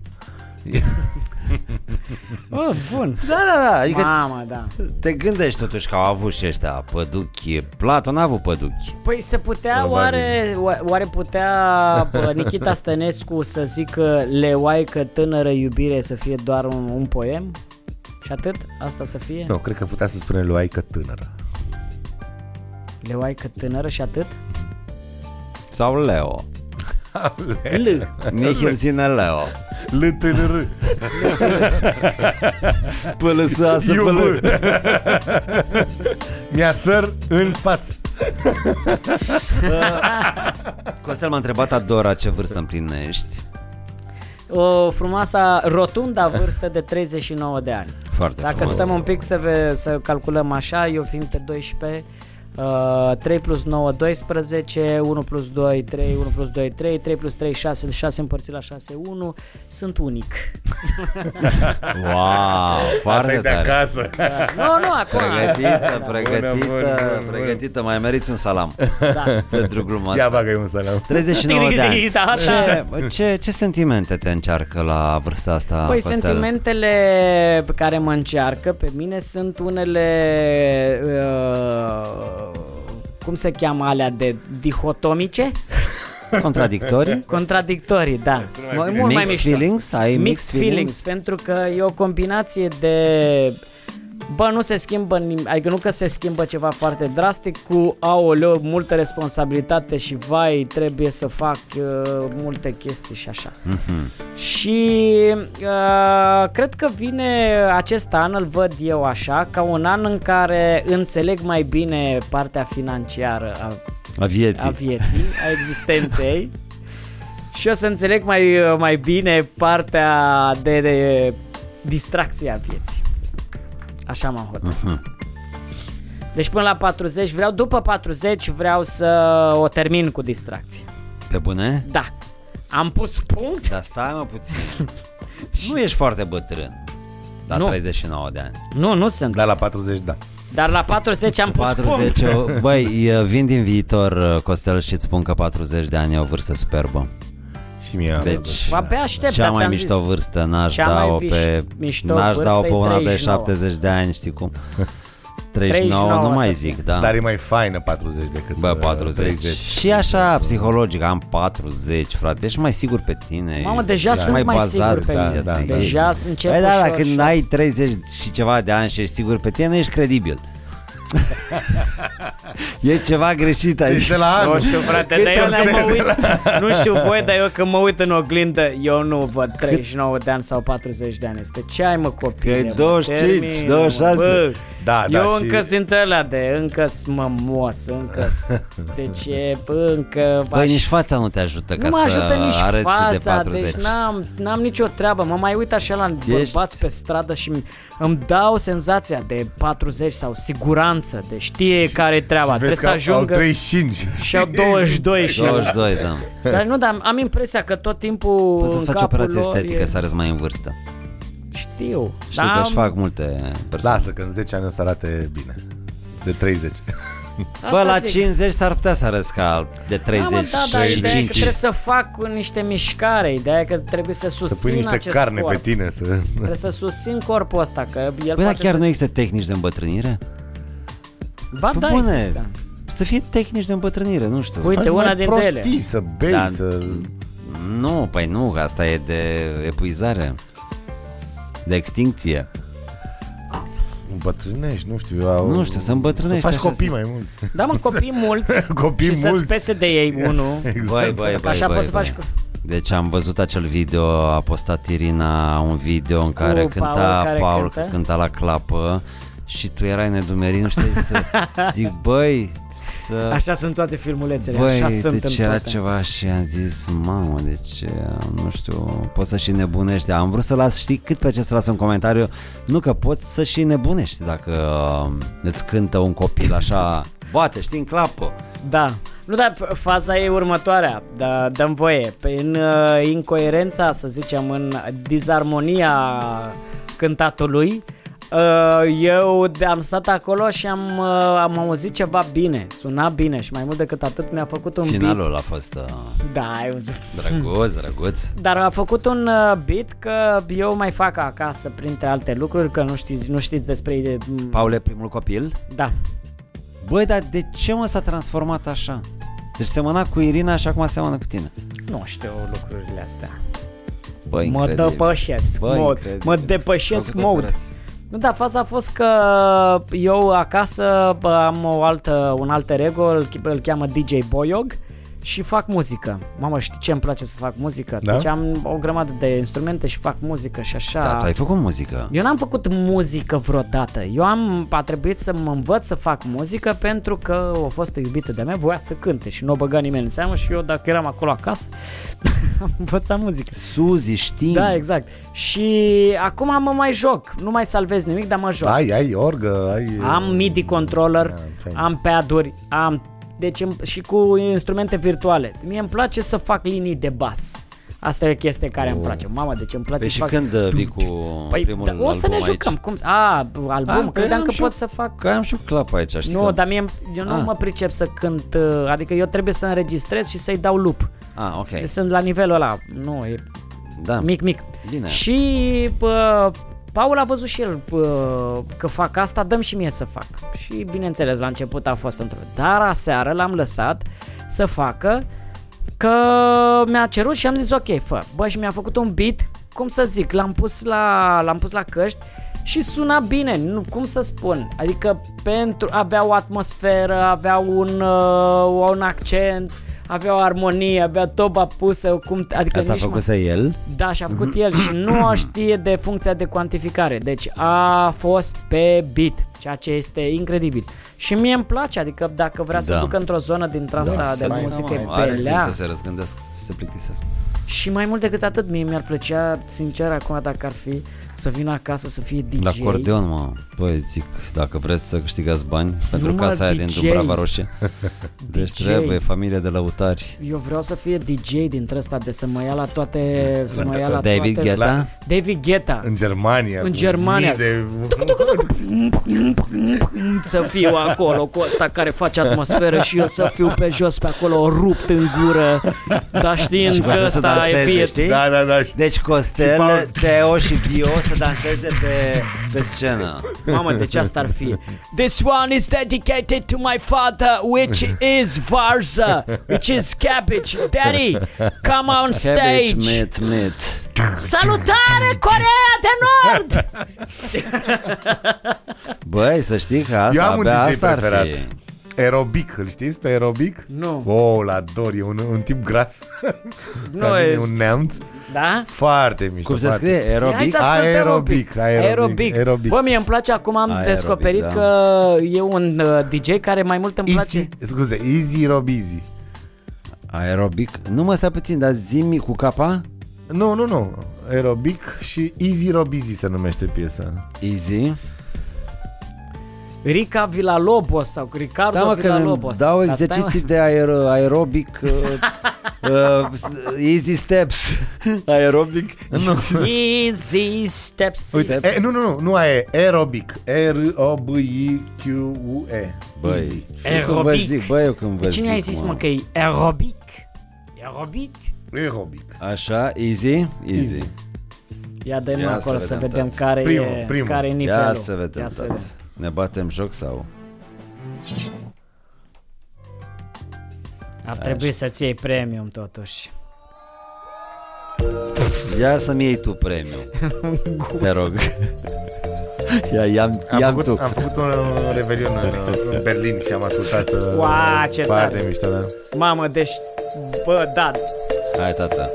Speaker 2: oh, bun.
Speaker 1: Da, da, da, adică
Speaker 2: Mama, da.
Speaker 1: te gândești totuși că au avut și ăștia păduchi. Platon a avut păduchi.
Speaker 2: Păi se putea,
Speaker 3: Probabil.
Speaker 2: oare, oa- oare putea bă, Nikita Stănescu să zică leoaică tânără iubire să fie doar un, un poem? Și atât? Asta să fie?
Speaker 3: Nu, cred că putea să spune lui Aică tânără.
Speaker 2: Leoaică tânără și atât?
Speaker 1: Sau Leo.
Speaker 2: L.
Speaker 1: Nihil zine Leo.
Speaker 3: LTR.
Speaker 1: Pălăsa să pălă.
Speaker 3: Mi-a săr în față.
Speaker 1: Costel m-a întrebat Adora ce vârstă împlinești.
Speaker 2: O frumoasa rotunda vârstă de 39 de ani.
Speaker 1: Foarte
Speaker 2: Dacă
Speaker 1: frumos.
Speaker 2: stăm un pic să, ve- să calculăm așa, eu fiind pe 12, uh, 3 plus 9, 12, 1 plus 2, 3, 1 plus 2, 3, 3 plus 3, 6, 6 împărțit la 6, 1, sunt unic.
Speaker 1: Wow,
Speaker 3: Asta
Speaker 1: foarte
Speaker 3: e de
Speaker 1: tare.
Speaker 3: acasă.
Speaker 2: Uh, nu, nu, acum. Păi,
Speaker 1: Pregătită, pregătită,
Speaker 3: Bună, bună, bună.
Speaker 1: pregătită. Mai meriți un salam
Speaker 2: Da.
Speaker 1: pentru gluma
Speaker 3: Ia
Speaker 1: asta.
Speaker 3: bagă un salam.
Speaker 1: 39 de ani.
Speaker 2: Da, da.
Speaker 1: Ce, ce, ce sentimente te încearcă la vârsta asta?
Speaker 2: Păi
Speaker 1: Costel?
Speaker 2: sentimentele pe care mă încearcă pe mine sunt unele, uh, cum se cheamă alea, de dihotomice?
Speaker 1: Contradictorii?
Speaker 2: Contradictorii, da. Mă- Mult mai
Speaker 1: Mixed
Speaker 2: mișto.
Speaker 1: feelings? Ai mixed,
Speaker 2: mixed feelings, pentru că e o combinație de Bă, nu se schimbă, nim- adică nu că se schimbă ceva foarte drastic cu aoleo, multă responsabilitate și vai, trebuie să fac uh, multe chestii și așa.
Speaker 1: Mhm.
Speaker 2: Și uh, cred că vine acest an, îl văd eu așa, ca un an în care înțeleg mai bine partea financiară a
Speaker 1: A vieții.
Speaker 2: a vieții, a existenței. și o să înțeleg mai, mai bine partea de, de distracție a vieții. Așa m-am hotărât.
Speaker 1: Mhm.
Speaker 2: Deci până la 40 vreau, după 40 vreau să o termin cu distracție.
Speaker 1: Pe bune?
Speaker 2: Da. Am pus punct?
Speaker 1: Dar stai mă puțin. nu ești foarte bătrân. La
Speaker 2: Nu.
Speaker 1: 39 de ani.
Speaker 2: Nu, nu sunt. Da.
Speaker 3: Da, la 40, da.
Speaker 2: Dar la 40 am pus 40.
Speaker 1: 40,
Speaker 2: punct.
Speaker 1: o- băi, eu vin din viitor, uh, Costel, și îți spun că 40 de ani e o vârstă superbă.
Speaker 3: Și mie da. am
Speaker 1: Deci,
Speaker 2: Abia aștept,
Speaker 1: cea
Speaker 2: dar
Speaker 1: mai
Speaker 2: ți-am
Speaker 1: mișto
Speaker 2: zis.
Speaker 1: vârstă, n-aș
Speaker 2: Cea mai
Speaker 1: da-o
Speaker 2: viș-
Speaker 1: pe,
Speaker 2: mișto
Speaker 1: n-aș
Speaker 2: vârstă
Speaker 1: da-o pe
Speaker 2: e
Speaker 1: una de
Speaker 2: 39.
Speaker 1: 70 de ani, știi cum? 39, nu
Speaker 2: 39
Speaker 1: mai
Speaker 2: să fie.
Speaker 1: zic, da.
Speaker 3: Dar e mai faină 40 decât
Speaker 1: Bă,
Speaker 3: uh,
Speaker 1: 40.
Speaker 3: 30.
Speaker 1: Și așa, psihologic, am 40, frate, ești mai sigur pe tine.
Speaker 2: Mamă, deja
Speaker 1: ești
Speaker 2: sunt mai sigur
Speaker 1: bazat da, pe
Speaker 2: pe mine.
Speaker 1: viață.
Speaker 2: Deja
Speaker 1: Ești-
Speaker 2: încep
Speaker 1: Băi, da,
Speaker 2: ușor,
Speaker 1: dacă
Speaker 2: ușor.
Speaker 1: n-ai 30 și ceva de ani și ești sigur pe tine, ești credibil. e ceva greșit aici.
Speaker 3: Deci de la anul.
Speaker 2: Nu știu, frate,
Speaker 3: Câți
Speaker 2: dar eu
Speaker 3: ani
Speaker 2: când mă
Speaker 3: sunt?
Speaker 2: uit, nu știu voi, dar eu când mă uit în oglindă, eu nu văd 39 de ani sau 40 de ani. Este ce ai, mă, copile?
Speaker 1: Că-i
Speaker 2: mă,
Speaker 1: 25,
Speaker 2: termină,
Speaker 1: 26.
Speaker 2: Bă,
Speaker 3: Da, da,
Speaker 2: eu
Speaker 3: și-
Speaker 2: încă sunt ăla de, încă sunt mămos, încă sunt- Deci e, bă, încă...
Speaker 1: Băi,
Speaker 2: aș-
Speaker 1: nici fața nu te ajută
Speaker 2: nu
Speaker 1: ca
Speaker 2: mă
Speaker 1: să
Speaker 2: ajută nici
Speaker 1: arăți de
Speaker 2: fața,
Speaker 1: 40.
Speaker 2: deci n-am, n-am nicio treabă. Mă mai uit așa la bărbați pe stradă și îmi- îmi dau senzația de 40 sau siguranță, de știe care e treaba.
Speaker 3: Și
Speaker 2: Trebuie
Speaker 3: vezi
Speaker 2: să
Speaker 3: că au- Exact.
Speaker 2: ajungă
Speaker 3: Au 35.
Speaker 2: și au 22 și
Speaker 1: 22, da.
Speaker 2: Dar nu, dar am impresia că tot timpul
Speaker 1: Poți să-ți
Speaker 2: în
Speaker 1: faci o
Speaker 2: capul
Speaker 1: operație
Speaker 2: lor
Speaker 1: estetică
Speaker 2: e... Da,
Speaker 1: să arăți mai în vârstă.
Speaker 2: Știu.
Speaker 1: Știu că își fac multe persoane.
Speaker 3: Lasă că în 10 ani o să arate bine. De 30.
Speaker 2: asta
Speaker 1: Bă, la
Speaker 2: zic.
Speaker 1: 50 s-ar putea să arăți ca de
Speaker 2: Da, mă,
Speaker 1: 35.
Speaker 2: da, dar ideea e că trebuie să fac cu niște mișcare, ideea e că trebuie să
Speaker 3: Să
Speaker 2: susțin
Speaker 3: pui niște
Speaker 2: acest
Speaker 3: carne
Speaker 2: corp.
Speaker 3: pe tine. Să...
Speaker 2: Trebuie să susțin corpul ăsta, că el
Speaker 1: Bă, dar
Speaker 2: poate
Speaker 1: Păi da, chiar
Speaker 2: să...
Speaker 1: nu există tehnici de îmbătrânire?
Speaker 2: Ba,
Speaker 1: Pe
Speaker 2: da,
Speaker 1: bune.
Speaker 2: există. Păi-
Speaker 1: Să fie tehnici de îmbătrânire, nu știu.
Speaker 2: Uite,
Speaker 3: Faci
Speaker 2: una
Speaker 3: mai
Speaker 2: dintre ele.
Speaker 3: prostii, să bei,
Speaker 1: Da.
Speaker 3: să...
Speaker 1: Nu, păi nu, asta e de epuizare. De extincție.
Speaker 3: Îmbătrânești, nu știu. Au...
Speaker 1: Nu știu, să îmbătrânești,
Speaker 3: Să faci
Speaker 1: așa
Speaker 3: copii
Speaker 1: zic.
Speaker 3: mai mulți.
Speaker 2: Da, mă, copii mulți
Speaker 3: Copii
Speaker 2: și să-ți
Speaker 3: mulți.
Speaker 2: pese de ei, unul.
Speaker 3: Exact.
Speaker 1: Băi, băi, băi,
Speaker 2: așa
Speaker 1: băi,
Speaker 2: poți să
Speaker 1: băi.
Speaker 2: faci cu-
Speaker 1: Deci am văzut acel video, a postat Irina un video în care
Speaker 2: Cu
Speaker 1: cânta
Speaker 2: Paul care
Speaker 1: Paul
Speaker 2: cântă?
Speaker 1: cânta la clapă și tu erai nedumerit, nu știi să zic, băi, să...
Speaker 2: Așa sunt toate filmulețele,
Speaker 1: Băi,
Speaker 2: așa sunt
Speaker 1: deci
Speaker 2: în
Speaker 1: era
Speaker 2: toate.
Speaker 1: ceva și am zis, mamă, deci, nu știu, poți să și nebunești. Am vrut să las, știi cât pe ce să las un comentariu, nu că poți să și nebunești dacă uh, îți cântă un copil așa, bate, știi, în clapă.
Speaker 2: Da. Nu, dar f- faza e următoarea, da, dăm voie. Pe- În uh, incoerența, să zicem, în dizarmonia cântatului, uh, eu de- am stat acolo și am, uh, am auzit ceva bine, suna bine și mai mult decât atât mi-a făcut un beat. Hmm.
Speaker 1: Finalul a fost uh,
Speaker 2: Da, ai auzit.
Speaker 1: drăguț, drăguț.
Speaker 2: Dar a făcut un uh, beat că eu mai fac acasă printre alte lucruri, că nu știți, nu știți despre... uh,
Speaker 1: Paul e primul copil?
Speaker 2: Da.
Speaker 1: Băi, dar de ce mă s-a transformat așa? Deci semăna cu Irina și acum seamănă cu tine.
Speaker 2: Nu știu lucrurile astea.
Speaker 1: Băi,
Speaker 2: Mă
Speaker 1: incredibil.
Speaker 2: depășesc,
Speaker 1: Băi,
Speaker 2: mă,
Speaker 1: incredibil.
Speaker 2: mă depășesc
Speaker 1: Făcut
Speaker 2: mode.
Speaker 1: operație.
Speaker 2: Nu, dar faza a fost că eu acasă bă, am o altă, un alter ego, îl, îl cheamă DJ Boyog și fac muzică. Mamă, știi ce îmi place să fac muzică?
Speaker 3: Da?
Speaker 2: Deci am o grămadă de instrumente și fac muzică și așa.
Speaker 1: Da, tu ai făcut muzică.
Speaker 2: Eu n-am făcut muzică vreodată. Eu am, a trebuit să mă învăț să fac muzică pentru că o fostă iubită de-a mea voia să cânte și nu o băga nimeni în seamă și eu dacă eram acolo acasă am învățat muzică.
Speaker 1: Suzi, știi?
Speaker 2: Da, exact. Și acum mă mai joc. Nu mai salvez nimic, dar mă joc.
Speaker 3: Ai, ai orgă, ai...
Speaker 2: Am MIDI controller,
Speaker 3: Da, fain.
Speaker 2: am pad-uri, am deci îmi- și cu instrumente virtuale. Mie îmi place să fac linii de bas. Asta e o chestie care
Speaker 1: Oh.
Speaker 2: îmi place. Mamă, deci îmi place
Speaker 1: Păi
Speaker 2: să
Speaker 1: și
Speaker 2: fac...
Speaker 1: când uh, vii cu
Speaker 2: Păi,
Speaker 1: primul
Speaker 2: da, o să ne
Speaker 1: album aici?
Speaker 2: jucăm. Cum? A, b- album.
Speaker 1: Ah,
Speaker 2: Credeam
Speaker 1: am
Speaker 2: că
Speaker 1: și eu-
Speaker 2: pot să fac...
Speaker 1: Că am și eu clap aici, știi?
Speaker 2: Nu,
Speaker 1: că...
Speaker 2: dar mie, îmi- eu nu
Speaker 1: Ah.
Speaker 2: mă pricep să cânt, uh, adică eu trebuie să înregistrez și să-i dau loop.
Speaker 1: Ah, ok.
Speaker 2: Sunt la nivelul ăla, nu, e
Speaker 1: Da.
Speaker 2: mic, mic.
Speaker 1: Bine.
Speaker 2: Și bă, Paul a văzut și el bă, că fac asta, dăm și mie să fac. Și bineînțeles, la început a fost într Dar aseară l-am lăsat să facă că mi-a cerut și am zis ok, fă. Bă, și mi-a făcut un beat, cum să zic, l-am pus la, l-am pus la căști și suna bine, nu, cum să spun, adică pentru, avea o atmosferă, avea un, uh, un accent, avea o armonie, avea toba pusă, cum, adică
Speaker 1: Asta a
Speaker 2: nici mă-
Speaker 1: făcut să el?
Speaker 2: da, și-a făcut el și nu o știe de funcția de cuantificare. Deci a fost pe bit, ceea ce este incredibil. Și mie îmi place, adică dacă vrea să
Speaker 1: Da.
Speaker 2: ducă într-o zonă dintre asta
Speaker 1: să
Speaker 2: de
Speaker 1: mai-
Speaker 2: muzică
Speaker 1: da, mă,
Speaker 2: e
Speaker 1: Are timp
Speaker 2: belea.
Speaker 1: să se răzgândesc, să se plictisească.
Speaker 2: Și mai mult decât atât, mie mi-ar plăcea, sincer, acum dacă ar fi să vină acasă să fie DJ.
Speaker 1: La acordeon, mă. Păi zic, dacă vreți să câștigați bani pentru
Speaker 2: Nu, mă,
Speaker 1: casa aia din
Speaker 2: DJ.
Speaker 1: Dubrava Roșie. Deci
Speaker 2: DJ.
Speaker 1: trebuie familie de lăutari.
Speaker 2: Eu vreau să fie DJ dintre ăsta de să mă ia la toate... Să mă ia la
Speaker 1: Da. David
Speaker 2: toate...
Speaker 1: Guetta?
Speaker 2: David Guetta.
Speaker 3: În Germania.
Speaker 2: În
Speaker 3: cu
Speaker 2: Germania.
Speaker 3: mii De...
Speaker 2: să fiu acolo cu ăsta care face atmosferă și eu să fiu pe jos pe acolo rupt în gură, dar știind
Speaker 1: cu
Speaker 2: că
Speaker 1: asta să
Speaker 2: ăsta e
Speaker 1: danseze,
Speaker 2: pies.
Speaker 1: știi?
Speaker 3: Da, da, da. și-
Speaker 1: Deci Costel,
Speaker 3: Și Paul-
Speaker 1: Teo și Bio să danseze pe, pe scenă.
Speaker 2: Mamă, deci asta ar fi. This one is dedicated to my father, which is Varza, which is cabbage. Daddy, come on
Speaker 1: Cabbage,
Speaker 2: stage.
Speaker 1: meat, meat.
Speaker 2: Salutare Corea de Nord!
Speaker 1: Băi, să știi că asta,
Speaker 3: Eu am un
Speaker 1: abia
Speaker 3: DJ
Speaker 1: asta ar
Speaker 3: preferat.
Speaker 1: fi.
Speaker 3: Aerobic, îl știți pe aerobic?
Speaker 2: Nu.
Speaker 3: O, oh, la dor, e un, un tip gras. Ca
Speaker 2: Nu,
Speaker 3: mine,
Speaker 2: e-
Speaker 3: un neamț.
Speaker 2: Da?
Speaker 3: Foarte mișto.
Speaker 1: Cum se
Speaker 3: foarte.
Speaker 1: scrie?
Speaker 2: Hai
Speaker 1: Aerobic?
Speaker 2: să ascultăm un pic.
Speaker 3: Aerobic, aerobic, aerobic.
Speaker 2: Bă, mie îmi place, acum am
Speaker 1: Aerobic,
Speaker 2: descoperit
Speaker 1: da.
Speaker 2: că e un uh, DJ care mai mult îmi place.
Speaker 3: Easy, scuze, Easy Robizi.
Speaker 1: Aerobic? Nu mă stai puțin, dar zimi cu capa?
Speaker 3: Nu, nu, nu. Aerobic și Easy Robizi se numește piesa.
Speaker 1: Easy.
Speaker 2: Rica Villalobos sau Ricardo
Speaker 1: Stai mă că îmi
Speaker 2: Villalobos. Da,
Speaker 1: dau
Speaker 2: Dar stai, mă.
Speaker 1: exerciții de aer, aerobic uh, uh, Easy steps Aerobic nu.
Speaker 2: Easy steps.
Speaker 3: Uite, e, nu, nu, nu, nu aia e, aerobic. R-O-B-I-Q-U-E.
Speaker 1: Băi.
Speaker 3: Easy.
Speaker 1: Eu când vă
Speaker 2: Aerobic.
Speaker 1: zic, bă, eu când vă
Speaker 2: Pe cine
Speaker 1: zic,
Speaker 2: ai zis, mă, că e aerobic? Aerobic?
Speaker 3: Aerobic.
Speaker 1: Așa, easy, easy,
Speaker 3: Easy.
Speaker 2: Ia dă
Speaker 1: Ia
Speaker 2: mă acolo
Speaker 1: să
Speaker 2: să
Speaker 1: vedem
Speaker 2: vedem
Speaker 1: tot.
Speaker 2: care e
Speaker 3: Primul, primul.
Speaker 2: care e nivelul.
Speaker 1: Ia să vedem,
Speaker 2: Ia
Speaker 1: Ia
Speaker 2: să vedem.
Speaker 1: Ne batem joc sau?
Speaker 2: Ar trebui să-ți iei premium totuși.
Speaker 1: Ia să-mi iei tu premiu Te rog Ia, ia-mi,
Speaker 3: Am,
Speaker 1: ia-mi
Speaker 3: făcut,
Speaker 1: tu
Speaker 3: am făcut un, un revelion în, în Berlin și am ascultat uh,
Speaker 2: Ua, ce
Speaker 3: foarte
Speaker 2: tare.
Speaker 3: mișto, da.
Speaker 2: Mamă, deci... Bă, da,
Speaker 1: Hai, tata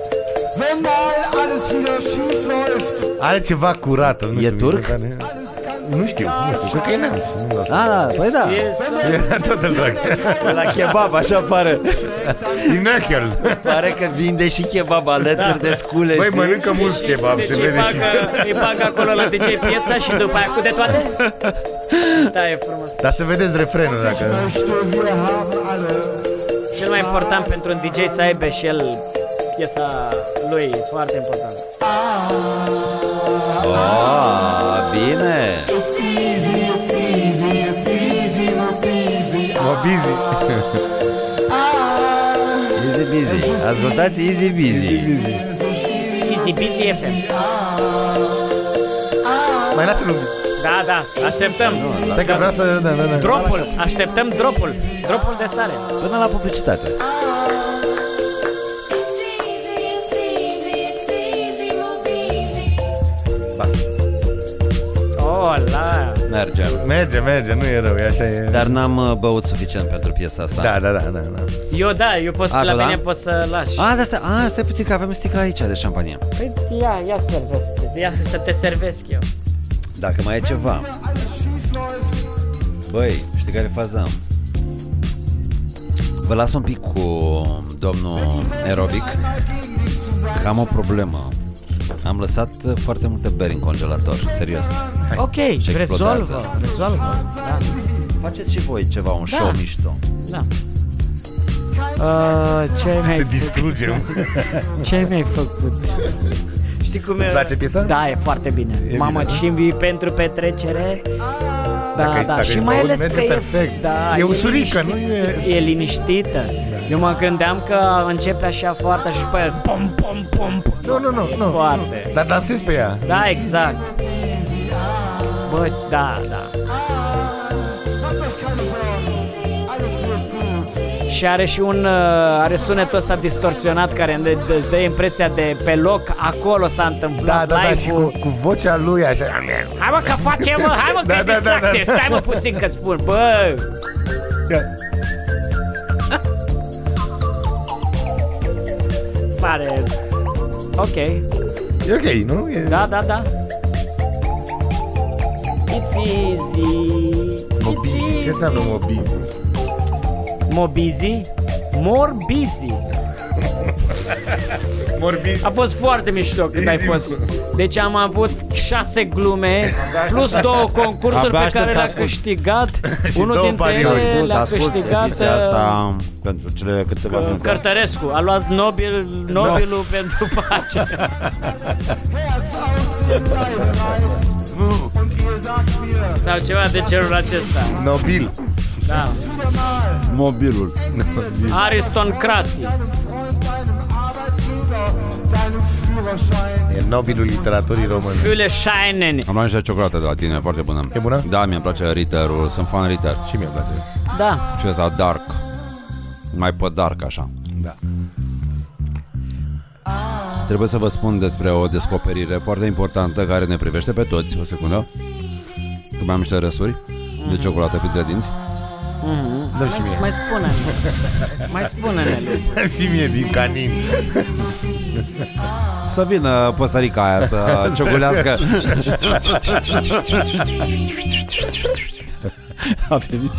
Speaker 7: Wenn mal alles wieder schief läuft,
Speaker 3: Are ceva curat, nu
Speaker 1: E
Speaker 3: știu.
Speaker 1: turc?
Speaker 3: Care... Nu știu, nu știu, cred că e neamț. nu-mi dau seama.
Speaker 1: A, da, păi da
Speaker 2: e,
Speaker 3: E tot îl drag.
Speaker 1: La kebab, așa pare
Speaker 3: Din Nöchel.
Speaker 1: Pare că vinde și kebab alături de scule
Speaker 3: Băi,
Speaker 1: Păi știi?
Speaker 3: mănâncă mult kebab,
Speaker 2: deci
Speaker 3: se
Speaker 2: îi
Speaker 3: vede și...
Speaker 2: bagă, îi bagă acolo la DJ piesa și după aia cu de toate? Da, e frumos.
Speaker 3: Dar să vedeți refrenul dacă...
Speaker 7: möchte wir haben alle.
Speaker 2: Cel mai important pentru un DJ să aibă și el piesa lui, foarte important.
Speaker 1: A, Ah, bine
Speaker 7: It's easy, it's easy, it's easy, not easy.
Speaker 3: Mă busy.
Speaker 1: Easy Busy. Ascultați Easy Busy.
Speaker 2: Easy Busy FM.
Speaker 3: Mai lasă-l...
Speaker 2: Da, da, așteptăm.
Speaker 3: Stai că vreau să... Da, da, da.
Speaker 2: Dropul, așteptăm dropul, dropul de sare.
Speaker 1: Până la publicitate.
Speaker 3: Bas.
Speaker 2: Oh,
Speaker 1: merge.
Speaker 3: Merge, merge, nu e rău, e așa e.
Speaker 1: Dar n-am uh, băut suficient pentru piesa asta.
Speaker 3: da, da, da, da, da.
Speaker 2: Eu da, eu pot
Speaker 1: A,
Speaker 2: să la
Speaker 1: tu da?
Speaker 2: mine pot să lași.
Speaker 1: A, da, stai, a, stai puțin că avem sticla aici de șampanie.
Speaker 2: Păi ia, ia să servesc, ia să- să te servesc eu.
Speaker 1: Dacă mai e ceva. Băi, știi care e faza? Vă las un pic cu domnul aerobic, că am o problemă. Am lăsat uh, foarte multe beri în congelator, serios.
Speaker 2: Ok,
Speaker 1: Și explodează.
Speaker 2: rezolvă, rezolvă. Da,
Speaker 1: Faceți și voi ceva, un show mișto.
Speaker 2: da. Uh, ce mi-ai
Speaker 3: Se
Speaker 2: făcut?
Speaker 3: distrugem.
Speaker 2: Ce mi-ai făcut? Știi cum
Speaker 3: Îți
Speaker 2: e?
Speaker 3: place piesa?
Speaker 2: Da, e foarte bine.
Speaker 3: E
Speaker 2: Mamă,
Speaker 3: bine, da?
Speaker 2: și vii pentru petrecere. Da,
Speaker 3: Dacă ești-
Speaker 2: da,
Speaker 3: dacă
Speaker 2: și
Speaker 3: ești
Speaker 2: mai
Speaker 3: băut,
Speaker 2: ales
Speaker 3: merge
Speaker 2: că e,
Speaker 3: perfect.
Speaker 2: da,
Speaker 3: E ușurică, nu
Speaker 2: liniștită.
Speaker 3: e- Da.
Speaker 2: E liniștită. Eu mă gândeam că începe așa foarte și după aia pom, pom, pom, pom.
Speaker 3: Nu, nu, nu, nu.
Speaker 2: Foarte.
Speaker 3: Dar dansezi pe ea.
Speaker 2: Da, exact. Bă, da, da. Și are și un uh, are sunetul ăsta distorsionat care ne- îți dă impresia de pe loc acolo s-a
Speaker 3: Da,
Speaker 2: întâmplat
Speaker 3: da, da, și cu,
Speaker 2: live-ul.
Speaker 3: cu vocea lui așa.
Speaker 2: Hai mă că facem, mă, hai mă că
Speaker 3: Da,
Speaker 2: e
Speaker 3: da, da, da,
Speaker 2: distracție.
Speaker 3: da.
Speaker 2: Stai mă puțin că spun. Bă,
Speaker 3: Da.
Speaker 2: pare Ok.
Speaker 3: E ok, nu? E...
Speaker 2: Da, da, da. It's easy.
Speaker 3: Mobizi.
Speaker 2: It's
Speaker 3: Ce înseamnă mobizi?
Speaker 2: More busy? More busy.
Speaker 3: Morbizi.
Speaker 2: A fost foarte mișto cât ai
Speaker 3: Easy,
Speaker 2: fost. Deci am avut șase glume, plus două concursuri
Speaker 1: Abia
Speaker 2: pe
Speaker 1: aștept
Speaker 2: care
Speaker 1: să
Speaker 2: le-a
Speaker 1: ascult.
Speaker 2: câștigat.
Speaker 3: Și
Speaker 2: Unul
Speaker 3: două
Speaker 2: dintre
Speaker 3: pariuri.
Speaker 2: ele
Speaker 1: Ascult,
Speaker 2: le-a
Speaker 1: ascult
Speaker 2: câștigat
Speaker 1: ediția
Speaker 2: uh,
Speaker 1: asta pentru cele câteva minute.
Speaker 2: Cărtărescu. A luat Nobel, Nobelul pentru pace. Sau ceva de genul acesta.
Speaker 3: Nobil.
Speaker 2: Da.
Speaker 1: Mobilul.
Speaker 2: Ariston Crații.
Speaker 3: E nobilul literaturii române.
Speaker 2: Gülüşainen.
Speaker 1: Am luat niște ciocolată de la tine, foarte bună.
Speaker 3: E bună?
Speaker 1: Da, mi-a place Ritterul, sunt fan Ritter.
Speaker 3: Și mie îmi place.
Speaker 2: Da.
Speaker 1: Și ăsta dark. Mai pe dark așa.
Speaker 3: Da.
Speaker 1: Trebuie să vă spun despre o descoperire foarte importantă care ne privește pe toți, o secundă. Că mai am niște răsuri de ciocolată printre dinți.
Speaker 3: Dă și mie.
Speaker 2: Mai spune Mai spune-ne.
Speaker 3: Dă și mie din canin.
Speaker 1: Să vină păsărica aia să cioculească. A venit.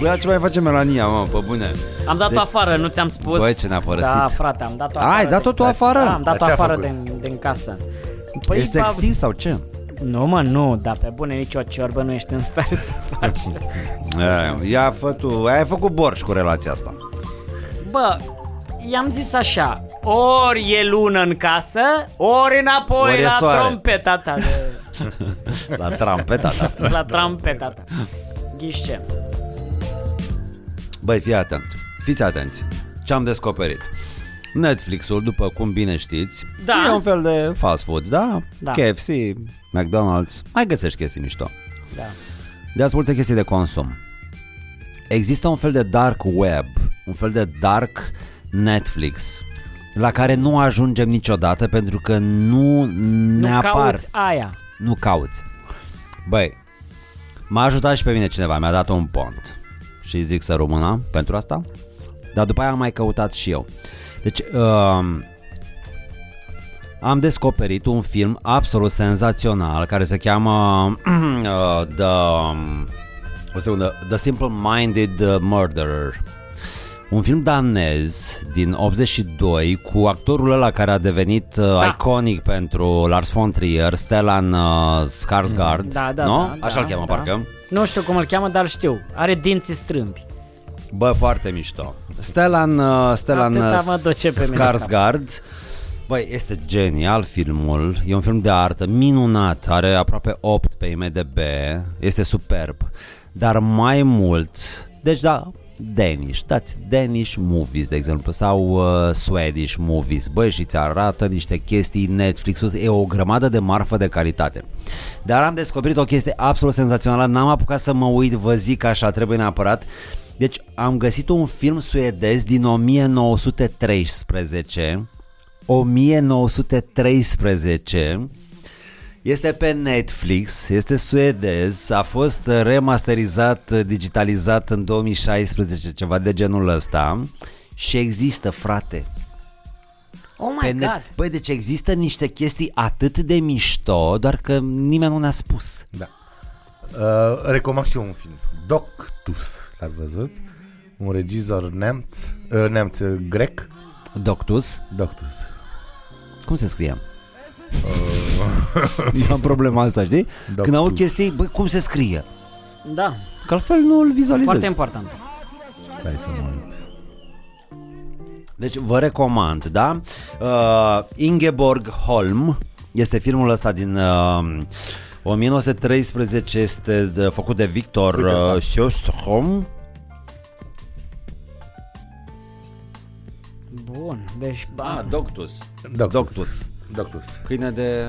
Speaker 1: Băi, dar ce mai face Melania, mă, pe bune?
Speaker 2: Am dat-o afară, nu ți-am spus.
Speaker 1: Băi, ce ne-a părăsit.
Speaker 2: Da, frate, am dat-o
Speaker 1: Ai
Speaker 2: afară.
Speaker 1: dat-o
Speaker 2: din-
Speaker 1: tu afară?
Speaker 2: Da, am dat-o
Speaker 3: Dar ce a
Speaker 2: afară
Speaker 3: făcut?
Speaker 2: din, din casă. Păi,
Speaker 1: Ești
Speaker 2: ba-
Speaker 1: sexist sau ce?
Speaker 2: Nu, mă, nu, dar pe bune nicio ciorbă nu ești în stare să faci.
Speaker 1: Ia, Ia, fă tu, ai făcut borș cu relația asta.
Speaker 2: Bă, i-am zis așa, ori e lună în casă, ori înapoi
Speaker 1: Ori e
Speaker 2: la
Speaker 1: soare.
Speaker 2: trompeta ta. De,
Speaker 1: La trampeta ta.
Speaker 2: la trompeta ta. Ghiși ce?
Speaker 1: Băi, fii atent. Fiți atenți. Ce am descoperit? Netflix-ul, după cum bine știți,
Speaker 2: Da.
Speaker 1: e un fel de fast food, da?
Speaker 2: Da.
Speaker 1: KFC, McDonald's, mai găsești chestii mișto.
Speaker 2: Da.
Speaker 1: De ați multe chestii de consum. Există un fel de dark web, un fel de dark Netflix, la care nu ajungem niciodată pentru că nu ne
Speaker 2: Nu
Speaker 1: apar
Speaker 2: cauți aia.
Speaker 1: nu cauți. Băi, m-a ajutat și pe mine cineva, mi-a dat un pont. Și zic să rămână pentru asta. Dar după aia am mai căutat și eu. Deci, um, am descoperit un film absolut senzațional care se cheamă uh, The, o secundă, The Simple Minded Murderer. Un film danez din 82 cu actorul ăla care a devenit uh, da. iconic pentru Lars von Trier, Stellan uh, Skarsgård,
Speaker 2: Da, da,
Speaker 1: nu?
Speaker 2: da, da,
Speaker 1: Așa-l cheamă
Speaker 2: da.
Speaker 1: parcă.
Speaker 2: Nu știu cum îl cheamă, dar îl știu. Are dinții strâmbi.
Speaker 1: Bă, foarte mișto. Stellan, uh, Stellan
Speaker 2: Atâta
Speaker 1: uh,
Speaker 2: mă duce pe mine
Speaker 1: Skarsgård. Băi, este genial filmul. E un film de artă minunat. Are aproape 8 pe IMDb. Este superb. Dar mai mult... Deci da, Danish, dați Danish movies, de exemplu, sau uh, Swedish movies. Băi, și ți arată niște chestii Netflix-ul e o grămadă de marfă de calitate. Dar am descoperit o chestie absolut senzațională, n-am apucat să mă uit, vă zic așa, trebuie neapărat. Deci am găsit un film suedez din 1913, 1913 Este pe Netflix, este suedez, a fost remasterizat, digitalizat în 2016, ceva de genul ăsta și există, frate.
Speaker 2: Oh
Speaker 1: Pe
Speaker 2: my
Speaker 1: net-
Speaker 2: god.
Speaker 1: Băi, deci există niște chestii atât de mișto, doar că nimeni nu ne-a spus.
Speaker 3: Da. Uh, recomand și eu un film. Doctus, l-ați văzut? Un regizor neamț, uh, neamț uh, grec.
Speaker 1: Doctus,
Speaker 3: Doctus.
Speaker 1: cum se scrie? Eu am problema asta, știi? Când aud chestii, băi, cum se scrie?
Speaker 2: Da,
Speaker 1: Că altfel nu îl
Speaker 2: foarte
Speaker 1: vizualizez.
Speaker 2: important.
Speaker 3: Hai să mă uit.
Speaker 1: Deci vă recomand, da? Uh, Ingeborg Holm este filmul ăsta din uh, 1913, este de, făcut de Victor
Speaker 3: Uite ăsta.
Speaker 1: uh, Sjöström.
Speaker 2: Bun, deci
Speaker 1: Ah,
Speaker 2: ba,
Speaker 1: Doctus.
Speaker 3: Doctus.
Speaker 1: Doctus.
Speaker 3: Doctus.
Speaker 1: Câine de...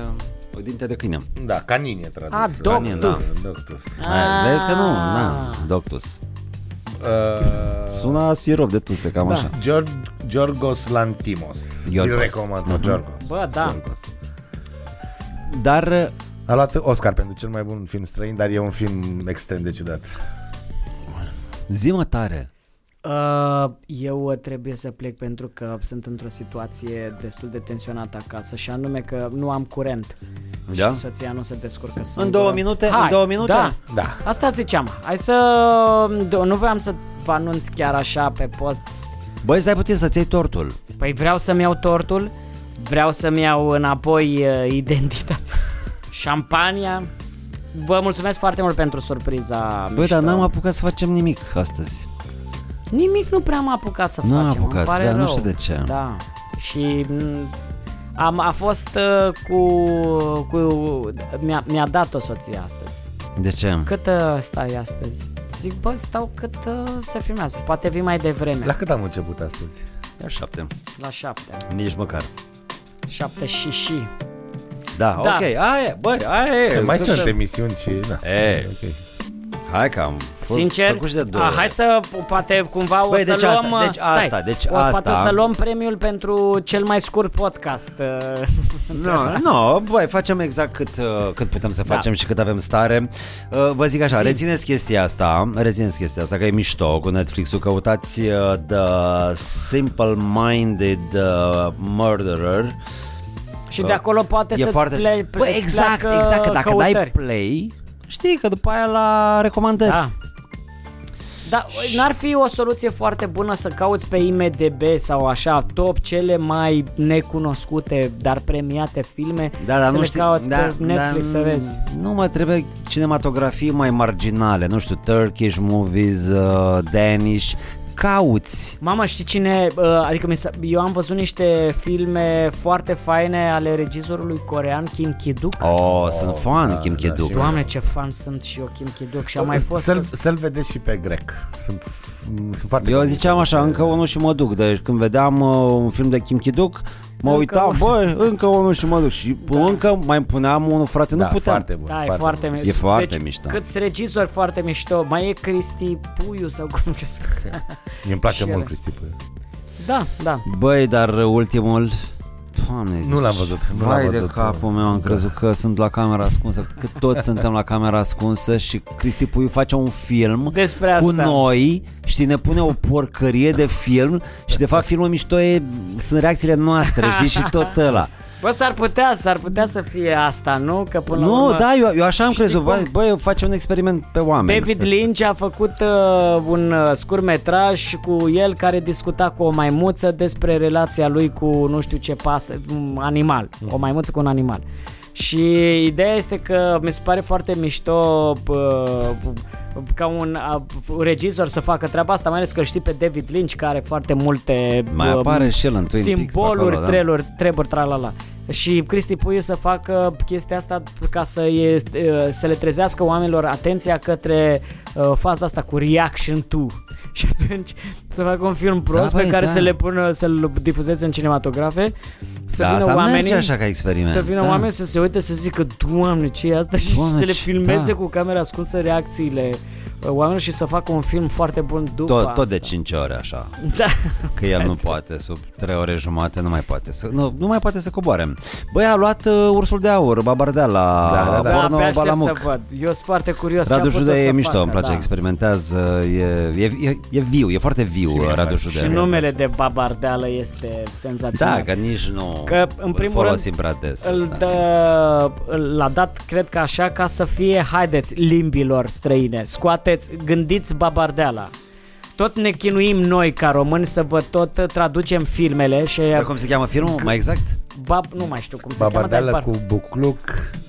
Speaker 1: o dinte de câine.
Speaker 2: Ah.
Speaker 3: Da, canin e tradus.
Speaker 2: A,
Speaker 1: Canin, da.
Speaker 2: Ah, Doctus.
Speaker 3: Doctus.
Speaker 1: Ah.
Speaker 2: Ah.
Speaker 1: Vezi că nu, na, Doctus.
Speaker 3: Uh,
Speaker 1: Sună sirop de tuse, cam
Speaker 2: Da.
Speaker 1: așa.
Speaker 3: George, Georgos Lantimos.
Speaker 1: Giorgos. Mhm.
Speaker 3: Îl recomand, sau Georgos.
Speaker 2: Bă, da.
Speaker 3: Giorgos.
Speaker 1: Dar uh,
Speaker 3: A luat Oscar pentru cel mai bun film străin, dar e un film extrem de ciudat.
Speaker 1: zi mă tare.
Speaker 2: Uh, eu uh, trebuie să plec pentru că sunt într-o situație destul de tensionată acasă și anume că nu am curent
Speaker 1: Da?
Speaker 2: și soția nu se descurcă singură.
Speaker 1: În două minute?
Speaker 2: Hai,
Speaker 1: în două minute?
Speaker 2: Da,
Speaker 3: Da.
Speaker 2: asta ziceam. Hai să... do- Nu voiam să vă anunț chiar așa pe post.
Speaker 1: Băi, stai puțin să-ți iei tortul.
Speaker 2: Păi vreau să-mi iau tortul, vreau să-mi iau înapoi uh, identitatea, șampania. Vă mulțumesc foarte mult pentru surpriza
Speaker 1: Băi,
Speaker 2: mișto.
Speaker 1: dar n-am apucat să facem nimic astăzi.
Speaker 2: Nimic nu prea am apucat să
Speaker 1: N-am
Speaker 2: facem,
Speaker 1: apucat,
Speaker 2: îmi pare
Speaker 1: da, nu
Speaker 2: rău.
Speaker 1: știu de ce.
Speaker 2: Da, și m, am, a fost uh, cu, cu mi-a, mi-a dat-o soția astăzi.
Speaker 1: De ce?
Speaker 2: Cât uh, stai astăzi? Zic, bă, stau cât uh, se filmează. Poate vii mai devreme,
Speaker 3: La
Speaker 2: la,
Speaker 3: cât am început astăzi?
Speaker 1: Ia șapte.
Speaker 2: la șapte.
Speaker 1: Nici măcar.
Speaker 2: Șapte și și.
Speaker 1: Da,
Speaker 2: Da.
Speaker 1: ok, aia e, băi, aia e.
Speaker 3: Mai sunt emisiuni și... Da.
Speaker 1: E,
Speaker 3: Ok.
Speaker 1: hai că am fost
Speaker 2: Sincer,
Speaker 1: făcut și de două
Speaker 2: a,
Speaker 1: ori.
Speaker 2: hai să poate cumva o
Speaker 1: Băi,
Speaker 2: să
Speaker 1: deci asta,
Speaker 2: luăm... uh,
Speaker 1: deci asta,
Speaker 2: stai,
Speaker 1: deci
Speaker 2: o, Poate o
Speaker 1: asta.
Speaker 2: să luăm premiul pentru cel mai scurt podcast. uh,
Speaker 1: Nu, nu, băi, facem exact cât, uh, cât putem să
Speaker 2: Da.
Speaker 1: facem și cât avem stare. Uh, Vă zic așa, rețineți chestia asta, rețineți chestia asta, că e mișto cu Netflix-ul, căutați uh, The Simple Minded uh, Murderer.
Speaker 2: Și de acolo poate
Speaker 1: Da. e
Speaker 2: să-ți
Speaker 1: foarte...
Speaker 2: ple-
Speaker 1: Bă,
Speaker 2: îți
Speaker 1: exact,
Speaker 2: pleacă
Speaker 1: exact, că dacă
Speaker 2: căutări.
Speaker 1: dai play, știi că după aia la recomandări.
Speaker 2: Da. Da, n-ar fi o soluție foarte bună să cauți pe IMDB sau așa top cele mai necunoscute, dar premiate filme,
Speaker 1: Da, dar
Speaker 2: să
Speaker 1: nu
Speaker 2: le
Speaker 1: știi,
Speaker 2: cauți
Speaker 1: da,
Speaker 2: pe Netflix
Speaker 1: da,
Speaker 2: să vezi.
Speaker 1: Nu mă trebuie cinematografii mai marginale, nu știu, Turkish movies, uh, Danish, cauți.
Speaker 2: Mama, știi cine, uh, adică mi s-a, eu am văzut niște filme foarte faine ale regizorului corean Kim Ki-duk.
Speaker 1: Oh, oh sunt fan da,
Speaker 3: da,
Speaker 1: Kim
Speaker 3: da,
Speaker 1: Ki-duk.
Speaker 3: și-
Speaker 2: Doamne, ce fan sunt și eu Kim Ki-duk și am mai fost...
Speaker 3: Să-l, să-l vedeți și pe grec. Sunt, f- m- sunt foarte
Speaker 1: Eu
Speaker 3: convins
Speaker 1: ziceam
Speaker 3: că-
Speaker 1: așa, încă unul și mă duc. Deci când vedeam uh, un film de Kim Ki-duk, mă
Speaker 2: Încă
Speaker 1: uitam,
Speaker 2: unul.
Speaker 1: bă, încă unul și mă duc. Și da. încă mai îmi puneam unul, frate, nu
Speaker 3: da,
Speaker 1: puteam.
Speaker 3: Foarte bun,
Speaker 2: Da, e foarte,
Speaker 3: bun.
Speaker 2: mi-
Speaker 1: E foarte
Speaker 2: deci,
Speaker 1: mișto.
Speaker 2: Câți regizori foarte mișto. Mai e Cristi Puiu sau cum ce scuze.
Speaker 3: Îmi place
Speaker 2: și
Speaker 3: mult
Speaker 2: ele.
Speaker 3: Cristi Puiu.
Speaker 2: Da, da.
Speaker 1: Băi, dar uh, ultimul... Doamne,
Speaker 3: Nu l-am văzut, nu
Speaker 1: Vai
Speaker 3: l-am
Speaker 1: de
Speaker 3: văzut. Da.
Speaker 1: capul meu, am crezut că sunt la camera ascunsă, că toți suntem la camera ascunsă și Cristi Puiu face un film
Speaker 2: Despre
Speaker 1: cu
Speaker 2: asta.
Speaker 1: noi, știi, ne pune o porcărie de film și de fapt filmul mișto e, sunt reacțiile noastre, știi, și tot ăla.
Speaker 2: Bă, s-ar putea, s-ar putea să fie asta, nu? Că până la
Speaker 1: Nu,
Speaker 2: urmă,
Speaker 1: da, eu, eu așa am
Speaker 2: știi
Speaker 1: crezut, băi,
Speaker 2: cum?
Speaker 1: băi, face un experiment pe oameni.
Speaker 2: David Lynch a făcut uh, un uh, scurt metraj cu el care discuta cu o maimuță despre relația lui cu nu știu ce pas, un animal,
Speaker 1: Mm.
Speaker 2: o maimuță cu un animal. Și ideea este că mi se pare foarte mișto uh, ca un uh, regizor să facă treaba asta, mai ales că îl știi pe David Lynch care are foarte multe
Speaker 1: Mai
Speaker 2: uh,
Speaker 1: apare și el în Twin Peaks pe
Speaker 2: simboluri,
Speaker 1: acolo, da?
Speaker 2: treluri, treburi, tralala. Și Cristi Puiu să facă chestia asta ca să, e, să le trezească oamenilor atenția către uh, faza asta cu reaction to. Și atunci să facă un film prost da,
Speaker 1: băi,
Speaker 2: pe care
Speaker 1: da.
Speaker 2: da. să le pună, să-l difuzeze în cinematografe, să
Speaker 1: da,
Speaker 2: vină
Speaker 1: asta
Speaker 2: oamenii,
Speaker 1: merge așa ca experiment.
Speaker 2: să vină
Speaker 1: da.
Speaker 2: oameni să se uite să zică Doamne, ce e asta? Și
Speaker 1: Doamne,
Speaker 2: să le
Speaker 1: ce-
Speaker 2: filmeze
Speaker 1: da.
Speaker 2: cu camera ascunsă reacțiile uh, oamenilor și să facă un film foarte bun după
Speaker 1: Tot, deci. tot de
Speaker 2: asta.
Speaker 1: 5 ore așa
Speaker 2: Da.
Speaker 1: Că el nu poate, sub 3 ore jumate nu mai poate să, nu, nu mai poate să coboare Băi, a luat uh, ursul de aur, Babardea la
Speaker 3: Da, da, da.
Speaker 2: Da,
Speaker 1: Porno
Speaker 2: abia aștept să
Speaker 1: Balamuc
Speaker 2: văd. Eu sunt foarte curios
Speaker 1: Radu
Speaker 2: ce a putut
Speaker 1: Judea
Speaker 2: să
Speaker 1: e mișto,
Speaker 2: facă,
Speaker 1: îmi place,
Speaker 2: da.
Speaker 1: experimentează, e, e, e, e viu, e foarte viu
Speaker 3: Și mie îmi
Speaker 1: Radu
Speaker 3: place.
Speaker 1: Judea
Speaker 2: Și numele de babardeală este senzațional.
Speaker 1: Da, că nici nu
Speaker 2: Că, în
Speaker 1: îl
Speaker 2: primul
Speaker 1: folosim
Speaker 2: rând,
Speaker 1: prea des
Speaker 2: Îl
Speaker 1: ăsta.
Speaker 2: dă, îl- l-a dat, cred că așa, ca să fie, haideți, limbilor străine, scoateți, gândiți babardeala. Tot ne chinuim noi ca români să vă tot uh, traducem filmele și
Speaker 1: Dar cum se cheamă filmul, mai exact?
Speaker 2: bab, nu mai știu cum se cheamă, dar e
Speaker 3: Babardeală
Speaker 2: par-
Speaker 3: cu bucluc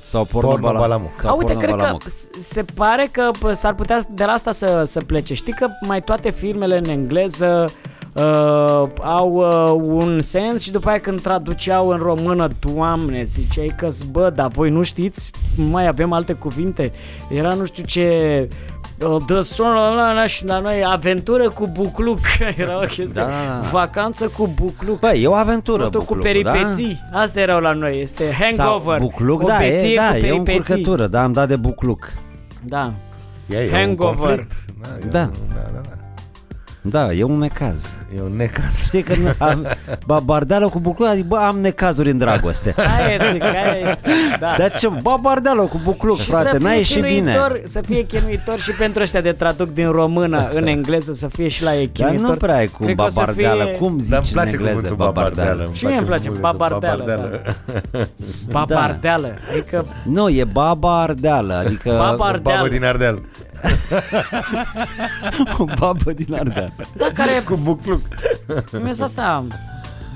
Speaker 1: Sau Porno,
Speaker 3: Porno
Speaker 1: Balamuc.
Speaker 3: Balamuc.
Speaker 1: Sau
Speaker 2: Uite,
Speaker 1: Porno
Speaker 2: cred
Speaker 1: Balamuc.
Speaker 2: că s- se pare că p- s-ar putea de la asta să, să plece. Știi că mai toate filmele în engleză uh, au uh, un sens și după aia când traduceau în română, doamne, ziceai că bă, dar voi nu știți? Mai avem alte cuvinte? Era nu știu ce... uh, The Sun la, la, la, și la noi aventură cu bucluc era o chestie
Speaker 1: Da, da, da.
Speaker 2: vacanță cu bucluc
Speaker 1: Băi, e o aventură
Speaker 2: totul cu
Speaker 1: Buclucul,
Speaker 2: peripeții da? asta erau la noi este
Speaker 1: da? Sau
Speaker 2: hangover
Speaker 1: bucluc,
Speaker 2: o
Speaker 1: da,
Speaker 2: beție
Speaker 1: e, da,
Speaker 2: cu
Speaker 1: e o
Speaker 2: peripeții.
Speaker 1: încurcătură, da, am dat de bucluc.
Speaker 2: da
Speaker 3: E, e un
Speaker 2: Hangover.
Speaker 3: conflict. Da, e
Speaker 1: Da.
Speaker 3: un- da, da, da.
Speaker 1: Da, e un necaz.
Speaker 3: E un necaz.
Speaker 1: Știi că n- am, ba, bardeală cu bucluc, adică bă, am necazuri în dragoste.
Speaker 2: Aia zic, aia este, da.
Speaker 1: Dar ce, ba, bardeală cu bucluc,
Speaker 2: și
Speaker 1: frate,
Speaker 2: să fie
Speaker 1: n-ai ieșit bine.
Speaker 2: chinuitor, Să fie chinuitor și pentru ăștia de traduc din română în engleză, să fie și la ei
Speaker 1: Dar
Speaker 2: chinuitor.
Speaker 1: nu prea e cu
Speaker 2: Cred că o să
Speaker 1: babardeală,
Speaker 2: fie-
Speaker 1: cum zici
Speaker 3: Dar îmi
Speaker 1: în
Speaker 3: place
Speaker 1: engleză
Speaker 3: cuvântul babardeală.
Speaker 1: babardeală?
Speaker 2: Și mie îmi place, da.
Speaker 3: mult
Speaker 2: babardeală,
Speaker 1: Da.
Speaker 2: Babardeală. Adică
Speaker 1: Nu, e babardeală, adică
Speaker 2: babardeală.
Speaker 3: Babă din Ardeal.
Speaker 1: o babă din Ardeal.
Speaker 2: Da, care
Speaker 3: Cu bucluc.
Speaker 2: mi asta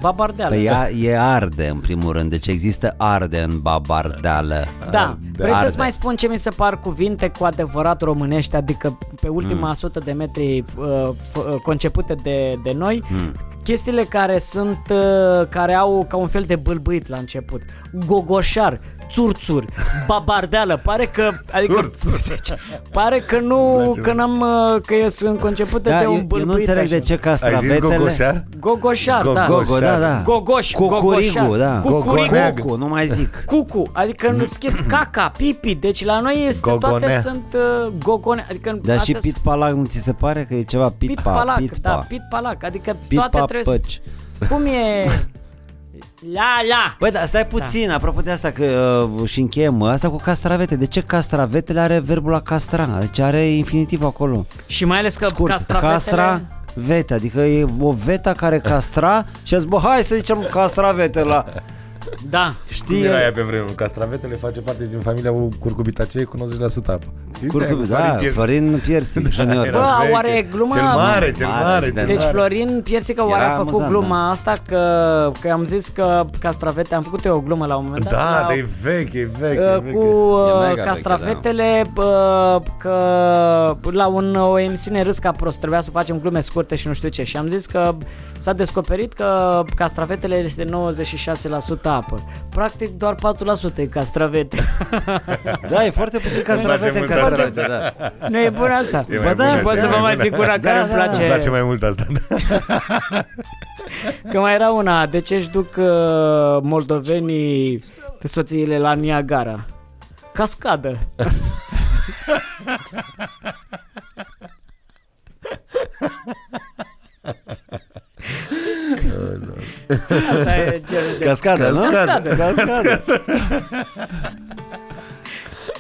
Speaker 2: babardeală.
Speaker 1: Păi ea, e arde în primul rând, deci există arde în babardeală.
Speaker 2: Da, vrei
Speaker 1: arde.
Speaker 2: să-ți mai spun ce mi se par cuvinte cu adevărat românești, adică pe ultima mm. 100 de metri uh, f- uh, concepute de, de noi, mm. chestiile care sunt, uh, care au ca un fel de bâlbâit la început. Gogoșar, țurțuri, babardeală, pare că, adică, pare că nu, că n-am, uh, că e- sunt concepute
Speaker 1: Da,
Speaker 2: de
Speaker 1: eu,
Speaker 2: un
Speaker 1: eu
Speaker 2: bâlbâit
Speaker 1: nu înțeleg
Speaker 2: așa.
Speaker 1: de ce
Speaker 3: Ai zis
Speaker 1: castravetele...
Speaker 3: gogoșar?
Speaker 2: Gogoșar, da.
Speaker 3: Gogoș.
Speaker 1: Gogo, da, da.
Speaker 2: Gogoș,
Speaker 1: Cucurigu,
Speaker 2: gogoșar.
Speaker 1: da.
Speaker 2: Cucurigu.
Speaker 1: Cucu, nu mai zic.
Speaker 2: Cucu, adică nu
Speaker 1: Mm.
Speaker 2: schis caca, pipi, deci la noi este toate
Speaker 3: Gogonea.
Speaker 2: sunt uh, gogone, adică
Speaker 1: Dar Da, și
Speaker 2: astea
Speaker 1: pit
Speaker 2: sunt
Speaker 1: palac, nu ți se pare că e ceva pit,
Speaker 2: pit
Speaker 1: pa,
Speaker 2: palac,
Speaker 1: pit
Speaker 2: da,
Speaker 1: pa.
Speaker 2: pit palac, adică
Speaker 1: Pit
Speaker 2: toate
Speaker 1: pa
Speaker 2: trebuie să...
Speaker 1: păci.
Speaker 2: Cum e? La, la!
Speaker 1: Băi, dar stai puțin, da. apropo de asta că uh, și încheiem, asta cu castravete. De ce castravetele are verbul a castra? Deci are infinitiv acolo.
Speaker 2: Și mai ales că
Speaker 1: Scurt,
Speaker 2: castravetele...
Speaker 1: castra, vete, adică e o veta care castra și a zis, bă, hai să zicem castravete la...
Speaker 2: Da,
Speaker 1: Știi?
Speaker 3: Cum era aia pe vremuri? Castravetele face parte din familia cu curcubitacei cu 90% apă. Știi?
Speaker 1: Curcub,
Speaker 3: Farin
Speaker 1: da,
Speaker 3: Piersic.
Speaker 1: Florin Piersic,
Speaker 3: Da.
Speaker 1: junior.
Speaker 3: Era
Speaker 2: Bă,
Speaker 3: veche.
Speaker 2: oare gluma-
Speaker 3: Cel mare, cel
Speaker 1: Mare,
Speaker 3: mare,
Speaker 1: da.
Speaker 3: cel
Speaker 2: deci
Speaker 3: mare.
Speaker 2: Florin Piersică oare
Speaker 1: Era
Speaker 2: a făcut
Speaker 1: amuzant, da.
Speaker 2: gluma asta că, că am zis că castravete, am făcut eu o glumă la un moment dat.
Speaker 3: Da,
Speaker 2: la-
Speaker 3: dar e vechi, e vechi,
Speaker 2: Uh,
Speaker 3: e da. vechi.
Speaker 2: cu
Speaker 1: E
Speaker 2: uh,
Speaker 1: mega
Speaker 2: castravetele uh, că la un, o emisiune râs ca prost trebuia să facem glume scurte și nu știu ce și am zis că s-a descoperit că castravetele este 96% apă. Practic doar 4% e castravete.
Speaker 1: Da, e foarte puțin castravete în
Speaker 3: Îmi place mult
Speaker 1: castravete, da.
Speaker 2: nu e bun asta?
Speaker 3: E mai
Speaker 1: Ba da,
Speaker 3: bună,
Speaker 1: și
Speaker 2: Pot
Speaker 3: e
Speaker 2: să vă
Speaker 3: mai
Speaker 2: mai
Speaker 3: bună.
Speaker 2: zic una care
Speaker 1: Da,
Speaker 2: îmi
Speaker 1: da.
Speaker 2: place.
Speaker 3: Îmi place mai mult asta. da.
Speaker 2: Că mai era una, de ce își duc uh, moldovenii soțiile la Niagara? Cascadă. Asta e genul de...
Speaker 1: Cascadă, nu?
Speaker 2: Cascadă.
Speaker 1: Cascadă.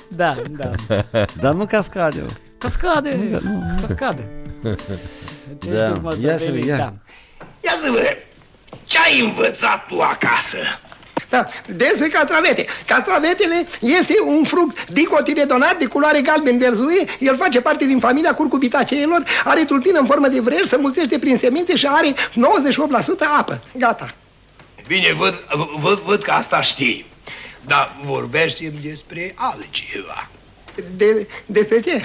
Speaker 2: Da, da.
Speaker 1: Dar nu cascadă.
Speaker 2: Cascade, cascade. Ce
Speaker 1: Da.
Speaker 2: da. duc
Speaker 1: Ia să
Speaker 2: moldovenii,
Speaker 1: ia.
Speaker 2: da.
Speaker 8: Ia zi mă, ce ai învățat tu acasă? Da, despre castravete. Castravetele este un fruct dicotiledonat de culoare galben-verzuie. El face parte din familia curcubitaceelor, are tulpină în formă de vrej, se mulțește prin semințe și are 98% apă. Gata. Bine, văd, văd, văd că asta știi. Dar vorbește despre altceva. De, despre ce?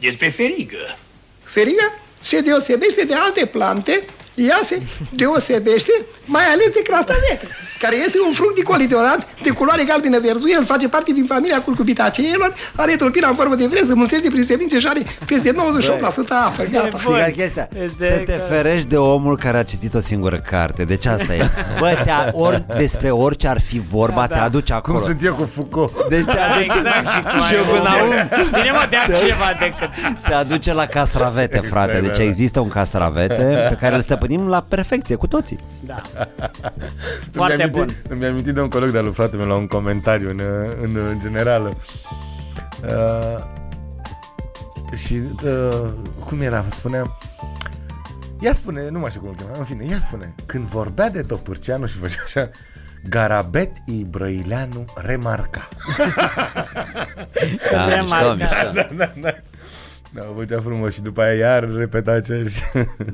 Speaker 8: Despre ferigă. Feriga se deosebește de alte plante ea se deosebește mai ales de crastavete, care este un fruct dicolidonat de culoare galbenă verzuie, el face parte din familia culcubitaceelor, are tulpina în formă de vrez, mulțește prin semințe și are peste 98% apă. Gata.
Speaker 1: Știi care chestia?
Speaker 2: Este exact.
Speaker 1: Să te
Speaker 2: că-
Speaker 1: ferești de omul care a citit o singură carte. Deci asta e. Bă, te ori, despre orice ar fi vorba, te aduce acolo.
Speaker 3: Cum sunt eu cu Foucault?
Speaker 1: Deci te
Speaker 2: Da,
Speaker 1: aduce,
Speaker 2: exact, și cu
Speaker 1: și eu Da. cu Naum.
Speaker 2: Ține-mă de altceva decât...
Speaker 1: te aduce la castravete,
Speaker 3: Exact,
Speaker 1: frate.
Speaker 3: da,
Speaker 1: Deci există un castravete pe care îl stăpânim la perfecție cu toții.
Speaker 2: Da.
Speaker 3: Îmi
Speaker 2: Foarte
Speaker 3: amintit-
Speaker 2: bun.
Speaker 3: Îmi amintit de un coleg de-al lui fratele meu la un comentariu în, în, în generală. Uh, și uh, cum era? Spunea Ia spune, nu mai știu cum îl chema, în fine, ia spune Când vorbea de Topârceanu și făcea așa Garabet Ibrăileanu remarca
Speaker 1: Da,
Speaker 2: Vrem
Speaker 1: mișto,
Speaker 2: mai-
Speaker 1: mișto.
Speaker 2: da.
Speaker 3: Da, făcea frumos și după aia iar repeta aceeași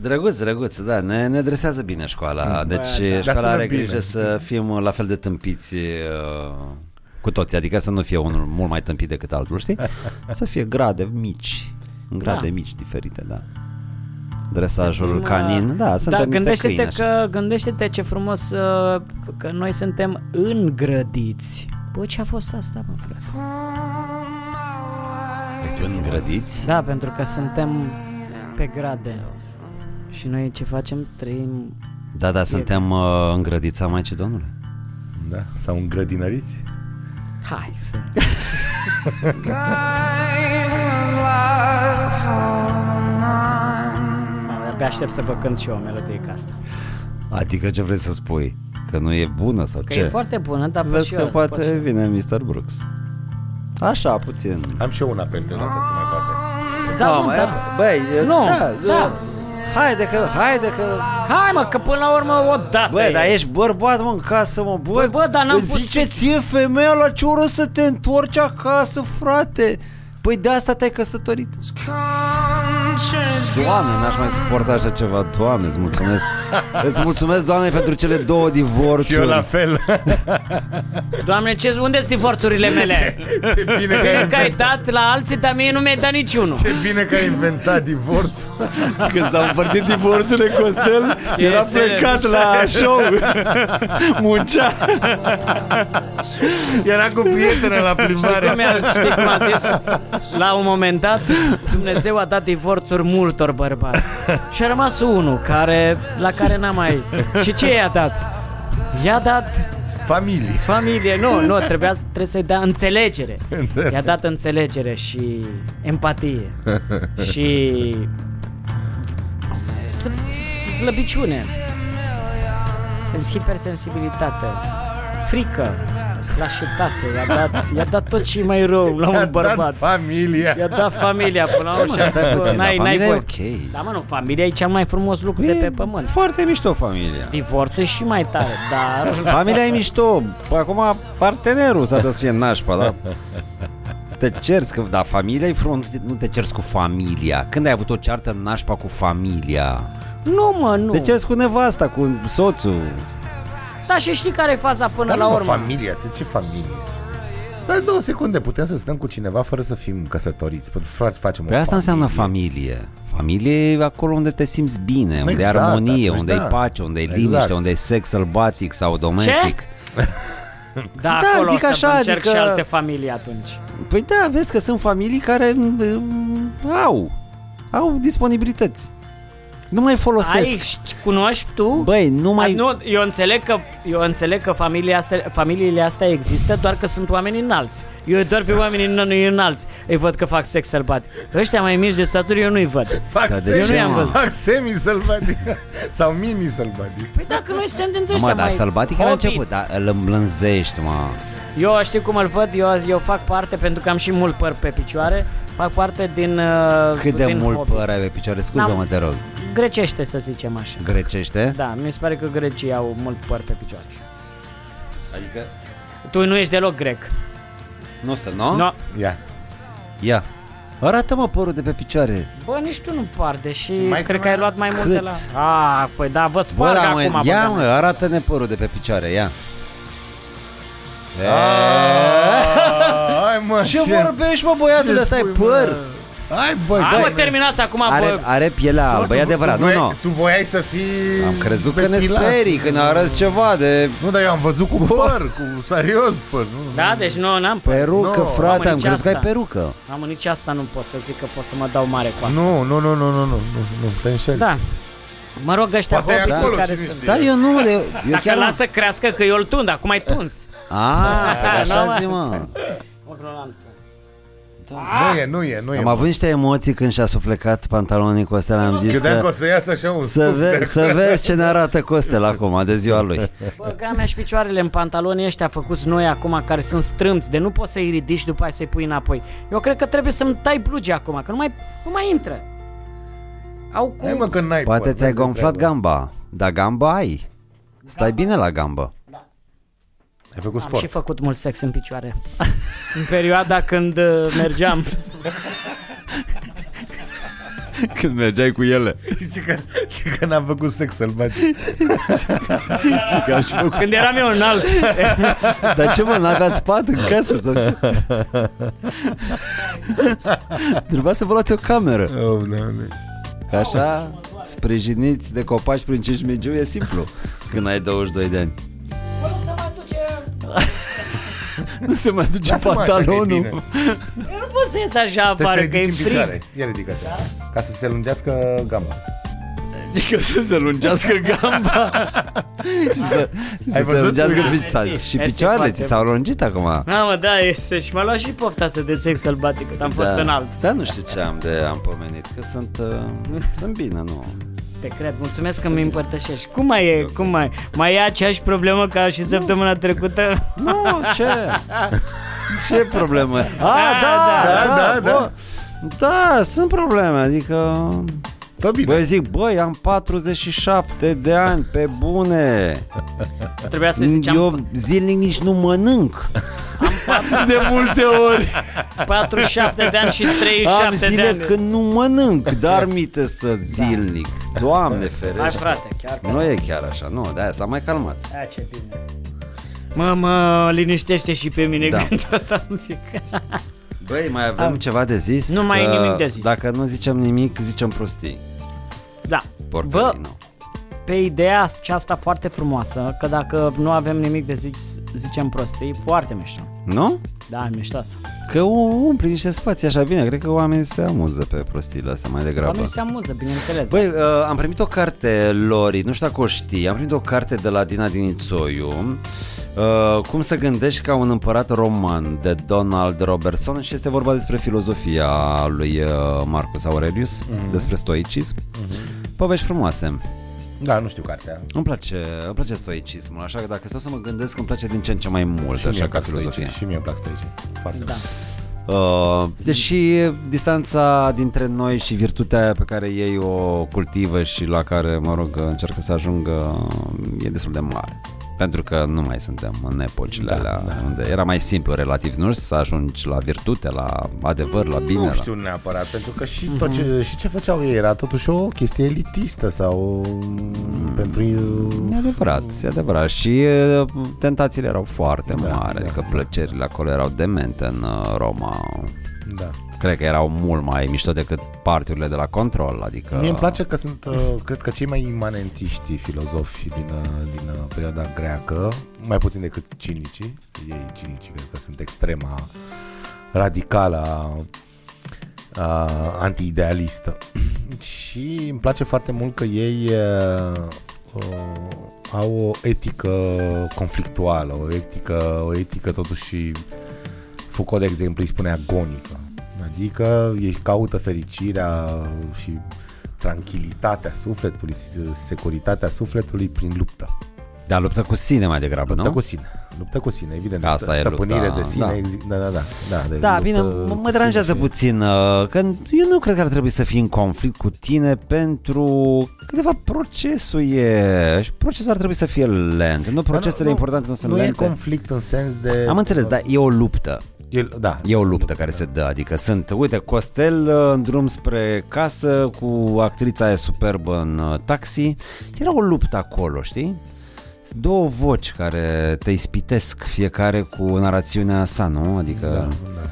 Speaker 1: Drăguț, drăguț, da, ne, ne dresează bine școala. Deci
Speaker 2: da. Mm.
Speaker 1: școala
Speaker 3: sună
Speaker 1: are
Speaker 3: bine.
Speaker 1: grijă să fim la fel de tâmpiți uh, cu toți, adică să nu fie unul mult mai tâmpit decât altul, știi? Să fie grade mici, în grade
Speaker 2: Da.
Speaker 1: mici diferite, da. Dresajul
Speaker 2: Mă,
Speaker 1: canin, da, suntem niște
Speaker 2: gândește-te
Speaker 1: câini așa.
Speaker 2: că, gândește-te ce frumos uh, că noi suntem îngrădiți. Bă, ce a fost asta, mă, frate?
Speaker 1: Deci, Îngrădiți?
Speaker 2: Da, pentru că suntem pe grade. Și noi ce facem? Trăim...
Speaker 1: Da, da, suntem uh, îngrădița Maicii Domnului.
Speaker 3: Da, sau un grădinăriți
Speaker 2: Hai să... Mamă, Abia aștept să vă cânt și eu o melodie ca asta.
Speaker 1: Adică ce vrei să spui? Că nu e bună sau
Speaker 2: Că
Speaker 1: ce?
Speaker 2: e foarte bună, dar pot
Speaker 1: Vezi
Speaker 2: și
Speaker 1: că
Speaker 2: eu, pot și
Speaker 1: poate
Speaker 2: eu.
Speaker 1: vine Mr. Brooks. Așa, puțin.
Speaker 3: Am și eu una pentru dacă se mai poate
Speaker 2: Da,
Speaker 1: mă,
Speaker 2: mă, da.
Speaker 1: Băi, e-
Speaker 2: Nu,
Speaker 1: da,
Speaker 2: da.
Speaker 1: Haide că, haide că...
Speaker 2: Hai mă, că până la urmă o dată
Speaker 1: Bă,
Speaker 2: e.
Speaker 1: dar ești bărbat, mă, în casă, mă, bă,
Speaker 2: bă, dar n-am
Speaker 1: îți
Speaker 2: pus
Speaker 1: zice ție femeia la ce oră să te întorci acasă, frate? Păi de asta te-ai căsătorit. Doamne, n-aș mai suporta așa ceva, Doamne, îți mulțumesc. îți mulțumesc, Doamne, pentru cele două
Speaker 3: Și eu
Speaker 1: divorțuri.
Speaker 3: la fel
Speaker 2: Doamne, ce, unde sunt divorțurile mele?
Speaker 3: Ce bine că ai
Speaker 2: Bine că ai
Speaker 3: inventat,
Speaker 2: dat la alții, dar mie nu mi-ai dat niciunul.
Speaker 3: ce bine că ai inventat divorțul
Speaker 1: Când s-au împărțit divorțurile, Costel
Speaker 2: era Este- plecat
Speaker 1: la show. Muncea.
Speaker 3: Era cu prietena la plimbare.
Speaker 2: Cum mi-a, știi cum a zis? La un moment dat, Dumnezeu a dat divorțuri multor bărbați. Și a rămas unul care, la care n-a mai... Și ce i-a dat? I-a dat
Speaker 3: Familie.
Speaker 2: familie, nu, nu, trebuia, să- trebuie să-i dea înțelegere. I-a dat înțelegere și empatie și s- s- slăbiciune, sens- hipersensibilitate, frică, lașitate, i-a dat, i-a dat tot ce e mai rău la
Speaker 3: I-a
Speaker 2: un
Speaker 3: dat
Speaker 2: bărbat.
Speaker 3: Familia.
Speaker 2: I-a dat familia până la urmă și a
Speaker 1: stai
Speaker 2: spus,
Speaker 1: puțin,
Speaker 2: n-ai,
Speaker 1: dar
Speaker 2: n-ai
Speaker 1: familia e
Speaker 2: voie.
Speaker 1: ok.
Speaker 2: Da, mă, nu, familia e cel mai frumos lucru de pe pământ.
Speaker 1: Foarte mișto familia.
Speaker 2: Divorțul e și mai tare, dar...
Speaker 1: Familia e mișto, Păi acum partenerul s-ar putea să fie nașpa, da? Te ceri, că, da, familia e frumos, nu te- nu te ceri cu familia. Când ai avut o ceartă nașpa cu familia?
Speaker 2: Nu, mă, nu.
Speaker 1: Te ceri cu nevasta, cu soțul.
Speaker 2: Da, și știi care e faza până
Speaker 3: Dar
Speaker 2: la
Speaker 3: nu, mă,
Speaker 2: urmă?
Speaker 3: familia, de ce familie? Stați două secunde, putem să stăm cu cineva fără să fim căsătoriți. Păi, frate, facem
Speaker 1: Păi
Speaker 3: o
Speaker 1: asta înseamnă familie. Familie e acolo unde te simți bine, unde
Speaker 3: Exact,
Speaker 1: e armonie,
Speaker 3: atunci
Speaker 1: unde e
Speaker 3: da.
Speaker 1: pace, unde e
Speaker 3: Exact.
Speaker 1: liniște, unde e sex sălbatic sau domestic. Ce?
Speaker 2: Da,
Speaker 1: Da,
Speaker 2: acolo
Speaker 1: zic
Speaker 2: zic
Speaker 1: așa,
Speaker 2: așa, încerc
Speaker 1: adică-
Speaker 2: și alte familii atunci.
Speaker 1: Păi da, vezi că sunt familii care mm, au, au disponibilități. Nu mai folosesc.
Speaker 2: Ai, ști- cunoști tu?
Speaker 1: Băi, nu mai...
Speaker 2: A, nu, eu înțeleg că, eu înțeleg că familia astea, familiile astea există, doar că sunt oameni înalți. Eu doar pe oamenii în- înalți îi văd că fac sex sălbatic. Ăștia mai mici de statură eu nu-i văd.
Speaker 3: Fac,
Speaker 1: de
Speaker 2: ce,
Speaker 3: semi,
Speaker 2: mă?
Speaker 3: fac semi-sălbatic sau mini-sălbatic.
Speaker 2: Păi dacă noi suntem dintre
Speaker 1: Mă,
Speaker 2: ăștia
Speaker 1: dar
Speaker 2: mai
Speaker 1: sălbatic era
Speaker 2: hobiți.
Speaker 1: început, da. dar îl îmblânzești, mă.
Speaker 2: Eu știu cum îl văd, eu, eu fac parte, pentru că am și mult păr pe picioare, fac parte din... uh,
Speaker 1: Cât de
Speaker 2: din
Speaker 1: mult
Speaker 2: hobby.
Speaker 1: păr ai pe picioare, scuză-mă,
Speaker 2: N-am-
Speaker 1: te rog.
Speaker 2: Grecește, să zicem așa.
Speaker 1: Grecește?
Speaker 2: Da, mi se pare că grecii au mult păr pe picioare. Adică?
Speaker 1: Adică?
Speaker 2: Tu nu ești deloc grec.
Speaker 1: Nu să, nu?
Speaker 2: No.
Speaker 3: Ia.
Speaker 1: Ia. Arată-mă părul de pe picioare.
Speaker 2: Bă, nici tu nu par, deși
Speaker 3: mai
Speaker 2: cred
Speaker 3: cum
Speaker 2: că ai luat mai mult de la...
Speaker 1: Cât?
Speaker 2: A, păi da, vă
Speaker 1: Bă,
Speaker 2: sparg
Speaker 1: da,
Speaker 2: acum.
Speaker 1: mă,
Speaker 2: bă,
Speaker 1: ia,
Speaker 2: da,
Speaker 1: mă,
Speaker 2: nu.
Speaker 1: arată-ne părul de pe picioare, ia. E,
Speaker 3: Hai, mă,
Speaker 1: da. ce vorbești, mă, băiatul
Speaker 3: Ah, ce
Speaker 1: ăsta ai
Speaker 3: spui,
Speaker 1: păr?
Speaker 3: mă? Hai, bă,
Speaker 2: Hai mă,
Speaker 3: băi,
Speaker 2: terminați acum,
Speaker 1: Are,
Speaker 2: bă.
Speaker 1: are pielea
Speaker 3: bă,
Speaker 1: albă, e
Speaker 3: tu-
Speaker 1: adevărat,
Speaker 3: tu
Speaker 1: nu,
Speaker 3: voiai-
Speaker 1: nu.
Speaker 3: Tu voiai să fii...
Speaker 1: Am crezut că
Speaker 3: pe
Speaker 1: ne
Speaker 3: Pilat.
Speaker 1: sperii când arăți ceva de
Speaker 3: Nu, dar eu am văzut cu păr, cu serios păr. Nu,
Speaker 2: Da, deci nu, n-am păr.
Speaker 1: perucă,
Speaker 3: Nu,
Speaker 1: frate,
Speaker 2: mamă,
Speaker 1: am
Speaker 2: nici
Speaker 1: crezut că ai
Speaker 2: asta.
Speaker 1: perucă.
Speaker 2: Am nici asta nu pot să zic că pot să mă dau mare cu asta.
Speaker 3: nu, nu, nu, nu, nu, nu, nu, te înșeli.
Speaker 2: Da. Mă rog, ăștia
Speaker 3: Poate e
Speaker 2: hobiții
Speaker 3: acolo,
Speaker 2: care
Speaker 3: cine
Speaker 2: sunt.
Speaker 1: Da, eu nu, eu, eu
Speaker 2: Dacă
Speaker 1: chiar
Speaker 2: chiar
Speaker 1: nu.
Speaker 2: lasă crească, că eu îl tund, acum ai tuns.
Speaker 1: A, păi
Speaker 2: Nu,
Speaker 1: așa
Speaker 2: mă.
Speaker 1: zi, mă.
Speaker 2: Mă, că nu l-am tuns.
Speaker 3: Nu e, nu e, nu e.
Speaker 1: Am avut niște emoții când și-a suflecat pantalonii Costel, am zis
Speaker 3: Credeam că o
Speaker 1: că...
Speaker 3: să iasă așa un
Speaker 1: Să,
Speaker 3: stuf de
Speaker 1: ve- să vezi ce ne arată Costel acum, de ziua lui.
Speaker 2: Băga mea și picioarele în pantalonii ăștia făcuți noi acum, care sunt strâmți, de nu poți să-i ridici după aia să-i pui înapoi. Eu cred că trebuie să-mi tai blugi acum, că nu mai, nu mai intră. Au cum?
Speaker 3: Hai mă că n-ai
Speaker 1: Poate
Speaker 3: păr,
Speaker 1: ți-ai
Speaker 3: vezi de
Speaker 1: gonflat
Speaker 3: treabă.
Speaker 1: gamba, dar gamba ai. Stai bine la gambă.
Speaker 3: Ai făcut
Speaker 2: Am
Speaker 3: sport.
Speaker 2: și făcut mult sex în picioare. în perioada când uh, mergeam.
Speaker 1: Când mergeai cu ele.
Speaker 3: Și ce că, ce că n-am făcut sex sălbatic.
Speaker 1: Că aș făcut.
Speaker 2: când eram eu înalt.
Speaker 1: Dar ce mă, n-aveați spat în casă sau ce? Trebuia să vă luați o cameră.
Speaker 3: Oh, da, da.
Speaker 1: Că așa, sprijiniți de copaci prin Cismigiu e simplu când ai 22 de ani. Nu se mai duce
Speaker 3: Lasă-mă așa, că e bine.
Speaker 1: pantalonul.
Speaker 2: Eu nu pot să ies așa
Speaker 3: Trebuie să
Speaker 2: afară,
Speaker 3: te
Speaker 2: că e
Speaker 3: ridici în
Speaker 2: frig.
Speaker 3: picioare. Ia ridică-te.
Speaker 1: Da?
Speaker 3: Ca să se lungească gamba.
Speaker 1: Adică să se lungească gamba. și să, și să se
Speaker 3: Ai văzut?
Speaker 1: lungească
Speaker 3: Da,
Speaker 1: picioarele.
Speaker 2: mersi.
Speaker 1: Și
Speaker 2: Mersi
Speaker 1: picioarele
Speaker 2: foarte
Speaker 1: ți s-au lungit acum.
Speaker 2: Mamă, da, este și m-a luat și pofta asta de sex sălbatic când am fost înalt.
Speaker 1: Da, nu știu ce am de am pomenit, că sunt, uh, sunt bine, nu.
Speaker 2: Te cred, mulțumesc că mi împărtășești. Cum mai e, cum mai Mai e aceeași problemă ca și săptămâna trecută?
Speaker 1: Nu, ce? ce problemă? A, da, da,
Speaker 2: da,
Speaker 1: da, da,
Speaker 3: da, da.
Speaker 1: Da, sunt probleme, adică...
Speaker 3: Tă bine.
Speaker 1: Bă, zic, băi, am 47 de ani, pe bune.
Speaker 2: Trebuia să ziceam
Speaker 1: Eu zilnic nici nu mănânc. de multe ori.
Speaker 2: 47 de ani și 37
Speaker 1: Am
Speaker 2: de
Speaker 1: zile
Speaker 2: ani. Da.
Speaker 1: când nu mănânc, dar mite să zilnic. Doamne ferește.
Speaker 2: Hai frate, chiar că...
Speaker 1: Nu e chiar așa, nu, de-aia s-a mai calmat.
Speaker 2: Aia ce bine. Mă, mă, liniștește și pe mine
Speaker 1: Da.
Speaker 2: da. gândul ăsta un pic.
Speaker 1: Băi, mai avem
Speaker 2: Am-
Speaker 1: ceva de zis?
Speaker 2: Nu mai e
Speaker 1: Că
Speaker 2: nimic de zis.
Speaker 1: Dacă nu zicem nimic, zicem prostii.
Speaker 2: Da.
Speaker 1: Porcării,
Speaker 2: Bă,
Speaker 1: nu.
Speaker 2: pe ideea aceasta foarte frumoasă, că dacă nu avem nimic de zis, zicem prostii, foarte mișto.
Speaker 1: Nu?
Speaker 2: Da, mișto asta.
Speaker 1: Că u- umpli niște spații așa bine, cred că oamenii se amuză pe prostiile astea mai degrabă.
Speaker 2: Oamenii se amuză, bineînțeles.
Speaker 1: Băi, uh, am primit o carte, Lori, nu știu dacă o știi, am primit o carte de la Dina Dinițoiu, uh, Cum să gândești ca un împărat roman de Donald Robertson și este vorba despre filozofia lui uh, Marcus Aurelius,
Speaker 3: Mhm.
Speaker 1: despre stoicism. Povești frumoase.
Speaker 3: Da, nu știu cartea.
Speaker 1: Îmi place, îmi place stoicismul, așa că dacă stau să mă gândesc, îmi place din ce în ce mai mult,
Speaker 3: Și
Speaker 1: așa
Speaker 3: mie îmi
Speaker 1: ca
Speaker 3: plac
Speaker 1: filozofie.
Speaker 3: stoicii. Și mie îmi plac stoicii. Foarte
Speaker 2: Da.
Speaker 3: mult.
Speaker 1: Uh, deși distanța dintre noi și virtutea aia pe care ei o cultivă și la care, mă rog, încearcă să ajungă, e destul de mare. Pentru că nu mai suntem în epocile da, alea da. unde era mai simplu relativ, nu știu, să ajungi la virtute, la adevăr, la bine. da. Mhm.
Speaker 3: Nu știu neapărat, pentru că și, tot ce, și ce făceau ei era totuși o chestie elitistă sau
Speaker 1: Mhm.
Speaker 3: pentru...
Speaker 1: La... E adevărat, e adevărat. Și uh, tentațiile erau foarte
Speaker 3: Da,
Speaker 1: mari,
Speaker 3: da,
Speaker 1: adică plăcerile acolo erau demente în uh, Roma.
Speaker 3: Da.
Speaker 1: Cred că erau mult mai mișto decât partiurile de la control, adică...
Speaker 3: Mie îmi place că sunt, uh, cred că cei mai imanentiști filozofi din, uh, din uh, perioada greacă, mai puțin decât cinicii, ei cinicii cred că sunt extrema radicală a, a, antiidealistă. Și îmi place foarte mult că ei uh, uh, au o etică conflictuală, o etică, o etică totuși Foucault, de exemplu, îi spune agonică. Adică ei caută fericirea și tranquilitatea sufletului, securitatea sufletului prin luptă.
Speaker 1: Dar luptă cu sine mai degrabă,
Speaker 3: Luptă
Speaker 1: nu?
Speaker 3: cu sine. Luptă cu sine, evident.
Speaker 1: Asta
Speaker 3: Asta
Speaker 1: e
Speaker 3: stăpânire
Speaker 1: lupta,
Speaker 3: de sine.
Speaker 1: da.
Speaker 3: Da, exi- da, da. Da, da, de
Speaker 1: Da,
Speaker 3: luptă
Speaker 1: bine, mă-
Speaker 3: cu
Speaker 1: mă deranjează
Speaker 3: sine și-
Speaker 1: puțin uh, că eu nu cred că ar trebui să fii în conflict cu tine pentru că de fapt procesul e și procesul ar trebui să fie lent. Nu
Speaker 3: Dar
Speaker 1: procesele importante nu sunt
Speaker 3: Nu e
Speaker 1: lente.
Speaker 3: conflict în sens de...
Speaker 1: Am înțeles, da. dar e o luptă.
Speaker 3: E, da.
Speaker 1: E o luptă care se dă, adică sunt, uite, Costel uh, în drum spre casă cu actrița aia superbă în uh, taxi, era o luptă acolo, știi? Sunt Două voci care te ispitesc fiecare cu narațiunea sa, nu? Adică...
Speaker 3: Da,
Speaker 1: Da.
Speaker 3: da.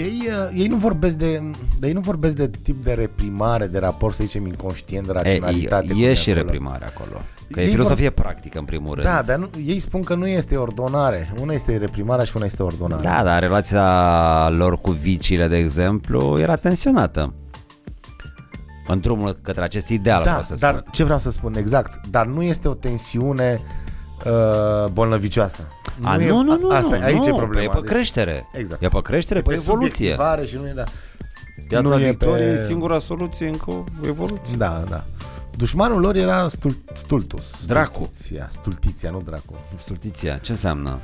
Speaker 3: Ei, uh, ei nu vorbesc de, de ei nu vorbesc de tip de reprimare, de raport, să zicem, inconștient, raționalitate.
Speaker 1: E,
Speaker 3: cum
Speaker 1: e și
Speaker 3: acolo.
Speaker 1: reprimarea acolo. Că e
Speaker 3: Ei
Speaker 1: filosofie practică, în primul rând.
Speaker 3: Da, dar nu, ei spun că nu este ordonare. Una este reprimarea și una este ordonare.
Speaker 1: Da, dar relația lor cu viciile, de exemplu, era tensionată. În drumul către acest ideal,
Speaker 3: da
Speaker 1: vreau să
Speaker 3: dar
Speaker 1: spun.
Speaker 3: ce vreau să spun exact? Dar nu este o tensiune uh, bolnăvicioasă.
Speaker 1: A, nu, nu, nu,
Speaker 3: asta,
Speaker 1: nu,
Speaker 3: e, aici
Speaker 1: nu,
Speaker 3: e problema. Deci
Speaker 1: păi E pe creștere.
Speaker 3: Exact.
Speaker 1: E pe creștere, pe,
Speaker 3: pe
Speaker 1: evoluție.
Speaker 3: subiectivare Și nu e, da.
Speaker 1: Viața
Speaker 3: nu e
Speaker 1: victoriei e
Speaker 3: pe-
Speaker 1: singura soluție încă evoluție.
Speaker 3: da, da. Dușmanul lor era stul, Stultus.
Speaker 1: Dracu.
Speaker 3: Stultiția, stultiția, nu Dracu.
Speaker 1: Stultiția, ce înseamnă?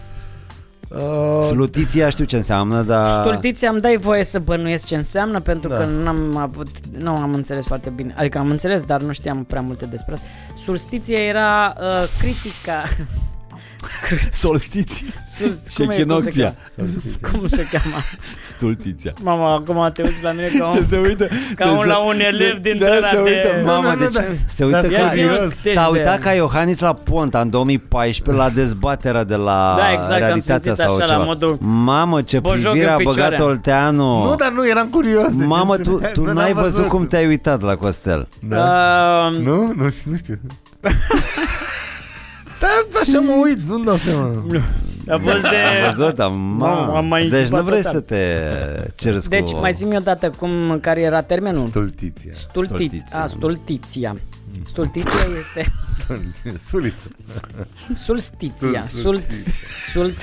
Speaker 3: Uh,
Speaker 1: Slutiția știu ce înseamnă, dar...
Speaker 2: Stultiția Da. îmi dai voie să bănuiesc ce înseamnă pentru
Speaker 3: Da.
Speaker 2: că n-am avut, nu am înțeles foarte bine, adică am înțeles, dar nu știam prea multe despre asta. Solstiția era uh, critica,
Speaker 1: Solstiția.
Speaker 2: Sulst,
Speaker 1: Și
Speaker 2: cum e, cum se
Speaker 1: echinocția.
Speaker 2: cheamă? Cum se cheamă?
Speaker 1: Stultiția.
Speaker 2: Mama, acum te uiți la mine ca
Speaker 1: Ce
Speaker 2: un...
Speaker 1: se uită
Speaker 2: Ca un la un elev din
Speaker 1: da,
Speaker 2: ăla
Speaker 1: se
Speaker 2: de-
Speaker 1: uită,
Speaker 2: Nu,
Speaker 1: mama,
Speaker 3: nu,
Speaker 1: de
Speaker 3: nu,
Speaker 1: ce?
Speaker 3: da.
Speaker 1: Se uită
Speaker 3: Dar
Speaker 1: ca
Speaker 3: sunt serios.
Speaker 1: S-a uitat
Speaker 2: Deci,
Speaker 1: ca Iohannis la Ponta în 2014 la dezbaterea de la
Speaker 2: Da, exact, am
Speaker 1: realitatea
Speaker 2: simțit
Speaker 1: sau
Speaker 2: așa,
Speaker 1: ceva.
Speaker 2: la modul-
Speaker 1: Mamă, ce
Speaker 2: Bă, joc
Speaker 1: privire
Speaker 2: în
Speaker 1: a
Speaker 2: picioare.
Speaker 1: băgat Olteanu.
Speaker 3: da. nu, dar nu, eram curios. De
Speaker 1: Mamă,
Speaker 3: ce
Speaker 1: tu,
Speaker 3: se-
Speaker 1: tu
Speaker 3: Nu,
Speaker 1: n-ai
Speaker 3: n-am
Speaker 1: văzut cum te-ai uitat la Costel.
Speaker 3: Da.
Speaker 2: Uh,
Speaker 3: Nu, nu, ș- nu știu. da, așa mă uit, nu-mi dau seama.
Speaker 2: a fost
Speaker 1: Am
Speaker 2: de...
Speaker 1: văzut, am, mamă.
Speaker 2: am mai
Speaker 1: deci nu
Speaker 2: închipat
Speaker 1: vrei
Speaker 2: total.
Speaker 1: să te cerți
Speaker 2: Deci,
Speaker 1: cu...
Speaker 2: mai zi-mi o dată cum, care era termenul.
Speaker 3: Stultiția.
Speaker 2: Stultiția. A, stultiția. Stultiția este...
Speaker 3: Suliță.
Speaker 2: Solstiția.
Speaker 3: Sul-
Speaker 2: Sult... Sult...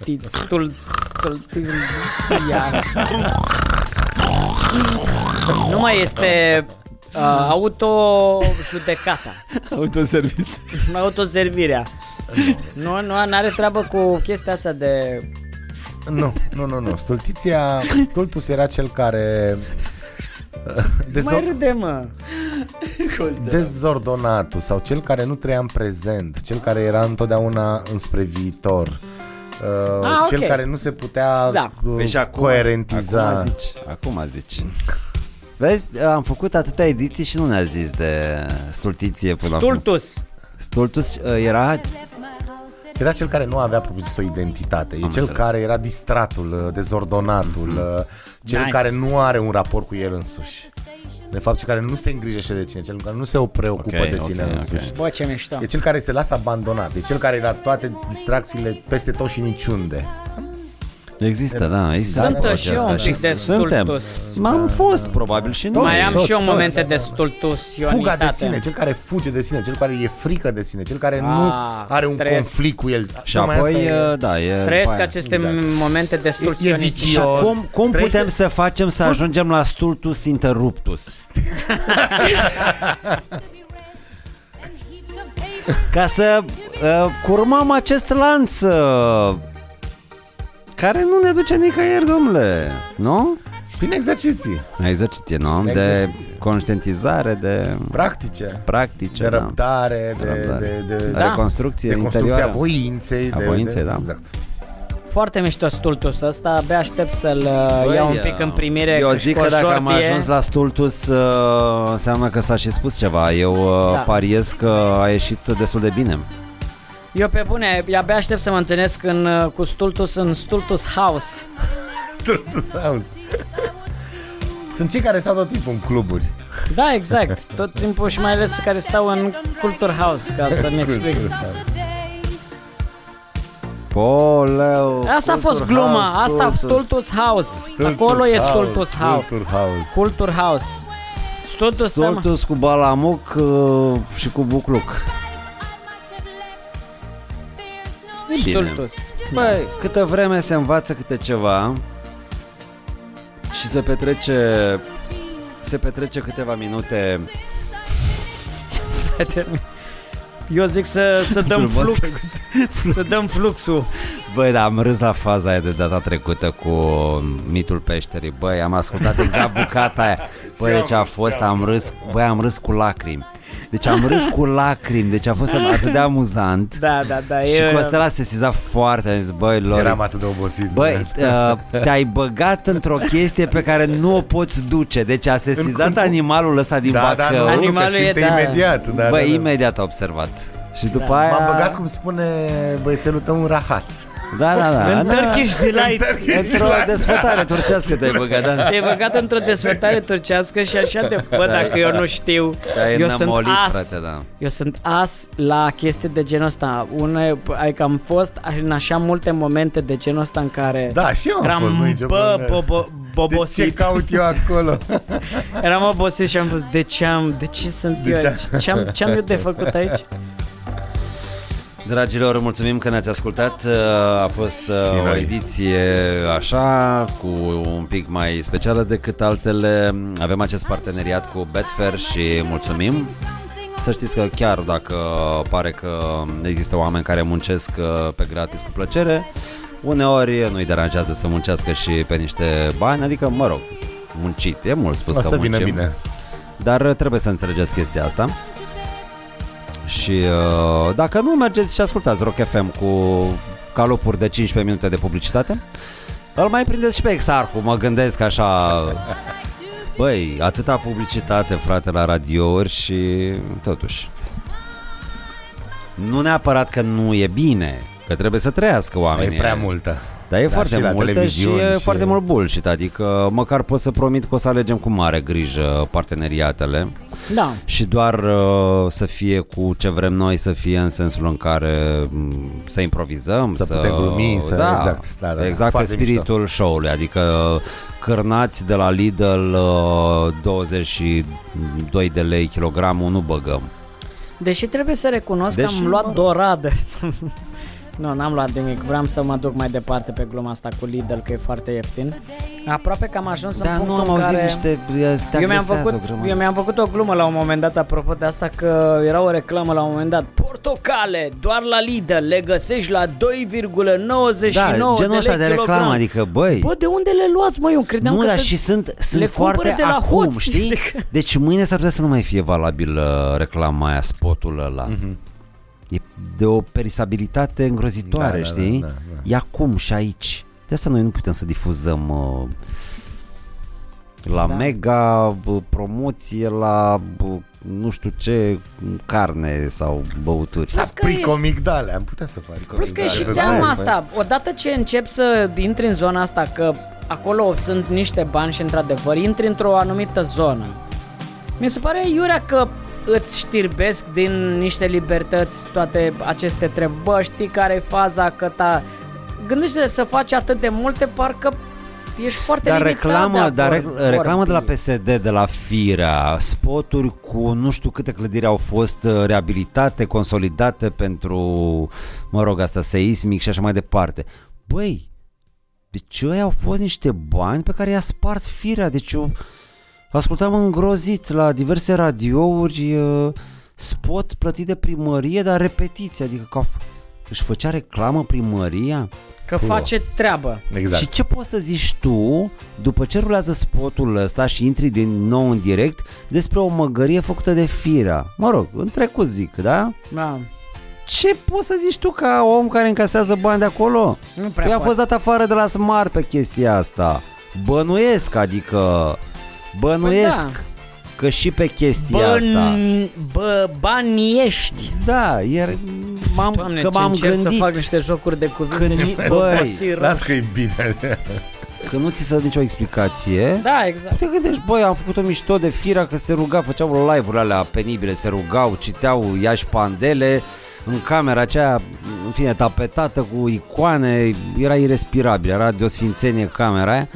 Speaker 2: Stit... Stul... Stultiția. Nu mai este... Uh, auto-judecata.
Speaker 1: Autoservice.
Speaker 2: Autoservirea. Nu, nu, n-are treabă cu chestia asta de...
Speaker 3: Nu, nu, nu, nu. Stultiția, Stultus era cel care
Speaker 2: Mai
Speaker 3: Dezor-
Speaker 2: râde, mă.
Speaker 3: da. dezordonatul sau cel care nu trăia în prezent, cel care era întotdeauna înspre viitor. Uh,
Speaker 2: Ah, ok.
Speaker 3: cel care nu se putea
Speaker 2: Da.
Speaker 3: uh,
Speaker 1: Păi și acum,
Speaker 3: coerentiza.
Speaker 1: Acum zici. Acum zici. Vezi, am făcut atâtea ediții și nu ne-a zis de stultiție până acum.
Speaker 2: Stultus.
Speaker 1: Stultus uh, era...
Speaker 3: Era cel care nu avea propriu o identitate, e cel
Speaker 1: înțeles. Mhm.
Speaker 3: care era distratul, uh, dezordonatul, uh, cel
Speaker 2: Nice.
Speaker 3: care nu are un raport cu el însuși. De fapt, cel care nu se îngrijește de cine, cel care nu se preocupă
Speaker 1: Ok,
Speaker 3: de
Speaker 1: ok,
Speaker 3: sine
Speaker 1: ok.
Speaker 3: însuși.
Speaker 2: Bă, ce mișto.
Speaker 3: E cel care se lasă abandonat, e cel care era toate distracțiile peste tot și niciunde.
Speaker 1: Există, da, există.
Speaker 2: Sunt
Speaker 1: toate
Speaker 2: și eu un
Speaker 1: astea.
Speaker 2: pic
Speaker 3: deci
Speaker 2: de
Speaker 1: Suntem.
Speaker 2: stultus.
Speaker 1: M-am fost, probabil, și nu.
Speaker 2: Mai am
Speaker 3: da. toți,
Speaker 2: și eu
Speaker 3: toți.
Speaker 2: momente de stultus.
Speaker 3: Fuga de sine, cel care fuge de sine, cel care e frică de sine, cel care nu
Speaker 2: Ah,
Speaker 3: are un
Speaker 2: trăiesc.
Speaker 3: conflict cu el.
Speaker 1: Și
Speaker 3: Tocmai
Speaker 1: apoi,
Speaker 3: asta e-
Speaker 1: uh, da, e...
Speaker 2: Trăiesc
Speaker 1: după aia.
Speaker 2: aceste
Speaker 3: exact.
Speaker 2: momente de
Speaker 3: vicios.
Speaker 2: stultionism.
Speaker 1: Și cum, cum
Speaker 3: Trăiește-
Speaker 1: putem să facem să ajungem la stultus interruptus? Ca să uh, curmăm acest lanț uh, care nu ne duce nicăieri, domnule, nu?
Speaker 3: Prin exerciții
Speaker 1: Exerciție, nu? De
Speaker 3: Exerciție.
Speaker 1: conștientizare, de
Speaker 3: practice,
Speaker 1: practice,
Speaker 3: de răbdare,
Speaker 1: da.
Speaker 3: de, de, de,
Speaker 1: de
Speaker 3: de,
Speaker 1: reconstrucție
Speaker 3: de construcția
Speaker 1: interioară.
Speaker 3: voinței.
Speaker 1: A
Speaker 3: de,
Speaker 1: voinței,
Speaker 3: de,
Speaker 1: da.
Speaker 3: Exact.
Speaker 2: Foarte mișto stultus ăsta, abia aștept să-l uh,
Speaker 1: Băi,
Speaker 2: iau un pic în primire
Speaker 1: Eu
Speaker 2: cu
Speaker 1: zic că dacă am
Speaker 2: șortie.
Speaker 1: ajuns la Stultus uh, Înseamnă că s-a și spus ceva Eu uh,
Speaker 2: Da.
Speaker 1: pariez că a ieșit destul de bine
Speaker 2: Eu pe bune, abia aștept să mă întâlnesc în, uh, cu stultus în stultus house.
Speaker 3: Structus House. Sunt cei care stau tot timpul în cluburi.
Speaker 2: Da, exact. Tot timpul și mai ales care stau în culture house, ca să-mi explic.
Speaker 1: Poleu
Speaker 2: Asta a fost
Speaker 3: Culture
Speaker 2: gluma,
Speaker 3: house,
Speaker 2: asta
Speaker 3: Stultus.
Speaker 2: stultus house. Acolo e stultus house.
Speaker 3: Stultus House.
Speaker 2: Culture house. Stultus, stăm-
Speaker 1: Stultus cu Balamuc uh, și cu Bucluc E bine.
Speaker 2: Stultus.
Speaker 1: Băi, câtă vreme se învață câte ceva Și se petrece Se petrece câteva minute
Speaker 2: Eu zic să, să dăm
Speaker 1: Întrebat
Speaker 2: flux. Să dăm fluxul.
Speaker 1: Băi, da, am râs la faza aia de data trecută cu mitul peșterii. Băi, am ascultat exact bucata aia. Băi, deci a fost, am râs, băi, am râs cu lacrimi. Deci am râs cu lacrimi, deci a fost atât de amuzant.
Speaker 2: Da, da, da.
Speaker 1: și
Speaker 2: e-
Speaker 1: Costela se siza foarte, a zis, băi, Lori,
Speaker 3: Eram atât de obosit.
Speaker 1: Băi, uh, te-ai băgat într-o chestie pe care nu o poți duce. Deci a sesizat animalul ăsta din
Speaker 3: da, da,
Speaker 1: Bacău.
Speaker 3: nu, nu, că
Speaker 2: Animalul e,
Speaker 3: simte
Speaker 2: da.
Speaker 3: imediat. Da, da,
Speaker 1: Băi,
Speaker 3: da.
Speaker 1: imediat a observat. Și după aia...
Speaker 3: M-am băgat, cum spune băiețelul tău, un rahat.
Speaker 1: Da, da, da.
Speaker 2: În Turkish Delight.
Speaker 1: Într-o desfătare turcească te-ai băgat, da.
Speaker 2: Te-ai băgat într-o desfătare turcească și așa de bă, dacă eu nu știu.
Speaker 1: Te-ai
Speaker 2: eu sunt
Speaker 1: înămolit,
Speaker 2: as.
Speaker 1: Da, frate, da.
Speaker 2: Eu sunt as la chestii de genul ăsta. Une, adică am fost în așa multe momente de genul ăsta în care
Speaker 3: Da, și eu am
Speaker 2: eram
Speaker 3: fost, nu e nicio
Speaker 2: bă,
Speaker 3: problemă.
Speaker 2: bo,
Speaker 1: Deci
Speaker 3: De ce
Speaker 2: bobosit.
Speaker 3: caut eu acolo?
Speaker 2: Eram obosit și am fost, de ce am, de ce sunt
Speaker 3: De
Speaker 2: eu
Speaker 3: ce
Speaker 2: aici? Ce am, ce am eu de făcut aici?
Speaker 1: Dragilor, mulțumim că ne-ați ascultat. Uh, A fost uh, o
Speaker 3: noi.
Speaker 1: ediție așa, cu un pic mai specială decât altele. Avem acest parteneriat cu Betfair și mulțumim. Să știți că chiar dacă pare că există oameni care muncesc uh, pe gratis cu plăcere, uneori nu-i deranjează să muncească și pe niște bani, adică, mă rog, muncit, e mult spus
Speaker 3: O
Speaker 1: că
Speaker 3: să vină
Speaker 1: muncim.
Speaker 3: bine.
Speaker 1: Dar uh, trebuie să înțelegeți chestia asta Și uh, dacă nu, mergeți și ascultați Rock FM cu calopuri de 15 minute de publicitate Îl mai prindeți și pe Exarhu, mă gândesc așa Băi, atâta publicitate, frate, la radiouri și totuși Nu neapărat că nu e bine Că trebuie să trăiască oamenii
Speaker 3: E prea multă.
Speaker 1: dar e
Speaker 3: Dar
Speaker 1: foarte
Speaker 3: Da, și la
Speaker 1: multă și
Speaker 3: televiziuni
Speaker 1: e
Speaker 3: și-
Speaker 1: foarte mult bullshit, adică măcar pot să promit că o să alegem cu mare grijă parteneriatele
Speaker 2: Da.
Speaker 1: și doar uh, să fie cu ce vrem noi să fie în sensul în care m, să improvizăm,
Speaker 3: Să
Speaker 1: să
Speaker 3: putem glumi, să-
Speaker 1: da,
Speaker 3: exact, da, da, da,
Speaker 1: exact pe
Speaker 3: foarte
Speaker 1: spiritul show-ului, adică uh, cârnați de la Lidl uh, 22 de lei kilogramul, nu băgăm.
Speaker 2: Deși trebuie să recunosc
Speaker 1: Deși,
Speaker 2: Deși, că am luat
Speaker 1: mă rog.
Speaker 2: doradă. nu, n-am luat nimic. Vreau să mă duc mai departe pe gluma asta cu Lidl, că e foarte ieftin. Aproape că am ajuns în
Speaker 1: Dar Da, nu
Speaker 2: punctul
Speaker 1: am
Speaker 2: în
Speaker 1: auzit
Speaker 2: care...
Speaker 1: niște te
Speaker 2: Eu mi-am,
Speaker 1: agresează
Speaker 2: făcut,
Speaker 1: o grămadă.
Speaker 2: eu mi-am făcut o glumă la un moment dat apropo de asta că era o reclamă la un moment dat Portocale, doar la Lidl, le găsești la 2,99
Speaker 1: Da, genul
Speaker 2: de lei
Speaker 1: ăsta de reclamă,
Speaker 2: kilogram.
Speaker 1: adică, băi.
Speaker 2: Bă, de unde le luați, mă? Eu credeam
Speaker 1: nu,
Speaker 2: că
Speaker 1: dar
Speaker 2: se-
Speaker 1: și sunt,
Speaker 2: le
Speaker 1: sunt
Speaker 2: cumpără
Speaker 1: foarte
Speaker 2: de la
Speaker 1: acum,
Speaker 2: hoți.
Speaker 1: știi? Deci mâine s-ar putea să nu mai fie valabil uh, reclama aia, spotul ăla.
Speaker 3: Mhm.
Speaker 1: Mm-hmm. E de o perisabilitate îngrozitoare,
Speaker 3: Da, da,
Speaker 1: știi?
Speaker 3: da, da, da.
Speaker 1: E acum și aici. De asta noi nu putem să difuzăm uh, la da. mega bă, promoție, la bă, nu știu ce carne sau băuturi.
Speaker 2: Plus că ești-
Speaker 3: Pricomigdale, am putea să da. fac.
Speaker 2: Plus că e și
Speaker 3: Pricomigdale.
Speaker 2: teama
Speaker 3: Vezi,
Speaker 2: asta. Odată ce încep să intri în zona asta, că acolo sunt niște bani și într-adevăr intri într-o anumită zonă. Mi se pare iurea că îți știrbesc din niște libertăți toate aceste trebăști, Bă, știi care e faza că ta... Gândește să faci atât de multe, parcă ești foarte
Speaker 1: Dar
Speaker 2: limitat de
Speaker 1: reclamă,
Speaker 2: a
Speaker 1: dar
Speaker 2: vor-
Speaker 1: re- reclamă de la
Speaker 2: vorbi.
Speaker 1: PSD, de la Firea, spoturi cu nu știu câte clădiri au fost uh, reabilitate, consolidate pentru, mă rog, asta seismic și așa mai departe. Băi, deci ăia au fost niște bani pe care i-a spart Firea, deci eu ascultam îngrozit la diverse radiouri uh, spot plătit de primărie, dar repetiție, adică că au f- își făcea reclamă primăria?
Speaker 2: Că face treabă.
Speaker 3: Exact.
Speaker 1: Și ce poți să zici tu după ce rulează spotul ăsta și intri din nou în direct despre o măgărie făcută de fira? Mă rog, în trecut zic, da?
Speaker 2: Da.
Speaker 1: Ce poți să zici tu ca om care încasează bani de acolo?
Speaker 2: Nu
Speaker 1: Păi
Speaker 2: prea
Speaker 1: a
Speaker 2: poate.
Speaker 1: fost dat afară de la Smart pe chestia asta. Bănuiesc, adică bănuiesc
Speaker 2: Păi da.
Speaker 1: că și pe chestia
Speaker 2: Bă,
Speaker 1: asta.
Speaker 2: bă, bani ești.
Speaker 1: Da, iar m-am,
Speaker 2: Doamne,
Speaker 1: că
Speaker 2: ce
Speaker 1: m-am
Speaker 2: încerc
Speaker 1: gândit.
Speaker 2: să fac niște jocuri de cuvinte
Speaker 1: Când-
Speaker 2: și să
Speaker 1: Băi,
Speaker 2: obosir.
Speaker 3: Las că e bine.
Speaker 1: Că nu ți se dă nicio explicație.
Speaker 2: Da, exact.
Speaker 1: Te gândești, băi, am făcut o mișto de firea că se ruga, făceau live-urile alea penibile, se rugau, citeau Iași Pandele în camera aceea, în fine, tapetată cu icoane, era irespirabil, era de o sfințenie camera aia.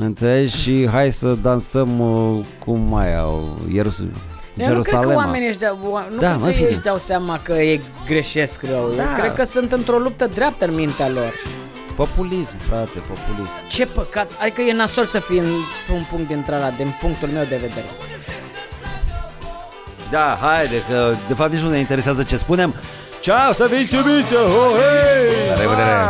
Speaker 1: Înțelegi? Și hai să dansăm uh, cum mai au, Ierusalim.
Speaker 2: Eu nu cred că oamenii își dau, oa- nu
Speaker 1: Da, mă,
Speaker 2: da,
Speaker 1: în
Speaker 2: cred că
Speaker 1: fine.
Speaker 2: ei își dau seama că ei greșesc rău. Da.
Speaker 1: Da.
Speaker 2: Eu cred că sunt într-o luptă dreaptă în mintea lor.
Speaker 1: Populism, frate, populism.
Speaker 2: Ce păcat, adică e nasol să fii într-un punct dintre ăla, din punctul meu de vedere.
Speaker 1: Da, haide, că de fapt nici nu ne interesează ce spunem. Ceau, să fiți iubiți! Ho, hei! La revedere!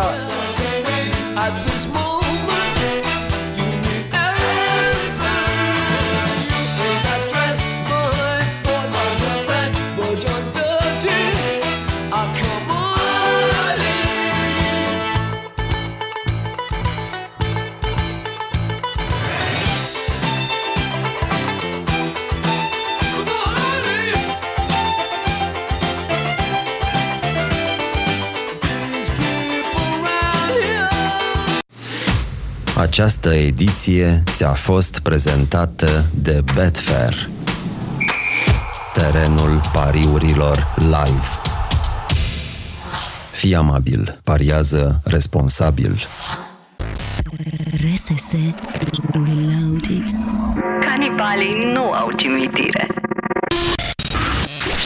Speaker 9: People
Speaker 1: Această ediție ți-a fost prezentată de Betfair. Terenul pariurilor live. Fii amabil, pariază responsabil.
Speaker 10: RSS Reloaded
Speaker 4: Canibalii nu au cimitire.